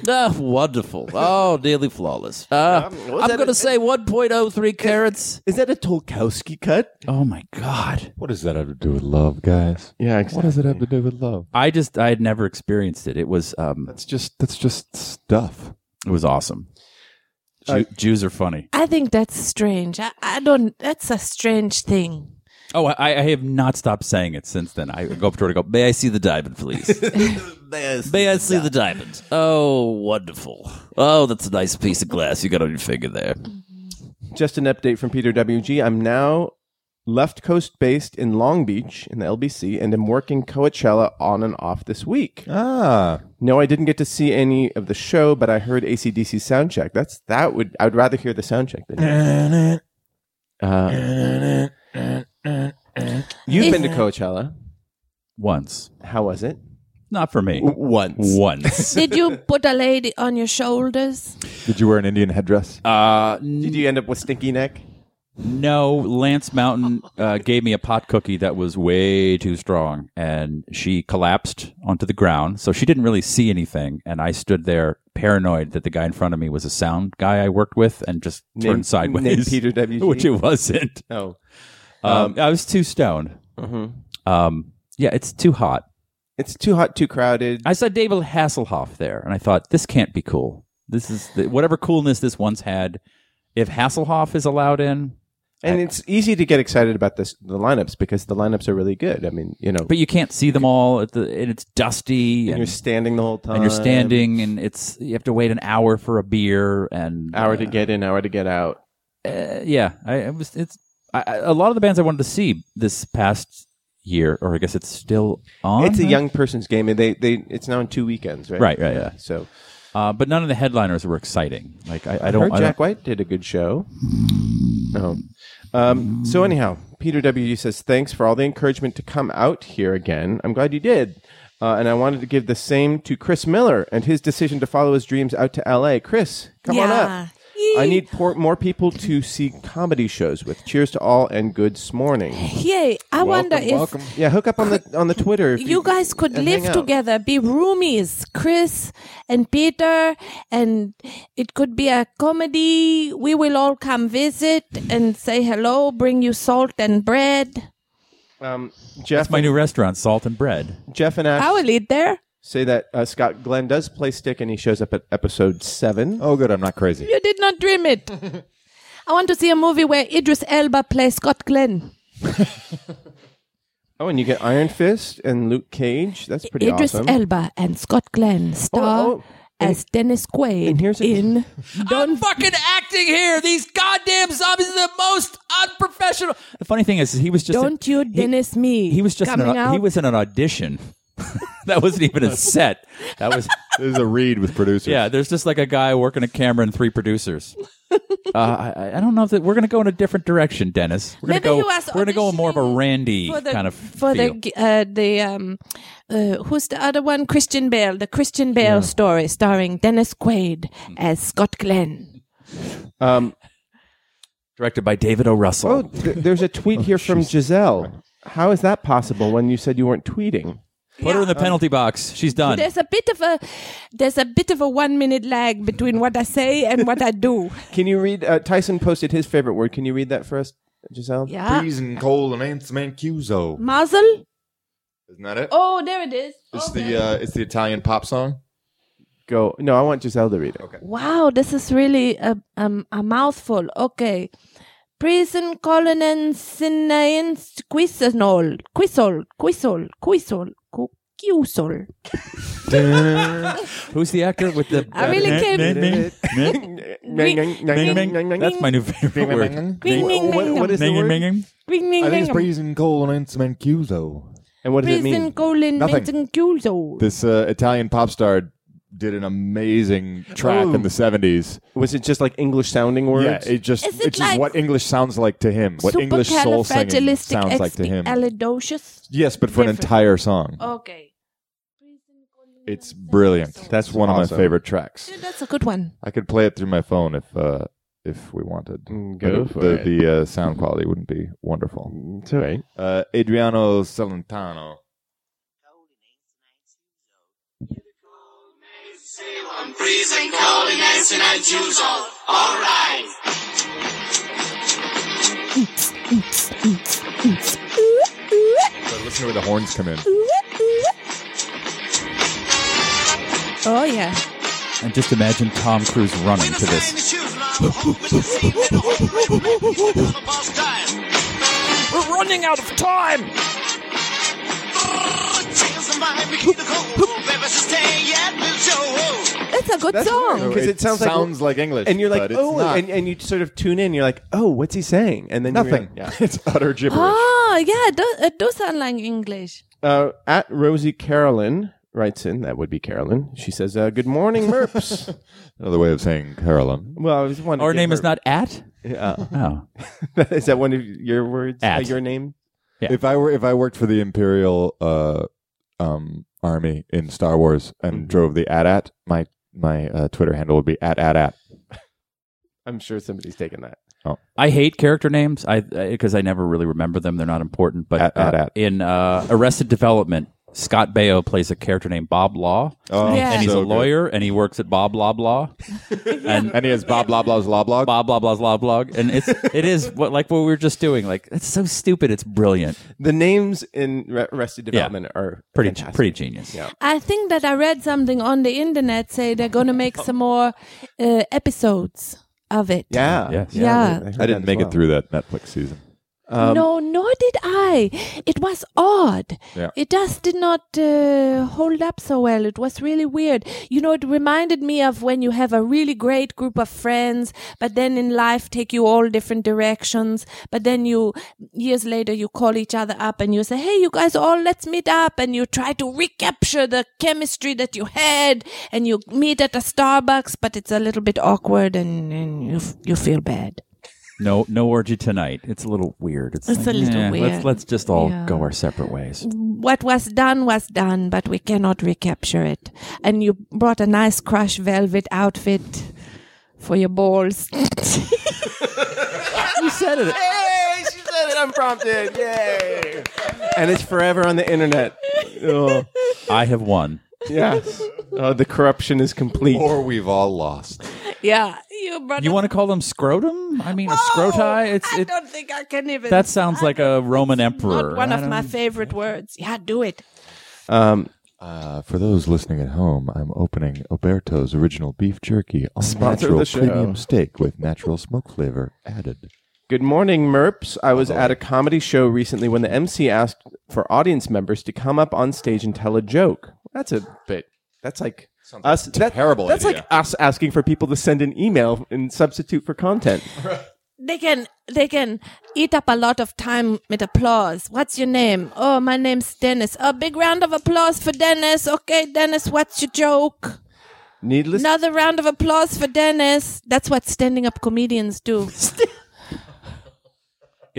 Speaker 5: Ah, wonderful! Oh, nearly flawless. Uh,
Speaker 2: Um, was
Speaker 5: I'm
Speaker 2: that
Speaker 5: going
Speaker 2: a-
Speaker 5: to say 1.03 carats.
Speaker 2: is that a Tolkowski cut?
Speaker 5: Oh my god!
Speaker 3: What does that have to do with love, guys?
Speaker 2: Yeah.
Speaker 3: What does it have to do with love?
Speaker 5: I just I had never experienced it. It was um
Speaker 3: That's just that's just stuff.
Speaker 5: it was awesome.
Speaker 2: Uh,
Speaker 5: Jew- Jews are funny.
Speaker 4: I think that's strange. I, I don't. That's a strange thing.
Speaker 5: Oh, I, I have not stopped saying it since then. I go up to her to go, May I see the diamond, please? May I see, the diamond? Oh, wonderful. Oh, that's a nice piece of glass you got on your finger there.
Speaker 2: Just an update from Peter WG. I'm now left coast based in Long Beach in the LBC and I'm working Coachella on and off this week.
Speaker 3: Ah,
Speaker 2: No, I didn't get to see any of the show, but I heard ACDC soundcheck. That's that would I'd rather hear the soundcheck than uh, You've been to Coachella.
Speaker 5: Once.
Speaker 2: How was it?
Speaker 5: Not for me.
Speaker 2: Once.
Speaker 5: Once.
Speaker 4: Did you put a lady on your shoulders?
Speaker 3: did you wear an Indian headdress?
Speaker 5: uh,
Speaker 2: Did you end up with stinky neck?
Speaker 5: No, Lance Mountain uh, gave me a pot cookie that was way too strong, and she collapsed onto the ground. So she didn't really see anything, and I stood there paranoid that the guy in front of me was a sound guy I worked with, and just
Speaker 2: Name-
Speaker 5: turned sideways.
Speaker 2: name Peter WG?
Speaker 5: which it wasn't.
Speaker 2: Oh.
Speaker 5: Um, I was too stoned.
Speaker 2: Mm-hmm.
Speaker 5: Um, yeah, it's too hot.
Speaker 2: It's too hot, too crowded.
Speaker 5: I saw David Hasselhoff there, and I thought this can't be cool. This is the, whatever coolness this once had. If Hasselhoff is allowed in,
Speaker 2: and it's easy to get excited about this the lineups because the lineups are really good. I mean, you know,
Speaker 5: but you can't see them all. At the, and it's dusty,
Speaker 2: and you're standing the whole time.
Speaker 5: and you're standing and it's you have to wait an hour for a beer and
Speaker 2: hour to get in, hour to get out.
Speaker 5: uh, yeah I, it was it's I, I- a lot of the bands I wanted to see this past year or I guess it's still on
Speaker 2: It's a
Speaker 5: right?
Speaker 2: young person's game, and they, they it's now in two weekends, right?
Speaker 5: Right, right, yeah.
Speaker 2: So
Speaker 5: uh, but none of the headliners were exciting like I, I don't
Speaker 2: heard
Speaker 5: I
Speaker 2: Jack
Speaker 5: don't-
Speaker 2: White did a good show. No. Um, so anyhow, Peter W says thanks for all the encouragement to come out here again. I'm glad you did. Uh, and I wanted to give the same to Chris Miller and his decision to follow his dreams out to LA. Chris, come on
Speaker 4: Yeah.
Speaker 2: up. I need por- more people to see comedy shows with. Cheers to all and good morning.
Speaker 4: Yay! I wonder if
Speaker 2: Yeah, hook up on the on the Twitter. if
Speaker 4: you guys could
Speaker 2: and
Speaker 4: live
Speaker 2: hang out.
Speaker 4: together, be roomies, Chris and Peter, and it could be a comedy. We will all come visit and say hello, bring you salt and bread.
Speaker 2: Um,
Speaker 5: that's
Speaker 2: Jeff,
Speaker 5: my new restaurant Salt and Bread
Speaker 2: Jeff and Ash
Speaker 4: I will eat there.
Speaker 2: say that uh, Scott Glenn does play stick, and he shows up at episode seven.
Speaker 3: Oh, good. I'm not crazy.
Speaker 4: You did not dream it. I want to see a movie where Idris Elba plays Scott Glenn.
Speaker 2: Oh, and you get Iron Fist and Luke Cage. That's pretty
Speaker 4: Idris
Speaker 2: awesome.
Speaker 4: Elba and Scott Glenn star
Speaker 2: oh, and-
Speaker 4: as Dennis Quaid
Speaker 2: and here's a-
Speaker 4: in
Speaker 5: I'm fucking acting here these goddamn zombies are the most unprofessional the funny thing is he was just
Speaker 4: Don't You Dennis Me.
Speaker 5: he was just in
Speaker 4: coming
Speaker 5: an,
Speaker 4: out.
Speaker 5: he was in an audition that wasn't even a set that was
Speaker 3: This is a read with producers.
Speaker 5: Yeah, there's just like a guy working a camera and three producers. uh, I, I- I don't know if that we're going to go in a different direction, Dennis. We're going to
Speaker 4: Maybe
Speaker 5: go.
Speaker 4: he was
Speaker 5: We're going to go more of a
Speaker 4: auditioning
Speaker 5: Randy
Speaker 4: for the,
Speaker 5: kind of
Speaker 4: for
Speaker 5: feel.
Speaker 4: the uh, the um uh, who's the other one? Christian Bale. The Christian Bale story starring Dennis Quaid as Scott Glenn.
Speaker 2: Um,
Speaker 5: directed by David O. Russell.
Speaker 2: oh, th- there's a tweet here from Giselle. How is that possible when you said you weren't tweeting?
Speaker 5: Put her in the penalty box. She's done.
Speaker 4: There's a bit of a there's a bit of a one minute lag between what I say and what I do.
Speaker 2: Can you read? Uh, Tyson posted his favorite word. Can you read that for us, Giselle?
Speaker 4: Yeah.
Speaker 3: Peas and coal and ants mancuso.
Speaker 4: Mazel.
Speaker 3: Isn't that it?
Speaker 4: Oh, there it is.
Speaker 3: It's
Speaker 4: Okay.
Speaker 3: the uh, it's the Italian pop song.
Speaker 2: Go. No, I want Giselle to read it. Okay.
Speaker 4: Wow, this is really a um, a mouthful. Okay. Prison colonin sinain quisol quisol quisol quisol quisol.
Speaker 5: Who's the actor with the?
Speaker 4: I really can't.
Speaker 5: That's my new favorite word.
Speaker 4: Ding, ding, ding,
Speaker 2: What is the
Speaker 7: Ding, ding, ding.
Speaker 2: word?
Speaker 4: Ding, ding,
Speaker 3: I think it's
Speaker 4: ding.
Speaker 3: peas and coal and ants mancuso.
Speaker 2: And what does it
Speaker 4: Prison
Speaker 2: mean?
Speaker 4: colon
Speaker 3: Nothing.
Speaker 4: quisol.
Speaker 3: This uh, Italian pop star did an amazing track in the '70s.
Speaker 2: Was it just like English sounding words?
Speaker 3: Yeah, it just
Speaker 4: Is
Speaker 3: it's
Speaker 4: it
Speaker 3: just
Speaker 4: like-
Speaker 3: what English sounds like to him. What English soul singing sounds like to him.
Speaker 4: Supercalifragilisticexpialidocious.
Speaker 3: Yes, but for an
Speaker 4: Different. Oh,
Speaker 3: entire song.
Speaker 4: Okay.
Speaker 3: It's brilliant. That's one of my
Speaker 2: Awesome.
Speaker 3: favorite tracks.
Speaker 4: Yeah, That's a good one.
Speaker 3: I could play it through my phone if uh, if we wanted.
Speaker 2: Mm,
Speaker 3: But
Speaker 2: go
Speaker 3: it-
Speaker 2: for
Speaker 3: the
Speaker 2: it.
Speaker 3: the uh, sound quality wouldn't be wonderful.
Speaker 2: it's all right.
Speaker 3: Uh, Adriano Celentano. So listen to where the horns come in.
Speaker 4: Oh yeah.
Speaker 5: And just imagine Tom Cruise running to this.
Speaker 8: Shoes and I'm hoping to see when the whole- when the boss dies. running out of time.
Speaker 4: That's a good song.
Speaker 3: So
Speaker 2: Because it sounds like-
Speaker 3: sounds like English,
Speaker 2: and you're like,
Speaker 3: but it's
Speaker 2: oh,
Speaker 3: not.
Speaker 2: and, and you sort of tune in. You're like, oh, what's he saying? And then you
Speaker 3: nothing.
Speaker 2: realize- yeah.
Speaker 3: it's utter gibberish.
Speaker 4: Oh, yeah, it does, it does sound like English.
Speaker 2: Uh, at Rosie Carolyn writes in. That would be Carolyn. She says, uh, "Good morning, Merps."
Speaker 3: Another way of saying Carolyn.
Speaker 2: well, I was wondering.
Speaker 5: Our
Speaker 2: if
Speaker 5: name is
Speaker 2: Merp-
Speaker 5: not at.
Speaker 2: Yeah.
Speaker 5: Oh,
Speaker 2: is that one of your words?
Speaker 5: At.
Speaker 2: Uh, your name?
Speaker 5: Yeah.
Speaker 3: If I were, if I worked for the Imperial uh, um, Army in Star Wars and
Speaker 2: Mhm.
Speaker 3: drove the at at, my my uh, Twitter handle would be at at at.
Speaker 2: I'm sure somebody's taken that.
Speaker 5: I hate character names. I because I never really remember them. They're not important. But
Speaker 3: At- at-
Speaker 5: uh,
Speaker 3: at.
Speaker 5: in uh, Arrested Development, Scott Baio plays a character named Bob Law,
Speaker 3: Oh,
Speaker 4: Yeah.
Speaker 5: and he's
Speaker 3: so
Speaker 5: a
Speaker 3: good.
Speaker 5: lawyer, and he works at Bob Law Law. and
Speaker 3: and he has blah blah blah's blah blah.
Speaker 5: blah blah blah blah blah and it's it is what like what we were just doing like it's so stupid it's brilliant
Speaker 2: The names in Re- Arrested
Speaker 5: Yeah.
Speaker 2: Development are
Speaker 5: pretty
Speaker 2: fantastic.
Speaker 5: pretty genius
Speaker 2: Yeah.
Speaker 4: I think that I read something on the internet say they're going to make some more uh, episodes of it.
Speaker 2: Yeah.
Speaker 5: Yes.
Speaker 4: Yeah.
Speaker 2: heard
Speaker 3: I
Speaker 2: that
Speaker 3: didn't
Speaker 2: as
Speaker 3: make
Speaker 2: well.
Speaker 3: it through that Netflix season.
Speaker 2: Um,
Speaker 4: no, nor did I. It was odd.
Speaker 3: Yeah.
Speaker 4: It just did not uh, hold up so well. It was really weird. You know, it reminded me of when you have a really great group of friends, but then in life take you all different directions. But then you, years later, you call each other up and you say, Hey, you guys all, let's meet up. And you try to recapture the chemistry that you had and you meet at a Starbucks, but it's a little bit awkward and, and you, f- you feel bad.
Speaker 5: no no orgy tonight it's a little weird it's,
Speaker 4: It's a little
Speaker 5: eh,
Speaker 4: weird.
Speaker 5: let's let's just all
Speaker 4: Yeah.
Speaker 5: go our separate ways
Speaker 4: what was done was done, but we cannot recapture it. And you brought a nice crush velvet outfit for your balls.
Speaker 2: you said it. Hey, she said it unprompted. Yay. and it's forever on the internet. Oh,
Speaker 5: i have won
Speaker 2: yes. Oh, the corruption is complete.
Speaker 3: we've all lost.
Speaker 4: yeah, you brought.
Speaker 5: you
Speaker 4: a- Oh,
Speaker 5: want to call them scrotum i mean a scroti it's
Speaker 4: I
Speaker 5: it
Speaker 4: don't think I can even.
Speaker 5: that sounds like a roman emperor
Speaker 4: not one
Speaker 5: I
Speaker 4: of my
Speaker 5: don't-
Speaker 4: favorite words. Yeah, do it.
Speaker 2: Um,
Speaker 3: Uh, for those listening at home, I'm opening Alberto's original beef jerky, all
Speaker 2: Sponsor
Speaker 3: natural
Speaker 2: the show.
Speaker 3: premium steak with natural smoke flavor added.
Speaker 2: good morning, Merps. I was at a comedy show recently when the MC asked for audience members to come up on stage and tell a joke. That's a bit. That's like us. That,
Speaker 3: terrible
Speaker 2: That's
Speaker 3: idea.
Speaker 2: like us asking for people to send an email and substitute for content.
Speaker 4: They can they can eat up a lot of time with applause. What's your name? Oh, my name's Dennis. A big round of applause for Dennis. Okay, Dennis, what's your joke?
Speaker 2: Needless.
Speaker 4: Another round of applause for Dennis. That's what standing up comedians do.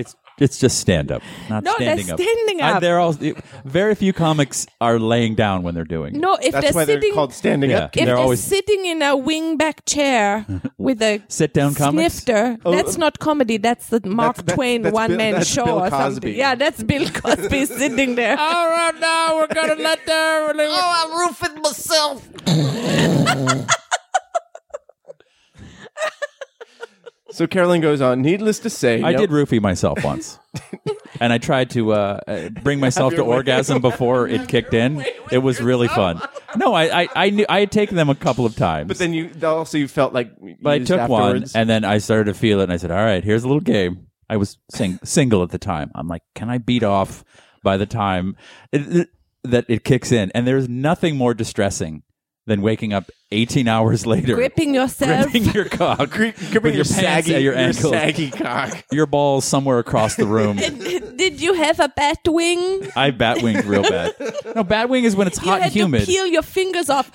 Speaker 5: it's it's just stand up not
Speaker 4: No, they're
Speaker 5: standing up
Speaker 4: standing
Speaker 5: I-
Speaker 4: up.
Speaker 5: they're all very few comics are laying down when they're doing it.
Speaker 4: No, if
Speaker 2: That's
Speaker 4: they're
Speaker 2: why they're
Speaker 4: sitting,
Speaker 2: called standing
Speaker 5: Yeah.
Speaker 2: up.
Speaker 4: if
Speaker 5: They're
Speaker 4: they're
Speaker 5: always-
Speaker 4: sitting in a wingback chair with a
Speaker 5: Sit-down comics?
Speaker 4: snifter, that's not comedy. That's the Mark
Speaker 2: Oh. That's- that's-
Speaker 4: Twain
Speaker 2: that's
Speaker 4: one
Speaker 2: Bill-
Speaker 4: man
Speaker 2: that's
Speaker 4: show
Speaker 2: Bill
Speaker 4: or
Speaker 2: Cosby.
Speaker 4: something. Yeah, that's Bill Cosby sitting there. All right, now we're gonna let the. oh, I'm roofing myself.
Speaker 2: So Carolyn goes on. Needless to say,
Speaker 5: I
Speaker 2: no-
Speaker 5: did roofie myself once. and I tried to uh, uh, bring myself to orgasm before it kicked in. It was really fun. No, I, I, I knew I had taken them a couple of times.
Speaker 2: But then you also you felt like
Speaker 5: But I
Speaker 2: used
Speaker 5: took
Speaker 2: afterwards.
Speaker 5: one and then I started to feel it and I said, All right, here's a little game. I was sing- single at the time. I'm like, Can I beat off by the time it, it- that it kicks in? And there's nothing more distressing than waking up 18 hours later.
Speaker 4: Gripping yourself.
Speaker 5: gripping your cock, with your, pants at your ankles,
Speaker 2: saggy cock.
Speaker 5: your balls somewhere across the room.
Speaker 4: Did you have a bat wing?
Speaker 5: I bat winged real bad. No, bat wing is when it's
Speaker 4: You
Speaker 5: hot
Speaker 4: had
Speaker 5: and humid.
Speaker 4: to peel your fingers off.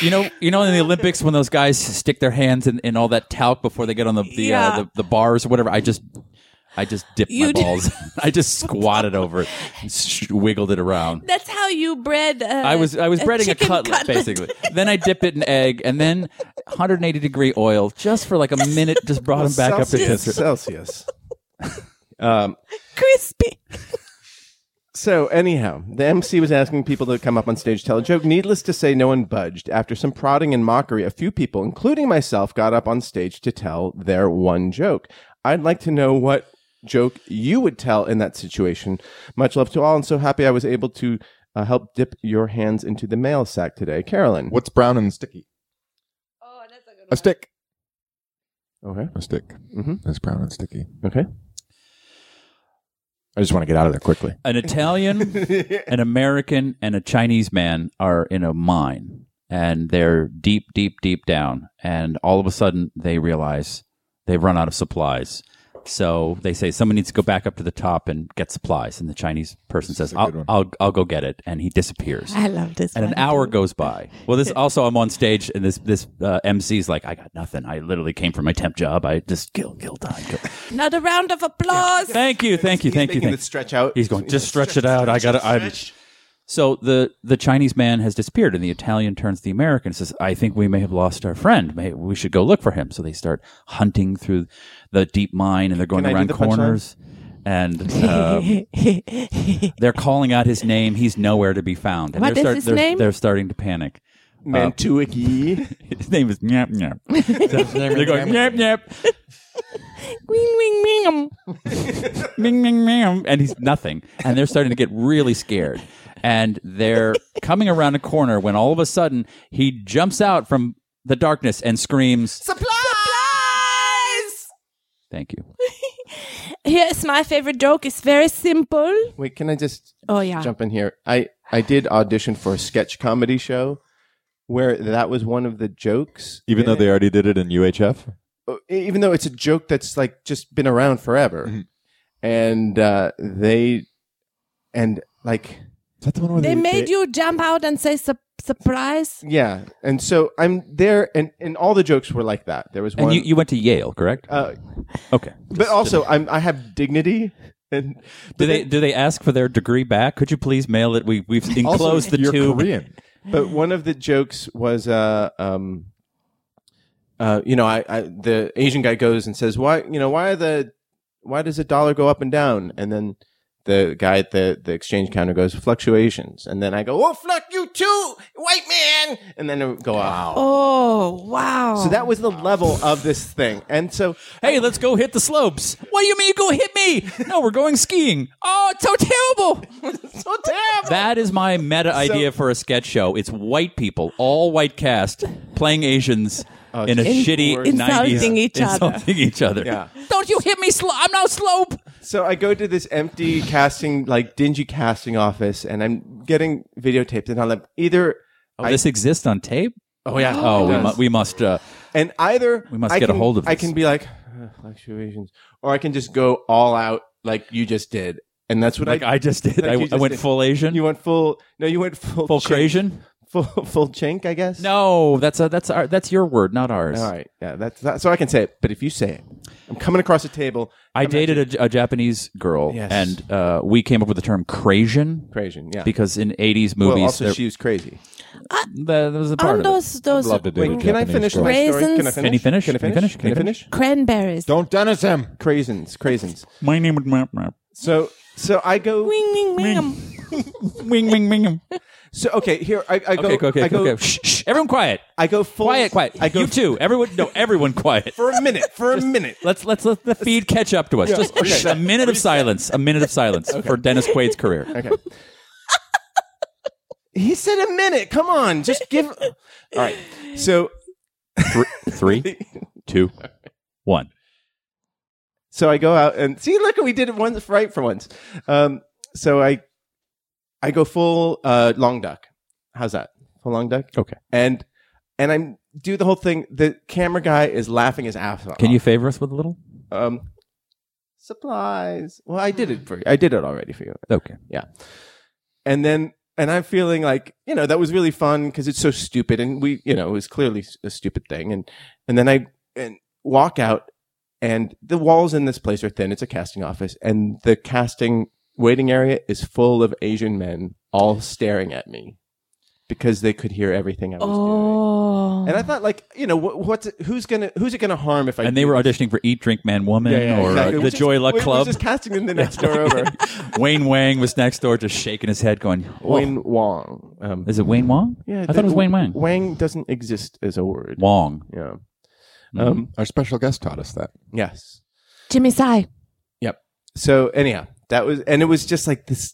Speaker 5: You know, you know, in the Olympics when those guys stick their hands in, in all that talc before they get on the the,
Speaker 4: Yeah.
Speaker 5: uh, the, the bars or whatever. I just, I just dipped
Speaker 4: You
Speaker 5: my
Speaker 4: did-
Speaker 5: balls. I just squatted over it, and sh- wiggled it around.
Speaker 4: That's how you bred. Uh,
Speaker 5: I was I was breading a
Speaker 4: chicken
Speaker 5: cutlet, basically. Then I dipped it in egg, and then 180 degree oil just for like a minute. Just brought him back up to
Speaker 2: Celsius.
Speaker 5: history.
Speaker 2: Celsius. um,
Speaker 4: Crispy.
Speaker 2: so anyhow, the MC was asking people to come up on stage, tell a joke. Needless to say, no one budged. After some prodding and mockery, a few people, including myself, got up on stage to tell their one joke. I'd like to know what joke you would tell in that situation. Much love to all, and so happy I was able to uh, help dip your hands into the mail sack today, Carolyn.
Speaker 3: What's brown and sticky? Oh, that's a good A stick. Mm-hmm.
Speaker 2: Okay.
Speaker 3: A stick.
Speaker 2: Mhm.
Speaker 3: It's brown and sticky.
Speaker 2: Okay.
Speaker 3: I just want to get out of there quickly.
Speaker 5: An Italian, an American, and a Chinese man are in a mine, and they're deep, deep, deep down. And all of a sudden, they realize they've run out of supplies. So they say someone needs to go back up to the top and get supplies. And the Chinese person says,
Speaker 3: a good
Speaker 5: "I'll,
Speaker 3: one.
Speaker 5: I'll, I'll go get it," and he disappears.
Speaker 4: I love this.
Speaker 5: and an
Speaker 4: one.
Speaker 5: hour goes by. Well, this also I'm on stage, and this this uh, MC's like, I got nothing. I literally came from my temp job. I just kill, kill, die, kill.
Speaker 4: Another round of applause.
Speaker 5: Thank you, thank you, thank you.
Speaker 2: making
Speaker 5: Thank
Speaker 2: it stretch out.
Speaker 5: He's going, just stretch it out. I got to I'm. So the the Chinese man has disappeared, and the Italian turns to the American and says, "I think we may have lost our friend. May, we should go look for him." So they start hunting through the deep mine, and they're going
Speaker 2: Can I do
Speaker 5: around
Speaker 2: the punchline?
Speaker 5: corners, and uh, they're calling out his name. He's nowhere to be found. And
Speaker 4: What
Speaker 5: they're
Speaker 4: is his
Speaker 5: they're,
Speaker 4: name?
Speaker 5: They're starting to panic.
Speaker 2: Mantuiki.
Speaker 5: His name is Nyap Nyap. They're going Nyap Nyap,
Speaker 4: Wing, wing, wing. um.
Speaker 5: Ming Ming Ming, and he's nothing. And they're starting to get really scared. And they're coming around a corner when all of a sudden he jumps out from the darkness and screams,
Speaker 4: Supplies.
Speaker 5: "Thank you."
Speaker 4: Here's my favorite joke. It's very simple.
Speaker 2: Wait, can I just
Speaker 4: Oh yeah.
Speaker 2: jump in here? I I did audition for a sketch comedy show where that was one of the jokes.
Speaker 3: Even though they already did it in UHF,
Speaker 2: Uh, even though it's a joke that's like just been around forever, and uh, they and like
Speaker 3: is that the one where
Speaker 4: They made you jump out and say su- surprise.
Speaker 2: yeah, and so I'm there, and and all the jokes were like that. There was one.
Speaker 5: And you, you went to Yale, correct?
Speaker 2: uh,
Speaker 5: okay.
Speaker 2: but also, I'm I have dignity, and
Speaker 5: Do they do they ask for their degree back? Could you please mail it? We we've
Speaker 3: Also,
Speaker 5: enclosed the
Speaker 3: you're
Speaker 5: tube.
Speaker 3: Korean.
Speaker 2: but one of the jokes was uh um uh you know I, I the asian guy goes and says why you know why are the why does the dollar go up and down and then the guy at the, the exchange counter goes fluctuations and then i go oh fuck you too white man and then it would go wow
Speaker 4: Oh wow.
Speaker 2: so that was the level of this thing and so
Speaker 5: Hey, let's go hit the slopes. What do you mean you go hit me? No, we're going skiing. Oh, it's so terrible.
Speaker 2: so terrible
Speaker 5: That is my meta idea for a sketch show. It's white people, all white cast, playing Asians in a
Speaker 2: Oh, it's
Speaker 5: shitty
Speaker 2: horrible.
Speaker 5: 90s.
Speaker 4: Insulting each other.
Speaker 5: Insulting each other.
Speaker 2: Yeah.
Speaker 5: Don't you hit me, slo- I'm now slope.
Speaker 2: So I go to this empty casting, like dingy casting office, and I'm getting videotaped, and I'm like, either,
Speaker 5: Oh, this exists on tape?
Speaker 2: oh yeah,
Speaker 5: Oh, we,
Speaker 2: Yes.
Speaker 5: mu- we must. Uh,
Speaker 2: and either
Speaker 5: We must
Speaker 2: I
Speaker 5: get a
Speaker 2: can-
Speaker 5: hold of
Speaker 2: I
Speaker 5: this.
Speaker 2: can be like "Ugh, fluctuations, or I can just go all out like you just did, and that's what
Speaker 5: like I just did.
Speaker 2: like
Speaker 5: I,
Speaker 2: you just
Speaker 5: I went
Speaker 2: did.
Speaker 5: full Asian.
Speaker 2: You went full. No, you went full.
Speaker 5: full
Speaker 2: chink-
Speaker 5: Crasian?
Speaker 2: Full full chink, I guess.
Speaker 5: No, that's a, that's our, that's your word, not ours.
Speaker 2: All right. Yeah. That's that. So I can say it, but if you say it, I'm coming across the table.
Speaker 5: I dated a, a Japanese girl,
Speaker 2: Yes.
Speaker 5: and uh, we came up with the term Crasian
Speaker 2: Crasian. Yeah.
Speaker 5: because in '80s movies,
Speaker 2: well, also
Speaker 5: there-
Speaker 2: she was crazy.
Speaker 5: that that was a part
Speaker 4: Aren't
Speaker 5: of it.
Speaker 4: those those
Speaker 3: Love to do
Speaker 2: Wait,
Speaker 3: a
Speaker 2: can I
Speaker 3: Japanese
Speaker 2: finish
Speaker 3: girl.
Speaker 2: my story? Can I
Speaker 4: Raisins?
Speaker 2: finish?
Speaker 5: Can you finish?
Speaker 2: Can I finish? Can I finish?
Speaker 4: cranberries?
Speaker 3: Don't Dennis him.
Speaker 2: Craisins. Craisins.
Speaker 7: My name is Map Map.
Speaker 2: So so I go.
Speaker 4: Wing, wing, wing. um.
Speaker 7: Wing, wing, wing. um.
Speaker 2: So okay, here I, I go.
Speaker 5: Okay, okay, okay,
Speaker 2: I go,
Speaker 5: okay. Shh, shh, everyone, quiet.
Speaker 2: I go full.
Speaker 5: quiet, quiet.
Speaker 2: I go
Speaker 5: you too. Everyone, no, everyone, quiet.
Speaker 2: for a minute. For a minute.
Speaker 5: Let's let's let the feed catch up to us. Just shh, a minute of silence. A minute of silence for Dennis Quaid's career.
Speaker 2: Okay. he said a minute. Come on, just give. All right. So
Speaker 5: Three, two, one.
Speaker 2: so I go out and see. Look, we did it once right for once. Um, so I I go full uh, long duck. How's that? Full long duck.
Speaker 5: Okay.
Speaker 2: And and I'm do the whole thing. The camera guy is laughing his ass off.
Speaker 5: Can you favor us with a little?
Speaker 2: um, supplies? Well, I did it for you. I did it already for you.
Speaker 5: Okay.
Speaker 2: and then and I'm feeling like you know that was really fun because it's so stupid, and we you know it was clearly s- a stupid thing, and and then I and walk out, and the walls in this place are thin. It's a casting office, and the casting waiting area is full of Asian men all staring at me because they could hear everything I was doing.
Speaker 4: Oh.
Speaker 2: And I thought, like, you know, what, what's it- who's gonna who's it gonna harm if I
Speaker 5: And they
Speaker 2: do
Speaker 5: were
Speaker 2: this?
Speaker 5: auditioning for Eat, Drink, Man, Woman,
Speaker 2: Yeah, yeah,
Speaker 5: or
Speaker 2: exactly.
Speaker 5: uh,
Speaker 2: It
Speaker 5: the
Speaker 2: was just-
Speaker 5: Joy Luck
Speaker 2: we- we
Speaker 5: Club.
Speaker 2: were just casting them the next door over.
Speaker 5: Wayne Wang was next door, just shaking his head, going, "Oh."
Speaker 2: Wayne Wong. Um,
Speaker 5: "Is it Wayne Wong? I
Speaker 2: that-
Speaker 5: thought it was Wayne Wang.
Speaker 2: Wang doesn't exist as a word.
Speaker 5: Wong.
Speaker 2: Yeah.
Speaker 5: Mm.
Speaker 2: Um,
Speaker 3: Our special guest taught us that.
Speaker 2: Yes.
Speaker 4: Jimmy Sai.
Speaker 2: So anyhow, that was, and it was just like this.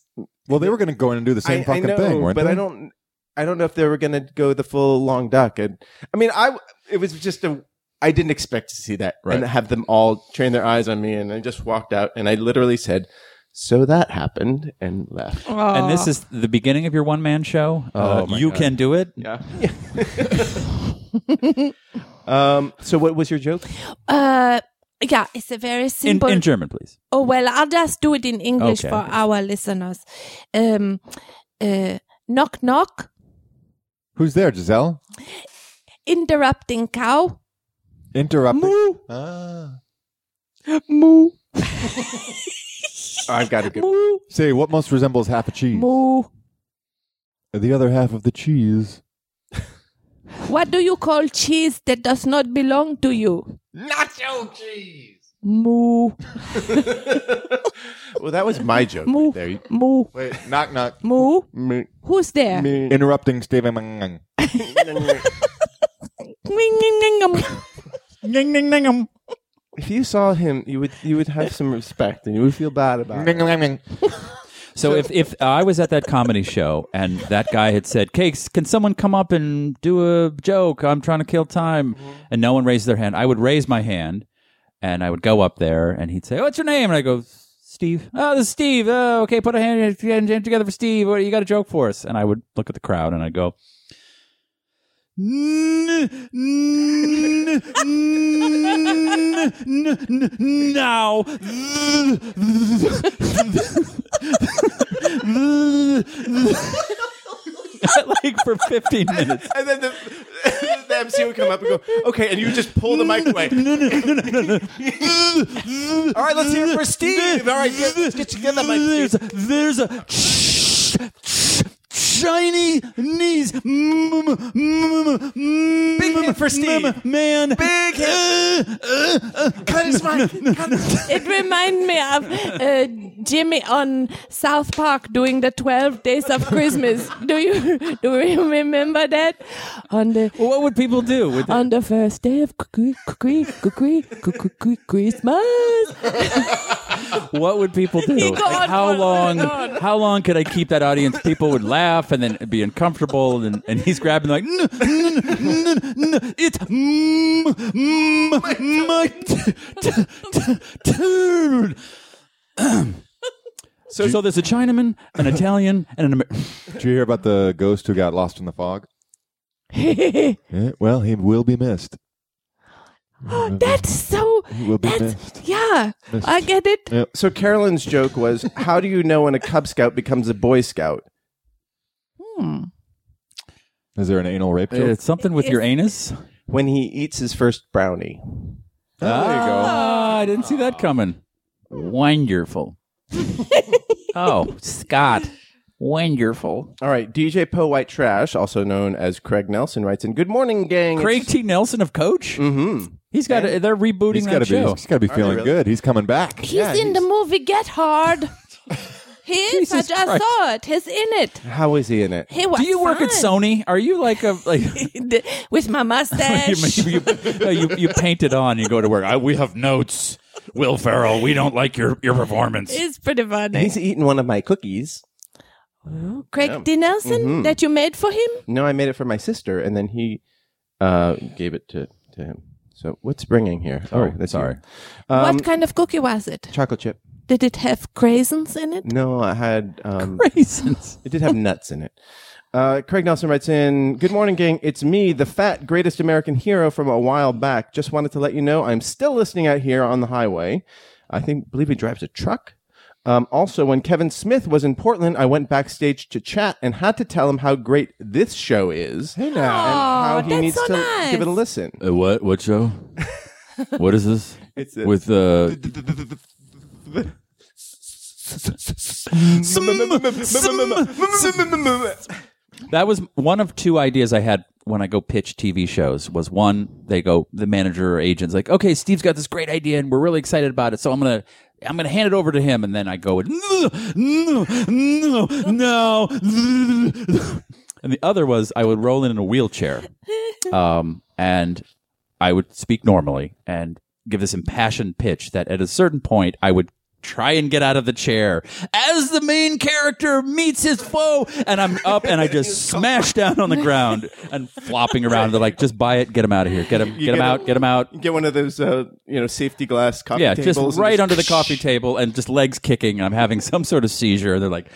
Speaker 3: Well, they were going to go in and do the same
Speaker 2: I, I
Speaker 3: fucking
Speaker 2: know,
Speaker 3: thing, weren't
Speaker 2: but
Speaker 3: they?
Speaker 2: I don't, I don't know if they were gonna go the full long duck. And I mean, I, it was just a I didn't expect to see that and
Speaker 5: Right.
Speaker 2: have them all train their eyes on me. And I just walked out and I literally said, "So that happened," and left.
Speaker 4: Oh.
Speaker 5: And
Speaker 7: Uh,
Speaker 5: this is the beginning of your one man show. Uh, you can do it.
Speaker 2: Yeah. um. So what was your joke?
Speaker 4: Uh, yeah, it's a very
Speaker 5: In,
Speaker 4: simple.
Speaker 5: in German, please.
Speaker 4: oh well, I'll just do it in English
Speaker 5: Okay.
Speaker 4: for our listeners. Um, uh, knock knock,
Speaker 3: Who's there, Giselle?
Speaker 4: interrupting cow.
Speaker 3: Interrupting.
Speaker 2: I've got a good.
Speaker 3: Say, what most resembles half a cheese?
Speaker 4: Moo.
Speaker 3: The other half of the cheese.
Speaker 4: What do you call cheese that does not belong to you? Nacho cheese.
Speaker 2: Well, that was my joke.
Speaker 4: Moo.
Speaker 2: Right there. You-
Speaker 4: Moo. Moo.
Speaker 3: Wait, knock, knock.
Speaker 4: Moo.
Speaker 2: Me-
Speaker 4: Who's there?
Speaker 2: me-
Speaker 3: Interrupting Stephen. Mangan.
Speaker 4: Wing, wing, wing, um.
Speaker 7: Ning, ning, ning, um.
Speaker 2: If you saw him, you would you would have some respect and you would feel bad about it.
Speaker 5: So, if, if I was at that comedy show and that guy had said, Cakes, can someone come up and do a joke? I'm trying to kill time. And no one raised their hand, I would raise my hand and I would go up there and he'd say, What's your name? And I go, Steve. Oh, this is Steve. Oh, okay. Put a hand, hand hand together for Steve. What, you got a joke for us? And I would look at the crowd and I'd go, N- n- n- n- n- now like for 15 minutes
Speaker 2: And then the, the MC would come up and go, okay, and you just pull the mic away. All right, let's hear it for Steve. All right, get, let's get together, my
Speaker 5: there's a, there's a shiny knees big
Speaker 2: hit for Steve.
Speaker 5: man Uh,
Speaker 2: big hit. Cut his mic. Cut his-
Speaker 4: It reminds me of uh, Jimmy on South Park doing the 12 days of Christmas. Do you do you remember that? On the
Speaker 5: Well, what would people do with
Speaker 4: on the first day of cuckoo, cuckoo, cuckoo, cuckoo, cuckoo, Christmas.
Speaker 5: what would people do?
Speaker 4: He
Speaker 5: Like,
Speaker 4: got
Speaker 5: how
Speaker 4: one
Speaker 5: long?
Speaker 4: right on.
Speaker 5: How long could I keep that audience? People would laugh and then it'd be uncomfortable, and, and he's grabbing like, "N- n- n- n- n- it's mm, mm, my t- t- t- turn. So, so there's a Chinaman, an Italian, and an American.
Speaker 3: Did you hear about the ghost who got lost in the fog? Yeah, well, he will be missed.
Speaker 4: that's so.
Speaker 3: He will be
Speaker 4: That's
Speaker 3: missed.
Speaker 4: yeah. I get it.
Speaker 2: So Carolyn's joke was, how do you know when a Cub Scout becomes a Boy Scout?
Speaker 3: Is there an anal rape joke?
Speaker 5: It's something with your anus.
Speaker 4: Oh.
Speaker 2: When he eats his first brownie.
Speaker 3: there you go.
Speaker 5: Ah, I didn't see that coming. Wonderful. oh, Scott. Wonderful.
Speaker 2: All right, DJ Poe White Trash, also known as Craig Nelson, writes in, good morning, gang.
Speaker 5: Craig T. Nelson of Coach.
Speaker 2: hmm
Speaker 5: He's got. A, they're rebooting
Speaker 3: He's got
Speaker 5: that
Speaker 3: to be.
Speaker 5: show.
Speaker 3: He's got to be feeling
Speaker 2: really?
Speaker 3: good. He's coming back.
Speaker 4: He's in the movie Get Hard. He is. I
Speaker 5: Jesus
Speaker 4: just
Speaker 5: Christ.
Speaker 4: saw it. He's in it.
Speaker 2: How is he in it?
Speaker 4: He was
Speaker 5: Do you work at
Speaker 4: fine.
Speaker 5: Sony? Are you like a like?
Speaker 4: with my
Speaker 5: you,
Speaker 4: mustache?
Speaker 5: you, no, you, you paint it on. You go to work. I, we have notes. Will Ferrell. We don't like your your performance.
Speaker 4: it's pretty funny.
Speaker 2: He's eaten one of my cookies.
Speaker 4: Craig D. Nelson
Speaker 2: Mm-hmm.
Speaker 4: that you made for him?
Speaker 2: No, I made it for my sister, and then he uh, gave it to, to him. So what's bringing here? Oh, that's
Speaker 5: sorry.
Speaker 2: you. Um,
Speaker 4: what kind of cookie was it?
Speaker 2: chocolate chip?
Speaker 4: Did it have craisins in it?
Speaker 2: No, I had. Um,
Speaker 5: Raisins.
Speaker 2: it did have nuts in it. Uh, Craig Nelson writes in, "Good morning, gang. It's me, the fat greatest American hero from a while back. Just wanted to let you know I'm still listening out here on the highway. I think believe he drives a truck." Um, also, when Kevin Smith was in Portland, I went backstage to chat and had to tell him how great this show is
Speaker 3: Hey now.
Speaker 2: and how
Speaker 4: Aw,
Speaker 2: he
Speaker 4: that's
Speaker 2: needs
Speaker 4: so
Speaker 2: to
Speaker 4: nice.
Speaker 2: give it a listen.
Speaker 5: what what show? what is this?
Speaker 2: It's a-
Speaker 5: with uh, That was one of two ideas I had when I go pitch TV shows was one they go the manager or agent's like okay Steve's got this great idea and we're really excited about it so I'm gonna I'm gonna hand it over to him and then I go no no no no and the other was I would roll in in a wheelchair um, and I would speak normally and give this impassioned pitch that at a certain point I would try and get out of the chair as the main character meets his foe and i'm up and i just smash down on the ground and flopping around they're like just buy it get him out of here get him get him
Speaker 2: get
Speaker 5: out
Speaker 2: a-
Speaker 5: get him out
Speaker 2: Get one of those, uh, you know, safety glass coffee
Speaker 5: yeah
Speaker 2: tables.
Speaker 5: just
Speaker 2: and
Speaker 5: right under the coffee table and just legs kicking and i'm having some sort of seizure they're like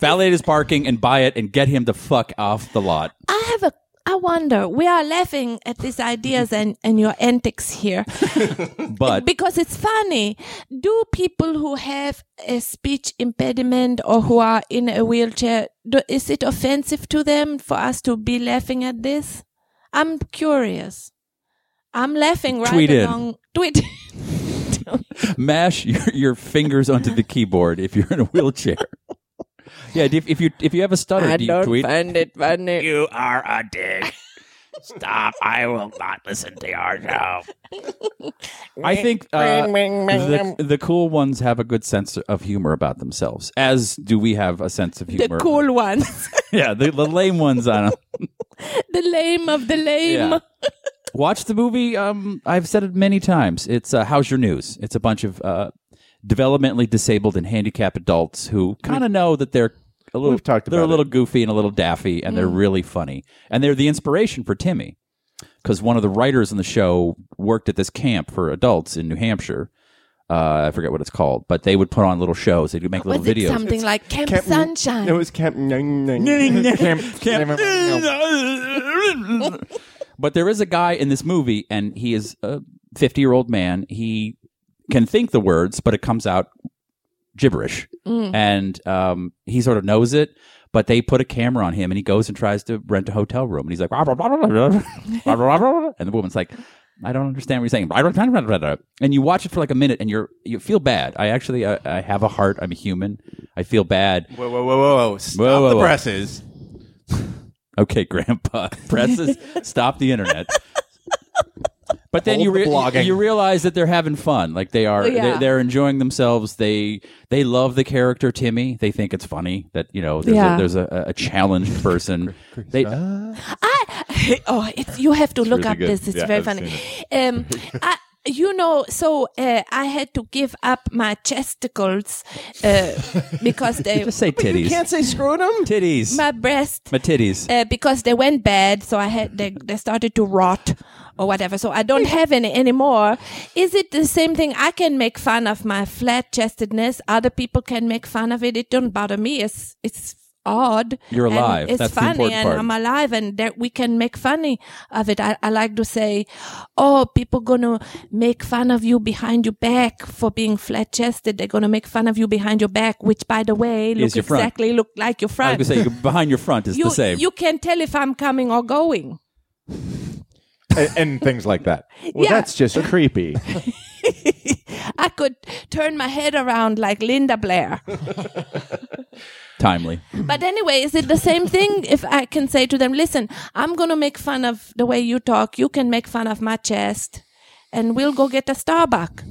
Speaker 5: validate his parking and buy it and get him the fuck off the lot
Speaker 4: I have a. I wonder. We are laughing at these ideas and, and your antics here
Speaker 5: but
Speaker 4: because it's funny. Do people who have a speech impediment or who are in a wheelchair do, is it offensive to them for us to be laughing at this? I'm curious. I'm laughing right
Speaker 5: Tweet in.
Speaker 4: along. Tweet.
Speaker 5: mash your, your fingers onto the keyboard if you're in a wheelchair yeah if, if you if you have a stutter do you tweet
Speaker 4: find it funny.
Speaker 8: You are a dick. Stop. I will not listen to your show.
Speaker 5: I think uh, the, the cool ones have a good sense of humor about themselves, as do we have a sense of humor.
Speaker 4: The cool ones,
Speaker 5: yeah, the, the lame ones. I don't.
Speaker 4: the lame of the lame.
Speaker 5: Yeah. Watch the movie. Um, I've said it many times. It's uh, How's Your News? It's a bunch of uh, developmentally disabled and handicapped adults who kind of know that they're a little
Speaker 2: We've talked
Speaker 5: they're a
Speaker 2: about Mm.
Speaker 5: little goofy and a little daffy, and they're really funny, and they're the inspiration for Timmy. because one of the writers on the show worked at this camp for adults in New Hampshire. Uh, I forget what it's called, but they would put on little shows. They'd make little
Speaker 4: Was it
Speaker 5: videos.
Speaker 4: something like Camp,
Speaker 2: Camp-
Speaker 4: Sunshine?
Speaker 2: No, it was Camp.
Speaker 5: but there is a guy in this movie, and he is a 50 year old man. He can think the words, but it comes out gibberish. And um, he sort of knows it, but they put a camera on him, and he goes and tries to rent a hotel room. And he's like, "Rah, rah, rah, rah, rah, rah, rah, rah, rah, rah." and the woman's like, I don't understand what you're saying. Rah, rah, rah, rah, rah, rah. And you watch it for like a minute, and you're you feel bad. I actually I, I have a heart. I'm a human. I feel bad.
Speaker 2: Whoa, whoa, whoa, whoa! Stop
Speaker 5: Whoa, whoa,
Speaker 2: the
Speaker 5: whoa.
Speaker 2: presses.
Speaker 5: Okay, Grandpa, presses stop the internet. But then
Speaker 2: Hold
Speaker 5: you
Speaker 2: the
Speaker 5: rea-
Speaker 2: blogging.
Speaker 5: you realize that they're having fun, like they are.
Speaker 4: Yeah.
Speaker 5: They're, they're enjoying themselves. They they love the character Timmy. They think it's funny that you know there's,
Speaker 4: Yeah.
Speaker 5: a, there's a, a challenged person. they
Speaker 4: I oh, it's, you have to look
Speaker 3: really
Speaker 4: up
Speaker 3: good.
Speaker 4: this. It's
Speaker 3: Yeah,
Speaker 4: very
Speaker 3: I've
Speaker 4: funny. Um, I, you know, so uh, I had to give up my chesticles uh, because they
Speaker 5: just say titties.
Speaker 2: say scrotum.
Speaker 5: titties.
Speaker 4: my breast
Speaker 5: My titties.
Speaker 4: uh, because they went bad. So I had they, they started to rot or whatever. So I
Speaker 5: Mm.
Speaker 4: don't have any anymore. Is it the same thing? I can make fun of my flat chestedness. Other people can make fun of it. It don't bother me. It's it's odd.
Speaker 5: You're
Speaker 4: And
Speaker 5: alive.
Speaker 4: it's
Speaker 5: That's the
Speaker 4: funny,
Speaker 5: important
Speaker 4: and
Speaker 5: part.
Speaker 4: I'm alive, and that we can make funny of it. I, I like to say, "Oh, people gonna make fun of you behind your back for being flat-chested. They're gonna make fun of you behind your back, which, by the way, looks
Speaker 5: your front.
Speaker 4: exactly look like your
Speaker 5: I
Speaker 4: front.
Speaker 5: was gonna say behind your front is
Speaker 4: you
Speaker 5: the same.
Speaker 4: you can tell if I'm coming or going.
Speaker 3: and, and things like that.
Speaker 2: Well,
Speaker 4: Yeah.
Speaker 2: that's just creepy.
Speaker 4: I could turn my head around like Linda Blair.
Speaker 5: Timely.
Speaker 4: But anyway, is it the same thing if I can say to them, listen, I'm going to make fun of the way you talk. You can make fun of my chest and we'll go get a Starbucks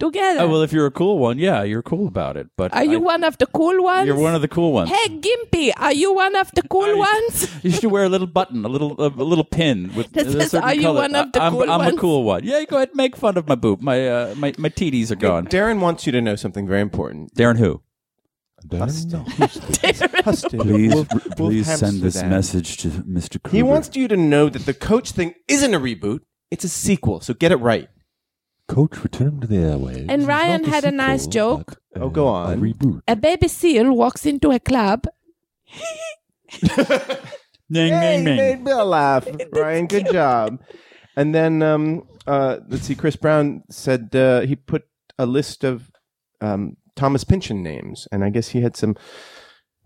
Speaker 4: together.
Speaker 5: Oh, well, if you're a cool one, yeah, you're cool about it. But
Speaker 4: are you
Speaker 5: I-
Speaker 4: one of the cool ones?
Speaker 5: You're one of the cool ones.
Speaker 4: Hey, Gimpy, are you one of the cool ones?
Speaker 5: You should wear a little button, a little a, little pin with
Speaker 4: That
Speaker 5: a
Speaker 4: says,
Speaker 5: certain
Speaker 4: "Are you
Speaker 5: color.
Speaker 4: one of the
Speaker 5: I- I'm,
Speaker 4: cool
Speaker 5: I'm
Speaker 4: ones?"
Speaker 5: a cool one. Yeah, go ahead, make fun of my boob. My uh, my my titties are gone.
Speaker 2: Darren wants you to know something very important.
Speaker 5: Darren, who?
Speaker 2: Huston. Wolf- Wolfhamsterdam.
Speaker 5: message to Mr. Kruger.
Speaker 2: He wants you to know that the coach thing isn't a reboot; it's a sequel. So get it right.
Speaker 9: Coach returned to the airwaves.
Speaker 4: And Ryan
Speaker 9: Not a
Speaker 4: had a nice
Speaker 9: sequel,
Speaker 4: joke.
Speaker 9: but,
Speaker 2: Oh, go
Speaker 9: a
Speaker 2: on.
Speaker 9: reboot.
Speaker 4: A baby seal walks into a club.
Speaker 5: Ning,
Speaker 2: Hey,
Speaker 5: ning, ning.
Speaker 2: made Bill laugh. Ryan, good job. And then um, uh, let's see. Chris Brown said uh, he put a list of um, Thomas Pynchon names, and I guess he had some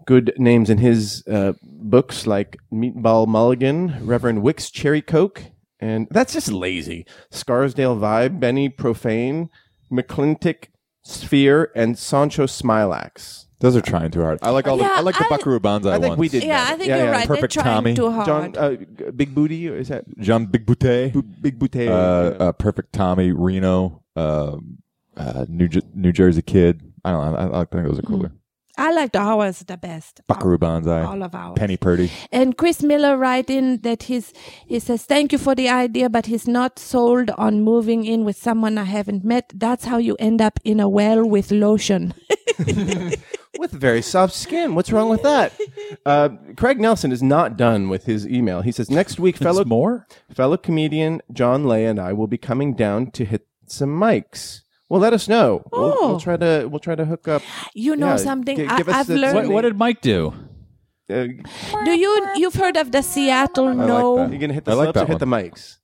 Speaker 2: good names in his uh, books, like Meatball Mulligan, Reverend Wicks Cherry Coke, and that's just lazy. Scarsdale Vibe, Benny Profane, McClintock Sphere, and Sancho Smilax.
Speaker 9: Those are trying too hard. I like all
Speaker 4: Yeah,
Speaker 9: the I like the
Speaker 4: I-
Speaker 9: Buckaroo Banzai
Speaker 2: I think
Speaker 9: ones.
Speaker 2: we did.
Speaker 4: Yeah,
Speaker 2: that.
Speaker 4: I think you're right.
Speaker 9: Perfect
Speaker 4: They're trying
Speaker 9: Tommy.
Speaker 4: too hard.
Speaker 2: John, uh, G- Big Booty, or is that
Speaker 9: John Big Boutte,
Speaker 2: B- Big Booty?
Speaker 9: uh, uh, Perfect Tommy, Reno, um uh, New Jer- New Jersey Kid. I don't know. I, I think those are cooler.
Speaker 4: I liked ours the best.
Speaker 9: Buckaroo Banzai,
Speaker 4: All of ours.
Speaker 9: Penny Purdy.
Speaker 4: And Chris Miller write in that he's he says thank you for the idea, but he's not sold on moving in with someone I haven't met. That's how you end up in a well with lotion.
Speaker 2: with very soft skin. What's wrong with that? Uh, Craig Nelson is not done with his email. He says next week, fellow
Speaker 5: more?
Speaker 2: fellow comedian John Lay and I will be coming down to hit some mics. Well, let us know. We'll,
Speaker 4: Oh.
Speaker 2: we'll try to we'll try to hook up.
Speaker 4: You know
Speaker 2: Yeah,
Speaker 4: something
Speaker 2: gi-
Speaker 4: I,
Speaker 2: give us
Speaker 4: I've
Speaker 2: the-
Speaker 5: What,
Speaker 4: learned.
Speaker 5: what did Mike do?
Speaker 2: Uh,
Speaker 4: Do you you've heard of the Seattle
Speaker 9: I
Speaker 4: No?
Speaker 9: like
Speaker 2: you
Speaker 9: that.
Speaker 2: gonna hit the
Speaker 9: I like
Speaker 2: slopes
Speaker 9: that
Speaker 2: or hit the mics?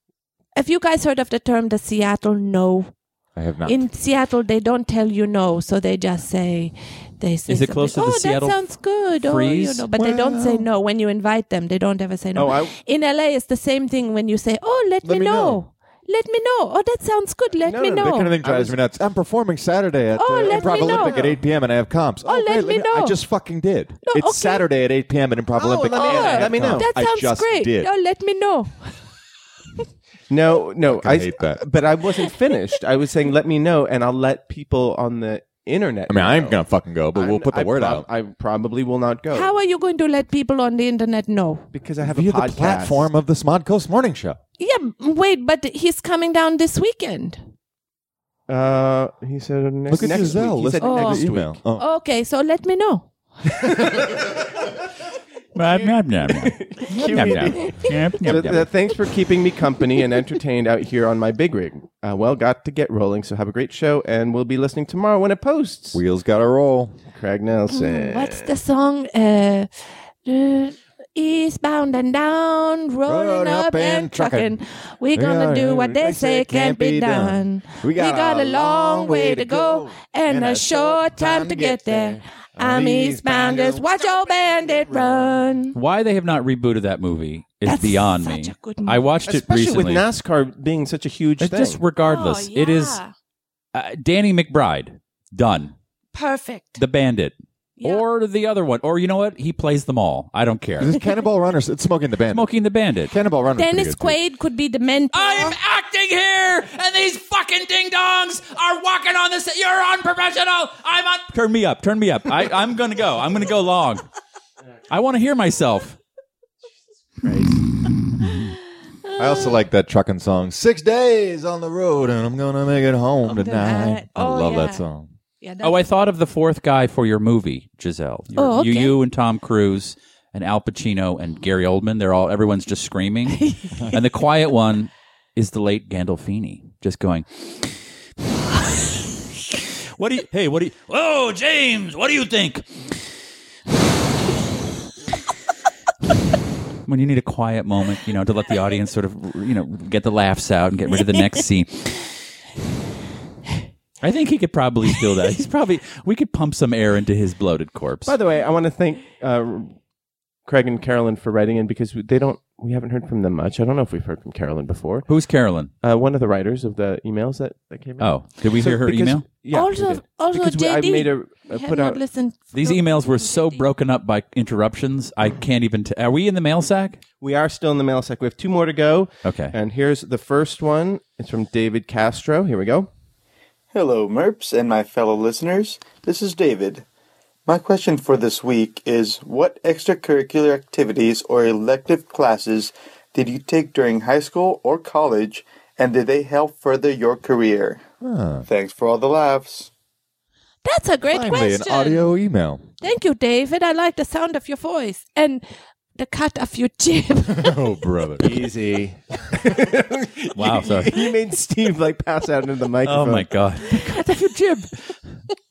Speaker 4: Have you guys heard of the term the Seattle No?
Speaker 9: I have not.
Speaker 4: In Seattle, they don't tell you no, so they just say they say.
Speaker 5: Is it close to
Speaker 4: something,
Speaker 5: the
Speaker 4: oh,
Speaker 5: Seattle
Speaker 4: that sounds good. Oh,
Speaker 5: freeze?
Speaker 4: you know, but they don't say no when you invite them. They don't ever say no.
Speaker 2: Oh, I-
Speaker 4: In LA, it's the same thing when you say, "Oh, let, me, know. Let me know. Oh, that sounds good. Let
Speaker 2: No,
Speaker 4: me
Speaker 2: no, that
Speaker 4: know.
Speaker 9: That kind of thing
Speaker 2: I
Speaker 9: drives me
Speaker 2: was-
Speaker 9: nuts. I'm performing Saturday at
Speaker 4: Oh,
Speaker 9: uh,
Speaker 4: let
Speaker 9: Improv
Speaker 4: me know.
Speaker 9: Olympic at 8 p.m. and I have comps.
Speaker 4: Oh, let me know.
Speaker 9: I just fucking did. it's
Speaker 4: okay.
Speaker 9: Saturday at 8 p.m. at Improv
Speaker 2: Oh,
Speaker 9: Olympic.
Speaker 2: let me
Speaker 9: and
Speaker 2: know.
Speaker 9: I have
Speaker 2: Let me know.
Speaker 9: comps.
Speaker 4: That sounds
Speaker 9: I just
Speaker 4: great.
Speaker 9: Did.
Speaker 4: Oh, let me know.
Speaker 2: No, no,
Speaker 9: Fucking
Speaker 2: I
Speaker 9: hate that.
Speaker 2: But I wasn't finished. I was saying, let me know, and I'll let people on the internet.
Speaker 9: I mean, I ain't
Speaker 2: know.
Speaker 9: gonna fucking go, but we'll
Speaker 2: I'm-
Speaker 9: put the
Speaker 2: I
Speaker 9: word
Speaker 2: prob-
Speaker 9: out.
Speaker 2: I probably will not go
Speaker 4: How are you going to let people on the internet know?
Speaker 2: because I have
Speaker 9: Via
Speaker 2: a podcast.
Speaker 9: the platform of the Smod Coast Morning Show.
Speaker 4: Yeah, wait, but he's coming down this weekend.
Speaker 2: Uh, he said next.
Speaker 9: Look at
Speaker 2: next
Speaker 9: Giselle.
Speaker 2: Week. He said
Speaker 9: Listen to
Speaker 2: next
Speaker 9: this
Speaker 2: week.
Speaker 9: email. Oh.
Speaker 4: Okay, so let me know.
Speaker 2: Th- th- thanks for keeping me company and entertained out here on my big rig. Uh, well, got to get rolling. So have a great show, and we'll be listening tomorrow when it posts.
Speaker 9: Wheels gotta roll.
Speaker 2: Craig Nelson.
Speaker 4: What's the song? Uh, uh, Eastbound and down, rolling
Speaker 9: Rolling
Speaker 4: up, and trucking. We're gonna do what they say can't be done. We got, a long way to go and a short time to get there. I'm eastbounders, watch your bandit run.
Speaker 5: Why they have not rebooted that movie is
Speaker 4: That's
Speaker 5: beyond me.
Speaker 4: such a good movie.
Speaker 5: I watched
Speaker 2: Especially
Speaker 5: it recently.
Speaker 2: with NASCAR being such a huge
Speaker 5: It's
Speaker 2: thing.
Speaker 5: just regardless.
Speaker 4: Oh,
Speaker 5: It is
Speaker 4: yeah.
Speaker 5: uh, Danny McBride done.
Speaker 4: perfect.
Speaker 5: The Bandit.
Speaker 4: Yeah.
Speaker 5: Or the other one. Or you know what? He plays them all. I don't care.
Speaker 9: This is Cannonball Runners. It's smoking the band.
Speaker 5: Smoking the Bandit.
Speaker 9: Cannonball Runners.
Speaker 4: Dennis Quaid could be the mentor.
Speaker 8: I'm acting here, and these fucking ding dongs are walking on this. You're unprofessional. I'm on.
Speaker 5: Turn me up. Turn me up. I, I'm going to go. I'm going to go long. I want to hear myself.
Speaker 9: I also like that trucking song. Six days on the road and I'm gonna make it home
Speaker 4: the
Speaker 9: tonight.
Speaker 4: night. Oh,
Speaker 9: I love
Speaker 4: yeah.
Speaker 9: that song.
Speaker 4: Yeah, that's-
Speaker 5: Oh, I thought of the fourth guy for your movie, Giselle. Your-
Speaker 4: Oh, okay.
Speaker 5: You, you and Tom Cruise and Al Pacino and Gary Oldman. They're all, everyone's just screaming. and the quiet one is the late Gandolfini, just going, What do you, hey, what do you, whoa, James, what do you think? when you need a quiet moment, you know, to let the audience sort of, you know, get the laughs out and get rid of the next scene. I think he could probably feel that. He's probably we could pump some air into his bloated corpse.
Speaker 2: By the way, I want to thank uh, Craig and Carolyn for writing in because they don't. We haven't heard from them much. I don't know if we've heard from Carolyn before.
Speaker 5: Who's Carolyn?
Speaker 2: Uh, one of the writers of the emails that, that came in.
Speaker 5: Oh, did we
Speaker 2: So
Speaker 5: hear her
Speaker 2: because-
Speaker 5: email?
Speaker 2: Yeah, we
Speaker 4: Also-
Speaker 2: did.
Speaker 4: also
Speaker 2: because we- I
Speaker 4: JD.
Speaker 2: made a,
Speaker 4: I
Speaker 2: I
Speaker 4: have
Speaker 2: put
Speaker 4: not
Speaker 2: out
Speaker 4: listened.
Speaker 5: These emails were so broken up by interruptions. I can't even. T- Are we in the mail sack?
Speaker 2: We are still in the mail sack. We have two more to go.
Speaker 5: Okay.
Speaker 2: And here's the first one. It's from David Castro. Here we go.
Speaker 10: Hello, MERPs and my fellow listeners. This is David. My question for this week is What extracurricular activities or elective classes did you take during high school or college, and did they help further your career? Thanks for all the laughs.
Speaker 4: That's a great
Speaker 9: Finally,
Speaker 4: question.
Speaker 9: an audio email.
Speaker 4: Thank you, David. I like the sound of your voice and the cut of your jib.
Speaker 9: oh brother.
Speaker 2: Easy.
Speaker 5: Wow, sorry.
Speaker 2: you made Steve like pass out into the
Speaker 5: Oh
Speaker 2: microphone.
Speaker 5: my god.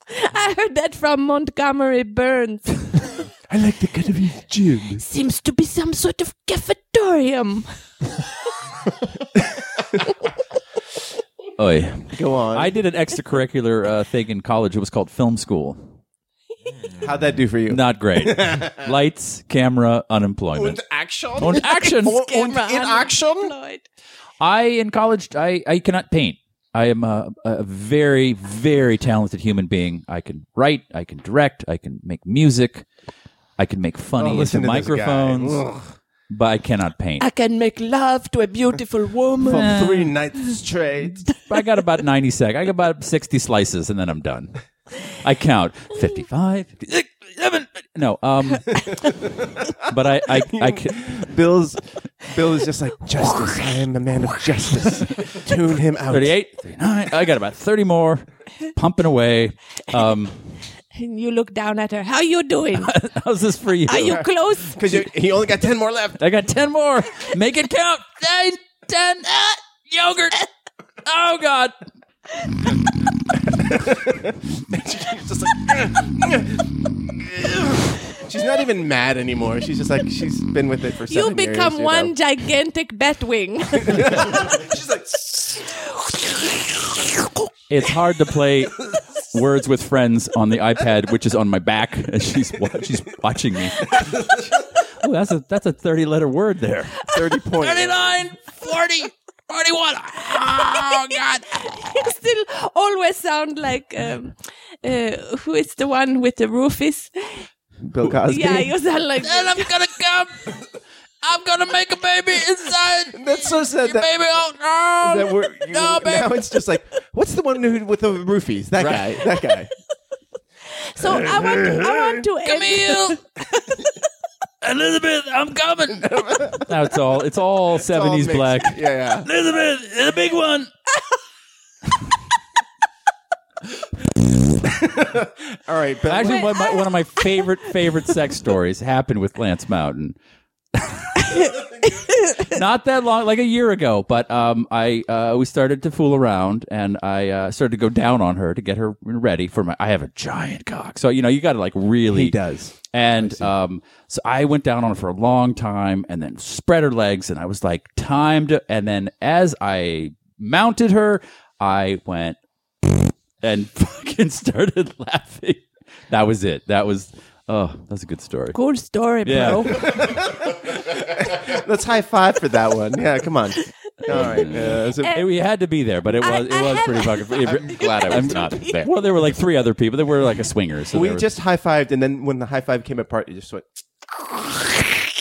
Speaker 4: I heard that from Montgomery Burns.
Speaker 9: I like the cut of his jib.
Speaker 4: Seems to be some sort of cafetorium.
Speaker 5: Oi.
Speaker 2: Go on.
Speaker 5: I did an extracurricular uh, thing in college. It was called film school.
Speaker 2: How'd that do for you?
Speaker 5: Not great. Lights, camera, unemployment.
Speaker 6: action?
Speaker 5: On action.
Speaker 4: Camera
Speaker 6: in
Speaker 4: unemployed.
Speaker 6: action?
Speaker 5: I in college, I, I cannot paint. I am a, a very, very talented human being. I can write, I can direct, I can make music, I can make funny
Speaker 2: Oh,
Speaker 5: into
Speaker 2: listen to this guy.
Speaker 5: microphones, but I cannot paint.
Speaker 4: I can make love to a beautiful woman.
Speaker 2: For three nights straight.
Speaker 5: I got about 90 sec. I got about 60 slices and then I'm done. I count 55, 56, Evan. No, um, but I, I, I can,
Speaker 2: Bill's Bill is just like justice. I am the man of justice. Tune him out.
Speaker 5: 38, 39. I got about 30 more pumping away. Um,
Speaker 4: And you look down at her. How you doing?
Speaker 5: how's this for you?
Speaker 4: Are you close?
Speaker 2: Because he only got ten more left.
Speaker 5: I got 10 more. Make it count.
Speaker 8: Nine, ten, ah, yogurt. Oh God!
Speaker 2: She's not even mad anymore. She's just like she's been with it for.
Speaker 4: You
Speaker 2: seven
Speaker 4: become
Speaker 2: years, you
Speaker 4: one
Speaker 2: know.
Speaker 4: gigantic bat wing.
Speaker 5: It's hard to play words with friends on the iPad, which is on my back as she's, wa- she's watching me. Oh, that's a that's a thirty letter word there.
Speaker 2: Thirty points.
Speaker 8: 39, 40, 41. Oh God!
Speaker 4: you still always sound like um, uh, who is the one with the roof is?
Speaker 2: Bill Cosby.
Speaker 4: Yeah, you sound like
Speaker 6: Uh,
Speaker 8: And I'm gonna come. I'm gonna make a baby inside.
Speaker 2: That's so sad.
Speaker 8: Your
Speaker 2: that-
Speaker 8: baby, oh no!
Speaker 2: that we're, you,
Speaker 8: no, baby.
Speaker 2: now it's just like, what's the one who, with the roofies? That guy. That guy.
Speaker 4: so. I want I want to end.
Speaker 8: Camille, Elizabeth, I'm coming.
Speaker 5: Now it's all it's all seventies
Speaker 2: mixed.
Speaker 5: black.
Speaker 2: Yeah, yeah.
Speaker 8: Elizabeth, the big one.
Speaker 2: All right, but
Speaker 5: Actually, one of, my, one of my favorite favorite sex stories happened with Lance Mountain. Not that long, like a year ago, but um, I uh, we started to fool around, and I uh, started to go down on her to get her ready for my. I have a giant cock, so you know you got to like really.
Speaker 2: he does.
Speaker 5: And um, so I went down on her for a long time and then spread her legs. And I was like, timed. And then as I mounted her, I went and fucking started laughing. That was it. That was, oh, that's a good story.
Speaker 4: Cool story,
Speaker 5: Yeah.
Speaker 4: bro.
Speaker 2: Let's high five for that one. Yeah, come on. All right. Uh, so-
Speaker 5: Hey, we had to be there, but it was
Speaker 4: I-
Speaker 5: it
Speaker 4: I
Speaker 5: was
Speaker 4: have-
Speaker 5: pretty fucking. it-
Speaker 2: I'm glad I was not there.
Speaker 5: well, there were like three other people. There were like a swingers. So
Speaker 2: we
Speaker 5: there was-
Speaker 2: just high fived, and then when the high five came apart, you just went.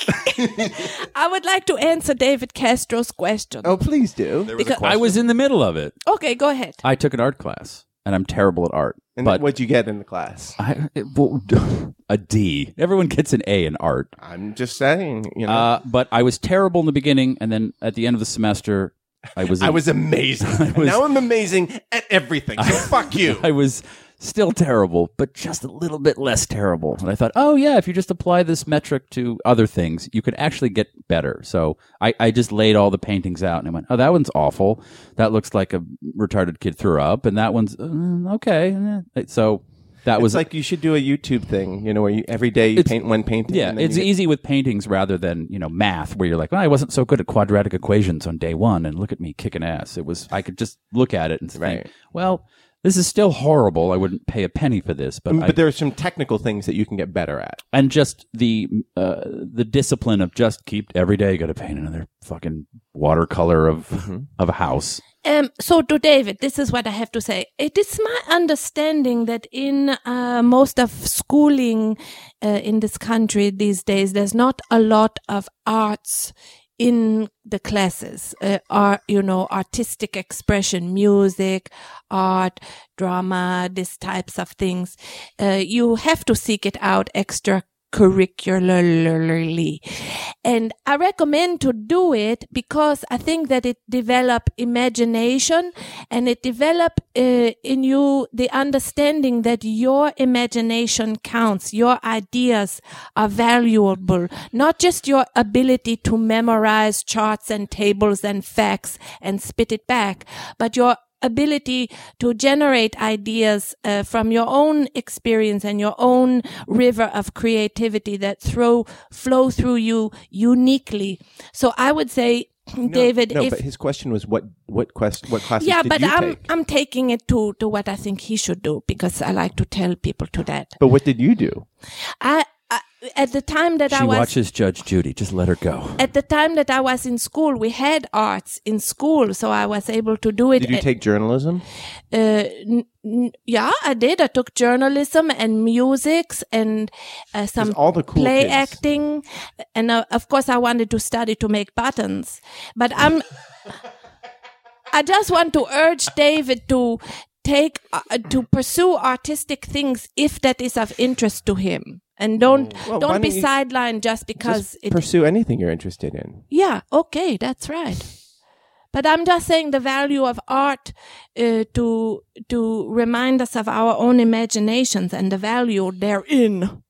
Speaker 4: I would like to answer David Castro's question.
Speaker 2: Oh, please do.
Speaker 9: There was
Speaker 4: Because-
Speaker 9: a
Speaker 5: I
Speaker 9: question.
Speaker 5: was in the middle of it.
Speaker 4: Okay, go ahead.
Speaker 5: I took an art class, and I'm terrible at art.
Speaker 2: And
Speaker 5: but
Speaker 2: what'd you get in the class?
Speaker 5: I, it, well, a D. Everyone gets an A in art.
Speaker 2: I'm just saying. You know,
Speaker 5: Uh, but I was terrible in the beginning, and then at the end of the semester, I was
Speaker 2: I was amazing.
Speaker 5: was-
Speaker 2: now I'm amazing at everything. So fuck you.
Speaker 5: I was still terrible, but just a little bit less terrible. And I thought, oh yeah, if you just apply this metric to other things, you could actually get better. So I, I just laid all the paintings out, and I went, oh, that one's awful. That looks like a retarded kid threw up, and that one's mm, okay. eh." So that was
Speaker 2: It's like you should do a YouTube thing. You know, where you every day you
Speaker 5: It's-
Speaker 2: paint one painting.
Speaker 5: Yeah,
Speaker 2: and then
Speaker 5: it's
Speaker 2: you get-
Speaker 5: easy with paintings rather than you know math, where you're like, well, I wasn't so good at quadratic equations on day one, and look at me kicking ass. It was I could just look at it and think,
Speaker 2: Right.
Speaker 5: well, this is still horrible. I wouldn't pay a penny for this, but, I,
Speaker 2: Mm, But there are some technical things that you can get better at.
Speaker 5: and just the uh, the discipline of just keep every day got to paint another fucking watercolor of of a house.
Speaker 4: Um, so to David, this is what I have to say. It is my understanding that in uh, most of schooling uh, in this country these days, there's not a lot of arts in the classes. Uh, art, you know, artistic expression, music, art, drama, these types of things. Uh, you have to seek it out extra curricularly. And I recommend to do it because I think that it develop imagination and it develop uh, in you the understanding that your imagination counts, your ideas are valuable, not just your ability to memorize charts and tables and facts and spit it back, but your ability to generate ideas uh, from your own experience and your own river of creativity that throw flow through you uniquely. So I would say, David,
Speaker 2: No,
Speaker 4: if
Speaker 2: but his question was what what quest what classes
Speaker 4: yeah,
Speaker 2: did
Speaker 4: but
Speaker 2: you
Speaker 4: I'm
Speaker 2: take?
Speaker 4: I'm taking it to to what I think he should do because I like to tell people to that.
Speaker 2: But what did you do?
Speaker 4: I, I at the time that I
Speaker 5: she
Speaker 4: was
Speaker 5: watches Judge Judy. Just let her go.
Speaker 4: at the time that I was in school, we had arts in school, so I was able to do it.
Speaker 2: Did you take journalism?
Speaker 4: uh, n- n- yeah, I did. I took journalism and musics and uh, some
Speaker 2: all the cool
Speaker 4: play
Speaker 2: kids.
Speaker 4: acting, and uh, of course I wanted to study to make buttons. But I'm, I just want to urge David to take uh, to pursue artistic things if that is of interest to him. and don't
Speaker 2: Well, why
Speaker 4: don't be
Speaker 2: don't you
Speaker 4: sidelined just because
Speaker 2: Just
Speaker 4: it.
Speaker 2: pursue anything you're interested in.
Speaker 4: yeah, okay, that's right. But I'm just saying the value of art uh, to to remind us of our own imaginations and the value therein.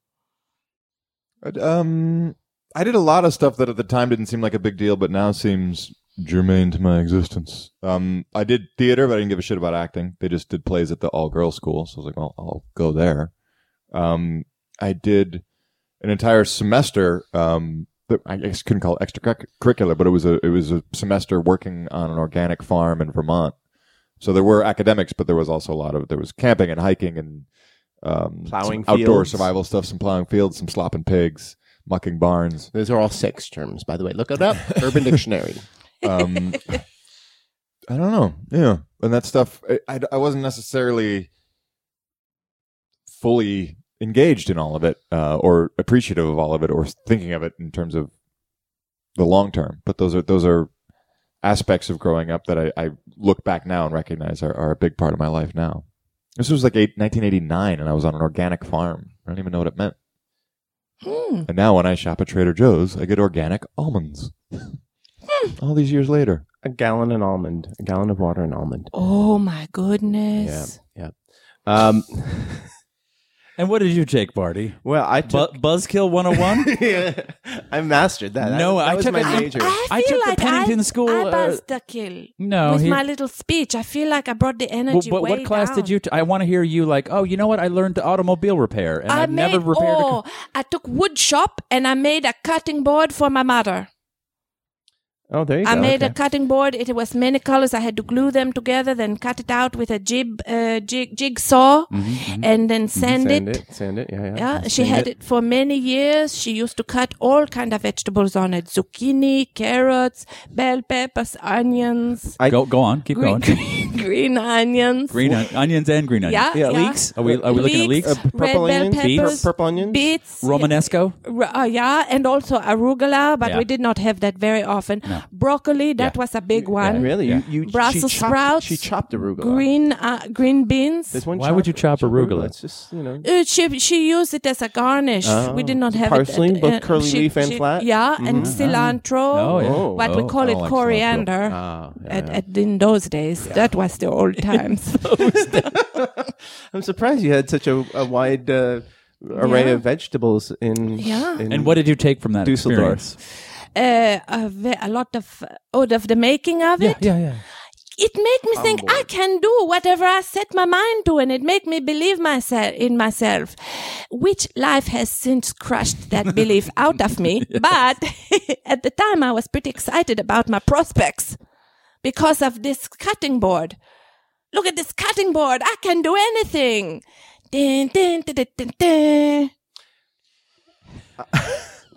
Speaker 3: But, Um, I did a lot of stuff that at the time didn't seem like a big deal, but now seems germane to my existence. Um, I did theater, but I didn't give a shit about acting. They just did plays at the all girls school, so I was like, well, I'll go there. Um, I did an entire semester. Um, that I guess couldn't call it extracurricular, but it was a it was a semester working on an organic farm in Vermont. So there were academics, but there was also a lot of there was camping and hiking and um,
Speaker 2: Plowing
Speaker 3: some outdoor
Speaker 2: fields.
Speaker 3: survival stuff, some plowing fields, some slopping pigs, mucking barns.
Speaker 6: Those are all sex terms, by the way. Look it up. Urban Dictionary.
Speaker 3: Um, I don't know. Yeah, and that stuff. I, I, I wasn't necessarily fully engaged in all of it, uh, or appreciative of all of it, or thinking of it in terms of the long term. But those are those are aspects of growing up that I, I look back now and recognize are, are a big part of my life now. This was like eight, 1989, and I was on an organic farm. I don't even know what it meant. And now, when I shop at Trader Joe's, I get organic almonds. All these years later,
Speaker 2: a gallon an almond, a gallon of water an almond.
Speaker 4: Oh my goodness!
Speaker 2: Yeah, yeah. Um,
Speaker 5: And what did you take, Barty?
Speaker 2: well, I
Speaker 5: Bu-
Speaker 2: took.
Speaker 5: Buzzkill 101?
Speaker 2: I mastered that.
Speaker 5: No,
Speaker 2: that
Speaker 5: I
Speaker 2: was
Speaker 5: took
Speaker 2: my
Speaker 5: a-
Speaker 2: major.
Speaker 4: I,
Speaker 5: I
Speaker 4: feel
Speaker 5: took the
Speaker 4: like
Speaker 5: Pennington
Speaker 4: I,
Speaker 5: School,
Speaker 4: I
Speaker 5: uh,
Speaker 4: buzzed the kill.
Speaker 5: no,
Speaker 4: with
Speaker 5: he-
Speaker 4: my little speech, I feel like I brought the
Speaker 5: Well,
Speaker 4: energy.
Speaker 5: but
Speaker 4: way
Speaker 5: what class
Speaker 4: down.
Speaker 5: did you? T- I want to hear you like, oh, you know what? I learned the automobile repair, and
Speaker 4: I
Speaker 5: I've
Speaker 4: made.
Speaker 5: never repaired.
Speaker 4: oh,
Speaker 5: a
Speaker 4: I took wood shop and I made a cutting board for my mother.
Speaker 2: Oh, there you
Speaker 4: I
Speaker 2: go.
Speaker 4: made
Speaker 2: okay.
Speaker 4: a cutting board. It was many colors. I had to glue them together, then cut it out with a jib, uh, jig, jigsaw, and then sand,
Speaker 2: Sand
Speaker 4: it.
Speaker 2: it. Sand it. Yeah, yeah.
Speaker 4: Yeah, she
Speaker 2: Sand
Speaker 4: had it. for many years. She used to cut all kind of vegetables on it: zucchini, carrots, bell peppers, onions,
Speaker 2: I-
Speaker 5: go, go on, keep
Speaker 4: green,
Speaker 5: going.
Speaker 4: green, green onions.
Speaker 5: Green on- onions and green onions.
Speaker 4: Yeah, yeah.
Speaker 5: leeks. Are we? Are we looking at leeks?
Speaker 2: Uh, purple
Speaker 4: red bell
Speaker 2: onions?
Speaker 5: Beets?
Speaker 4: peppers,
Speaker 2: Purple onions?
Speaker 4: beets,
Speaker 5: Romanesco.
Speaker 4: r- uh, yeah, and also arugula, but
Speaker 5: Yeah.
Speaker 4: we did not have that very often. Broccoli, that
Speaker 5: Yeah.
Speaker 4: was a big one.
Speaker 2: Really? You, you, she
Speaker 4: Brussels
Speaker 2: chopped-
Speaker 4: sprouts,
Speaker 2: She chopped arugula.
Speaker 4: Green, uh, green beans.
Speaker 2: There's one
Speaker 5: Why would you chop arugula?
Speaker 2: It's just you know.
Speaker 4: Uh, she she used it as a garnish. we did not
Speaker 2: Oh.
Speaker 4: have
Speaker 2: Parsley,
Speaker 4: it. Uh,
Speaker 2: both
Speaker 4: at-
Speaker 2: curly leaf and flat? Mm-hmm.
Speaker 4: Yeah, and cilantro.
Speaker 5: Oh, yeah.
Speaker 2: Oh.
Speaker 4: What we call it
Speaker 3: like cilantro.
Speaker 4: coriander.
Speaker 2: Ah, yeah,
Speaker 4: at,
Speaker 2: yeah.
Speaker 4: at, in those days, that was the old times.
Speaker 2: I'm surprised you had such a, a wide uh, array
Speaker 4: Yeah.
Speaker 2: of vegetables in.
Speaker 4: Yeah.
Speaker 2: in-
Speaker 5: And what did you take from that
Speaker 2: Dusseldorf.
Speaker 5: experience?
Speaker 4: uh, a, ve- a lot of oh, of the making of it.
Speaker 5: Yeah, yeah.
Speaker 4: It made me think I can do whatever I set my mind to, and it made me believe myself in myself, which life has since crushed that belief out of me. But at the time, I was pretty excited about my prospects because of this cutting board. Look at this cutting board! I can do anything. Dun, dun, dun, dun, dun, dun.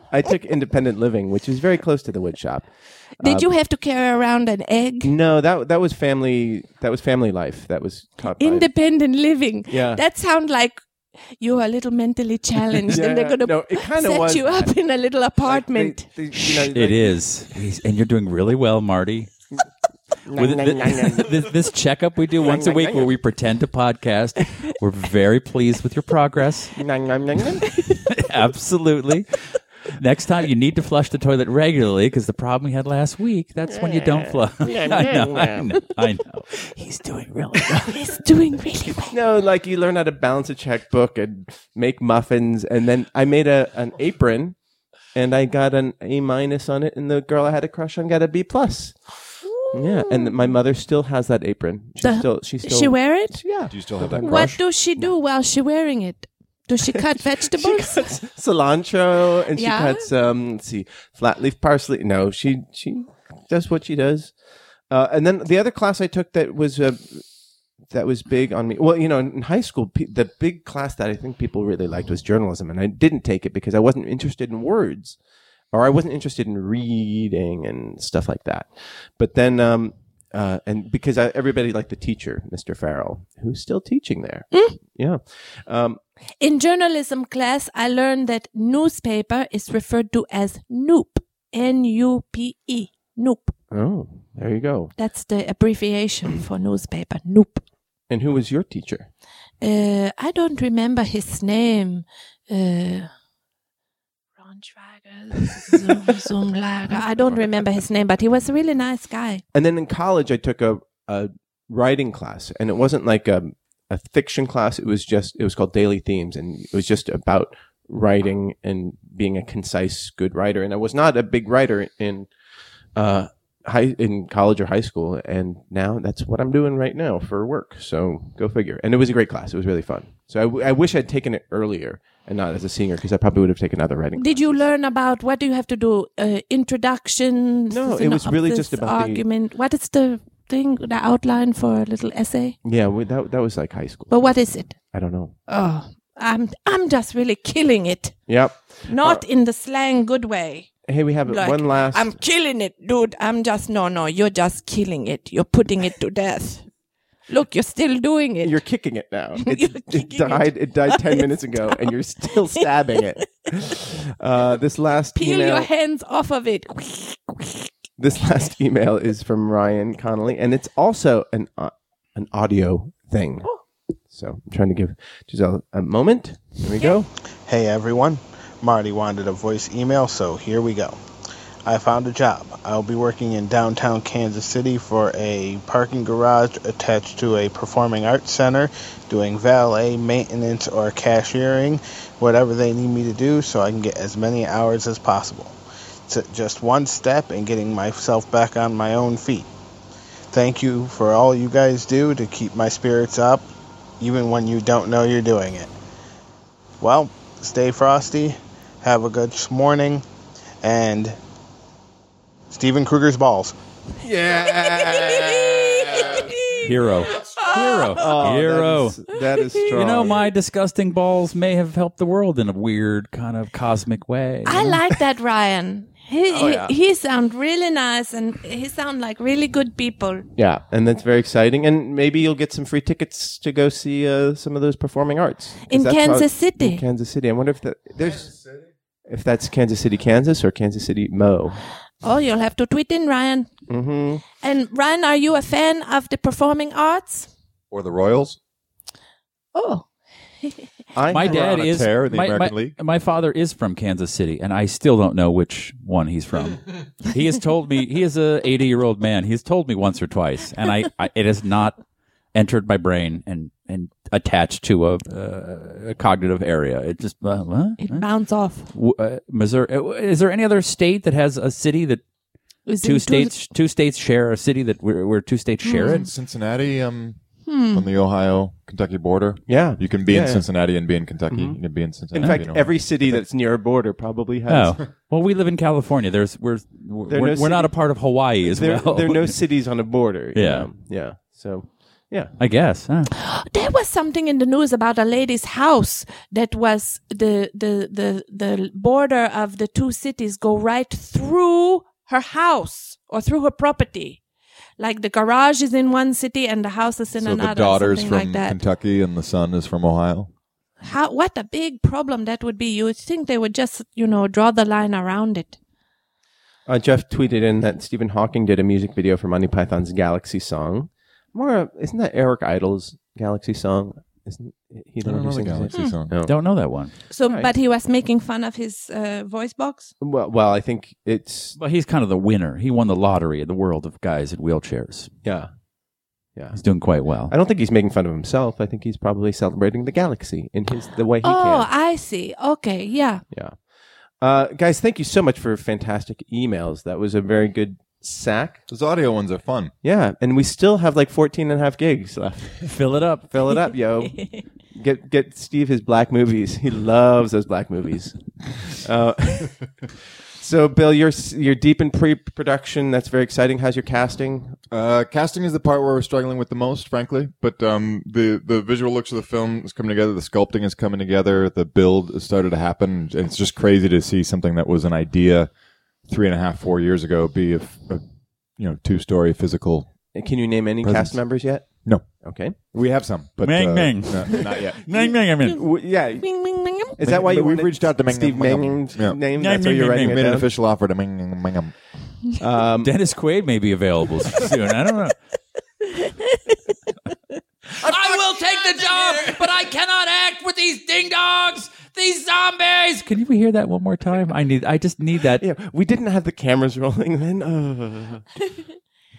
Speaker 2: I took independent living, which is very close to the wood shop.
Speaker 4: Did you have to carry around an egg?
Speaker 2: No, that that was family. That was family life. That was taught by-
Speaker 4: independent living.
Speaker 2: Yeah.
Speaker 4: That sound like you are a little mentally challenged and they're
Speaker 2: Yeah,
Speaker 4: going to
Speaker 2: no, it kinda
Speaker 4: set
Speaker 2: was-
Speaker 4: you up in a little
Speaker 2: like, they-
Speaker 4: apartment.
Speaker 2: they- you know,
Speaker 5: It
Speaker 2: like-
Speaker 5: is. He's- and you're doing really well, Marty. With thi- this, this checkup we do once a week where we pretend to podcast. We're very pleased with your progress.
Speaker 2: Nom, nom, nom, nom.
Speaker 5: Absolutely. Next time you need to flush the toilet regularly because the problem we had last week, that's when you don't flush. I know, I know, I know. He's doing really well.
Speaker 4: He's doing really well.
Speaker 2: No, like you learn how to balance a checkbook and make muffins, and then I made a an apron, and I got an A minus on it, and the girl I had a crush on got a B plus. Yeah, and my mother still has that apron. She
Speaker 4: The-
Speaker 2: still she still
Speaker 4: she wear it?
Speaker 2: Yeah,
Speaker 3: you still have that
Speaker 4: What does she do while she wearing it? Does she cut vegetables?
Speaker 2: cilantro, and she
Speaker 4: Yeah.
Speaker 2: cuts um, let's see, flat leaf parsley. No, she she does what she does. Uh, and then the other class I took that was uh, that was big on me. Well, you know, in in high school, pe- the big class that I think people really liked was journalism, and I didn't take it because I wasn't interested in words, or I wasn't interested in reading and stuff like that. But then, um, uh, and because I, everybody liked the teacher, Mr. Farrell, who's still teaching there. Yeah, um,
Speaker 4: In journalism class, I learned that newspaper is referred to as noop. N U P E. Noop.
Speaker 2: Oh, there you go.
Speaker 4: That's the
Speaker 2: Mm.
Speaker 4: abbreviation for newspaper. Noop.
Speaker 2: And who was your teacher?
Speaker 4: Uh, I don't remember his name. Uh, Zoom Lager. I don't remember his name, but he was a really nice guy.
Speaker 2: And then in college, I took a, a writing class, and it wasn't like a, a fiction class. It was just it was called Daily Themes, and it was just about writing and being a concise, good writer. And I was not a big writer in uh, high in college or high school, and now that's what I'm doing right now for work. So go figure. And it was a great class. It was really fun. So I, w- I wish I'd taken it earlier and not as a senior because I probably would have taken other writing.
Speaker 4: Did you learn about what do you have to do? Uh, introduction?
Speaker 2: No, it was really just about the-
Speaker 4: argument. What is the thing? The outline for a little essay?
Speaker 2: Yeah, we, that that was like high school.
Speaker 4: But what is it?
Speaker 2: I don't know.
Speaker 4: Oh, I'm I'm just really killing it.
Speaker 2: Yep.
Speaker 4: Not
Speaker 2: Uh,
Speaker 4: in the slang good way.
Speaker 2: Hey, we have
Speaker 4: Like,
Speaker 2: one last.
Speaker 4: I'm killing it, dude. I'm just no, no. You're just killing it. You're putting it to death. Look, you're still doing it.
Speaker 2: You're kicking it now. It's, it died. It. died ten minutes ago, and you're still stabbing it. Uh, this last
Speaker 4: Peel
Speaker 2: email.
Speaker 4: your hands off of it.
Speaker 2: This last email is from Ryan Connolly, and it's also an au- an audio thing.
Speaker 4: Oh.
Speaker 2: So I'm trying to give Giselle a moment. Here we go.
Speaker 11: Hey everyone, Marty wanted a voice email, so here we go. I found a job. I'll be working in downtown Kansas City for a parking garage attached to a performing arts center, doing valet, maintenance, or cashiering, whatever they need me to do, so I can get as many hours as possible. It's just one step in getting myself back on my own feet. Thank you for all you guys do to keep my spirits up, even when you don't know you're doing it. Well, stay frosty, have a good morning, and Steven Kruger's balls.
Speaker 5: Hero. Hero.
Speaker 11: Oh,
Speaker 5: Hero.
Speaker 11: that is- that is
Speaker 5: You know,
Speaker 2: Oh,
Speaker 11: strong.
Speaker 5: my disgusting balls may have helped the world in a weird kind of cosmic way.
Speaker 4: I like that Ryan. He
Speaker 5: Oh, yeah.
Speaker 4: he, he sound really nice, and he sound like really good people.
Speaker 2: Yeah, and that's very exciting. And maybe you'll get some free tickets to go see uh, some of those performing arts 'Cause
Speaker 4: In
Speaker 2: that's how-
Speaker 4: Kansas City.
Speaker 2: In Kansas City. I wonder if that there's if that's Kansas City, Kansas, or Kansas City, Mo.
Speaker 4: Oh, you'll have to tweet in Ryan.
Speaker 2: Mm-hmm.
Speaker 4: And Ryan, are you a fan of the performing arts?
Speaker 9: Or the Royals?
Speaker 4: Oh,
Speaker 5: my
Speaker 9: We're
Speaker 5: dad
Speaker 9: on a
Speaker 5: is
Speaker 9: tear in the
Speaker 5: my,
Speaker 9: American
Speaker 5: my-
Speaker 9: League.
Speaker 5: my father is from Kansas City, and I still don't know which one he's from. he has told me he is a 80 year old man. He's told me once or twice, and I, I it has not entered my brain and and attached to a, uh, a cognitive area. It just uh, huh?
Speaker 4: it bounce off.
Speaker 5: W- uh, Missouri. uh, Is there any other state that has a city that
Speaker 4: Is it
Speaker 5: two
Speaker 4: two-
Speaker 5: states two states share a city that where, where two states share
Speaker 3: Hmm.
Speaker 9: In
Speaker 5: it?
Speaker 9: Cincinnati, um,
Speaker 4: Hmm.
Speaker 9: on the Ohio Kentucky border.
Speaker 2: Yeah.
Speaker 9: You can be
Speaker 2: Yeah,
Speaker 9: in
Speaker 2: yeah.
Speaker 9: Cincinnati and be in Kentucky.
Speaker 2: Mhm.
Speaker 9: You can be in Cincinnati.
Speaker 2: In fact,
Speaker 9: you know.
Speaker 2: every city that's near a border probably has.
Speaker 5: Oh well, we live in California. There's we're we're,
Speaker 2: There are
Speaker 5: we're,
Speaker 2: no
Speaker 5: we're not
Speaker 2: city-
Speaker 5: a part of Hawaii as
Speaker 2: there,
Speaker 5: well.
Speaker 2: there are no cities on a border. you
Speaker 5: Yeah.
Speaker 2: know? yeah. So, yeah,
Speaker 5: I guess. huh.
Speaker 4: There was something in the news about a lady's house that was the the the the border of the two cities go right through her house or through her property. Like the garage is in one city and the house is in
Speaker 9: so
Speaker 4: another.
Speaker 9: the daughter's
Speaker 4: something
Speaker 9: from
Speaker 4: like that.
Speaker 9: Kentucky and the son is from Ohio.
Speaker 4: How what a big problem that would be. You would think they would just, you know, draw the line around it.
Speaker 2: Uh, Jeff tweeted in that Stephen Hawking did a music video for Monty Python's Galaxy song. More, of- isn't that Eric Idle's Galaxy song? Isn't he the
Speaker 9: I
Speaker 2: one
Speaker 9: don't know
Speaker 2: who
Speaker 9: the
Speaker 2: sings Oh. it?
Speaker 9: Galaxy
Speaker 4: Hmm.
Speaker 9: song.
Speaker 2: No.
Speaker 5: Don't know that one.
Speaker 4: So
Speaker 2: Right.
Speaker 4: but he was making fun of his uh, voice box.
Speaker 2: Well, well, I think it's
Speaker 5: But he's kind of the winner. He won the lottery of the world of guys in wheelchairs.
Speaker 2: yeah, yeah.
Speaker 5: He's doing quite well.
Speaker 2: I don't think he's making fun of himself. I think he's probably celebrating the galaxy in his the way he
Speaker 4: oh,
Speaker 2: can.
Speaker 4: I see. Okay, yeah.
Speaker 2: Yeah, uh, guys, thank you so much for fantastic emails. That was a very good sack.
Speaker 9: Those audio ones are fun.
Speaker 2: Yeah, and we still have like 14 and a half gigs left.
Speaker 5: Fill it up.
Speaker 2: Fill it up, yo. Get get Steve his black movies. He loves those black movies. Uh, so, Bill, you're s- you're deep in pre-production. That's very exciting. How's your casting?
Speaker 9: Uh, casting is the part where we're struggling with the most, frankly. But um, the the visual looks of the film is coming together. The sculpting is coming together. The build has started to happen. And it's just crazy to see something that was an idea three and a half, four years ago be a, f- a, you know two story physical.
Speaker 2: Can you name any
Speaker 9: Presence.
Speaker 2: cast members yet?
Speaker 9: No,
Speaker 2: Okay.
Speaker 9: we have some, but
Speaker 5: Ming,
Speaker 9: uh,
Speaker 5: ming.
Speaker 9: no, not yet.
Speaker 5: Ming, ming, I mean.
Speaker 2: W- yeah.
Speaker 4: Bing, bing, bing.
Speaker 2: Is that why
Speaker 9: But
Speaker 2: you
Speaker 9: we've
Speaker 2: wanted
Speaker 9: reached out to Ming-
Speaker 2: Steve
Speaker 9: Ming-
Speaker 2: Mangum's
Speaker 9: Yeah.
Speaker 2: name?
Speaker 5: Ming-
Speaker 2: That's what
Speaker 5: Ming-
Speaker 2: you're writing
Speaker 5: Ming-
Speaker 9: Made an
Speaker 2: it down?
Speaker 9: official offer to Ming, Ming, Ming, Ming.
Speaker 2: Um,
Speaker 5: Dennis Quaid may be available soon. I don't know.
Speaker 8: I will take the job, but I cannot act with these ding dogs, these zombies. guys.
Speaker 5: Can you hear that one more time? I need. I just need that.
Speaker 2: Yeah, we didn't have the cameras rolling then.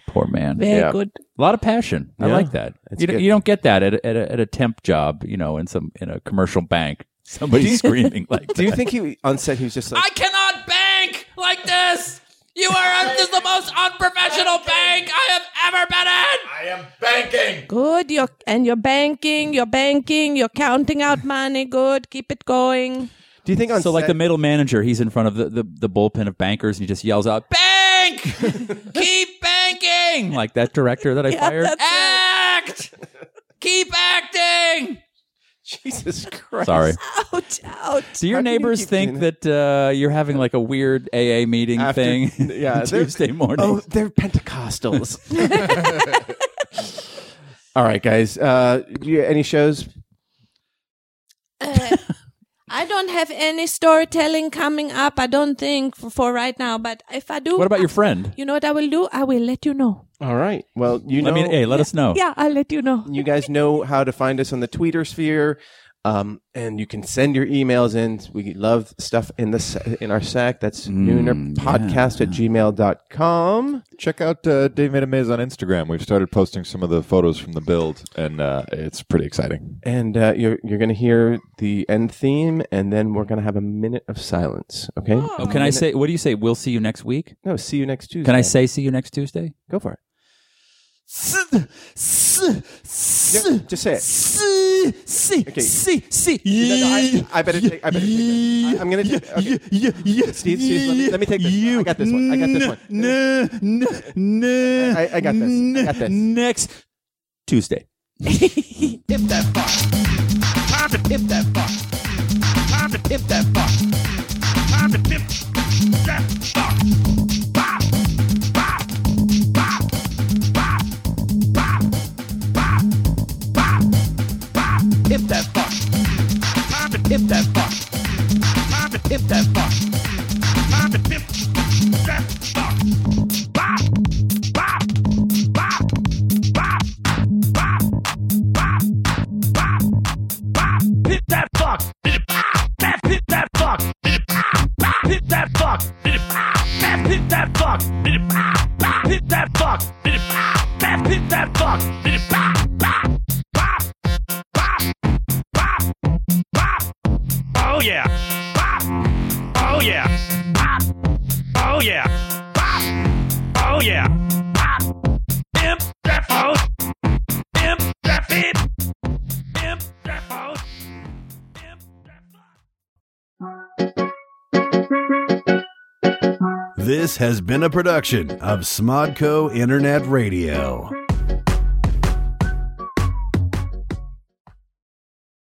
Speaker 5: Poor man.
Speaker 4: Very Yeah. good.
Speaker 5: A lot of passion. I
Speaker 2: Yeah.
Speaker 5: like that.
Speaker 2: It's
Speaker 5: You, don't-
Speaker 2: good.
Speaker 5: you don't get that at a, at, a, at a temp job. You know, in some in a commercial bank, somebody screaming like.
Speaker 2: Do you
Speaker 5: that.
Speaker 2: think he on set he was just like?
Speaker 8: I cannot bank like this. You are this is the most unprofessional bank I have ever been in. I am banking.
Speaker 4: Good. You're, and you're banking, you're banking, you're counting out money. Good. Keep it going.
Speaker 2: Do you think
Speaker 5: so? Like the middle manager, he's in front of the, the, the bullpen of bankers, and he just yells out,
Speaker 8: Bank. Keep banking.
Speaker 5: "Bang!" Like that director that I fired.
Speaker 8: Act. Keep acting.
Speaker 2: Jesus Christ.
Speaker 5: Sorry.
Speaker 4: Ouch, ouch.
Speaker 5: Do your neighbors think that uh, you're having like a weird AA meeting
Speaker 2: After-
Speaker 5: thing?
Speaker 2: yeah, they're-
Speaker 5: Tuesday morning.
Speaker 2: Oh, they're Pentecostals. All right, guys. Uh, do you, any shows?
Speaker 4: I don't have any storytelling coming up, I don't think, for, for right now. But if I do.
Speaker 5: What about your friend?
Speaker 4: You know what I will do? I will let you know.
Speaker 2: All right. Well, you
Speaker 5: Let
Speaker 2: know.
Speaker 5: me- hey, let us know.
Speaker 4: Yeah, I'll let you know.
Speaker 2: You guys know how to find us on the Twitter sphere, um, and you can send your emails in. We love stuff in the sa- in our sack. That's
Speaker 5: Mm,
Speaker 2: noonerpodcast at gmail.com.
Speaker 9: Check out uh, Dave Made a Maze on Instagram. We've started posting some of the photos from the build, and uh, it's pretty exciting.
Speaker 2: And uh, you're you're gonna hear the end theme, and then we're gonna have a minute of silence. Okay.
Speaker 5: Oh, can I say? What do you say? We'll see you next week.
Speaker 2: No, see you next Tuesday.
Speaker 5: Can I say see you next Tuesday?
Speaker 2: Go for it.
Speaker 8: See,
Speaker 2: just say it.
Speaker 8: see, see,
Speaker 2: Okay.
Speaker 8: see, see.
Speaker 2: No, no, I, I better take. I better take this. I, am gonna. Take, okay. Steve, Steve, let me, let me take this. I got this one. I got this one.
Speaker 5: No, no, no.
Speaker 2: I, I got this. I got this.
Speaker 5: Next Tuesday.
Speaker 8: If that fuck. Time to if that fuck. Time to if that fuck. Time to if that fuck. Bop, bop, bop, bop, bop, bop, bop, bop. If that fuck. Time to if that fuck. Time to if that fuck. Time to if that fuck. Bop, bop, bop, bop, bop. Bop, bop, bop. Hit that fuck. Bap, hit that fuck. Bap, hit that fuck. Bap, hit that fuck. Bap, hit that fuck. Bap, hit that fuck. Bap, bap, bap, bap, bap, bap. Oh yeah. Bop. Oh yeah. Bop. Oh yeah. Bop. Oh yeah. Bop. Imp that fuck. Imp that beat. Imp that fuck.
Speaker 1: This has been a production of Smodco Internet Radio.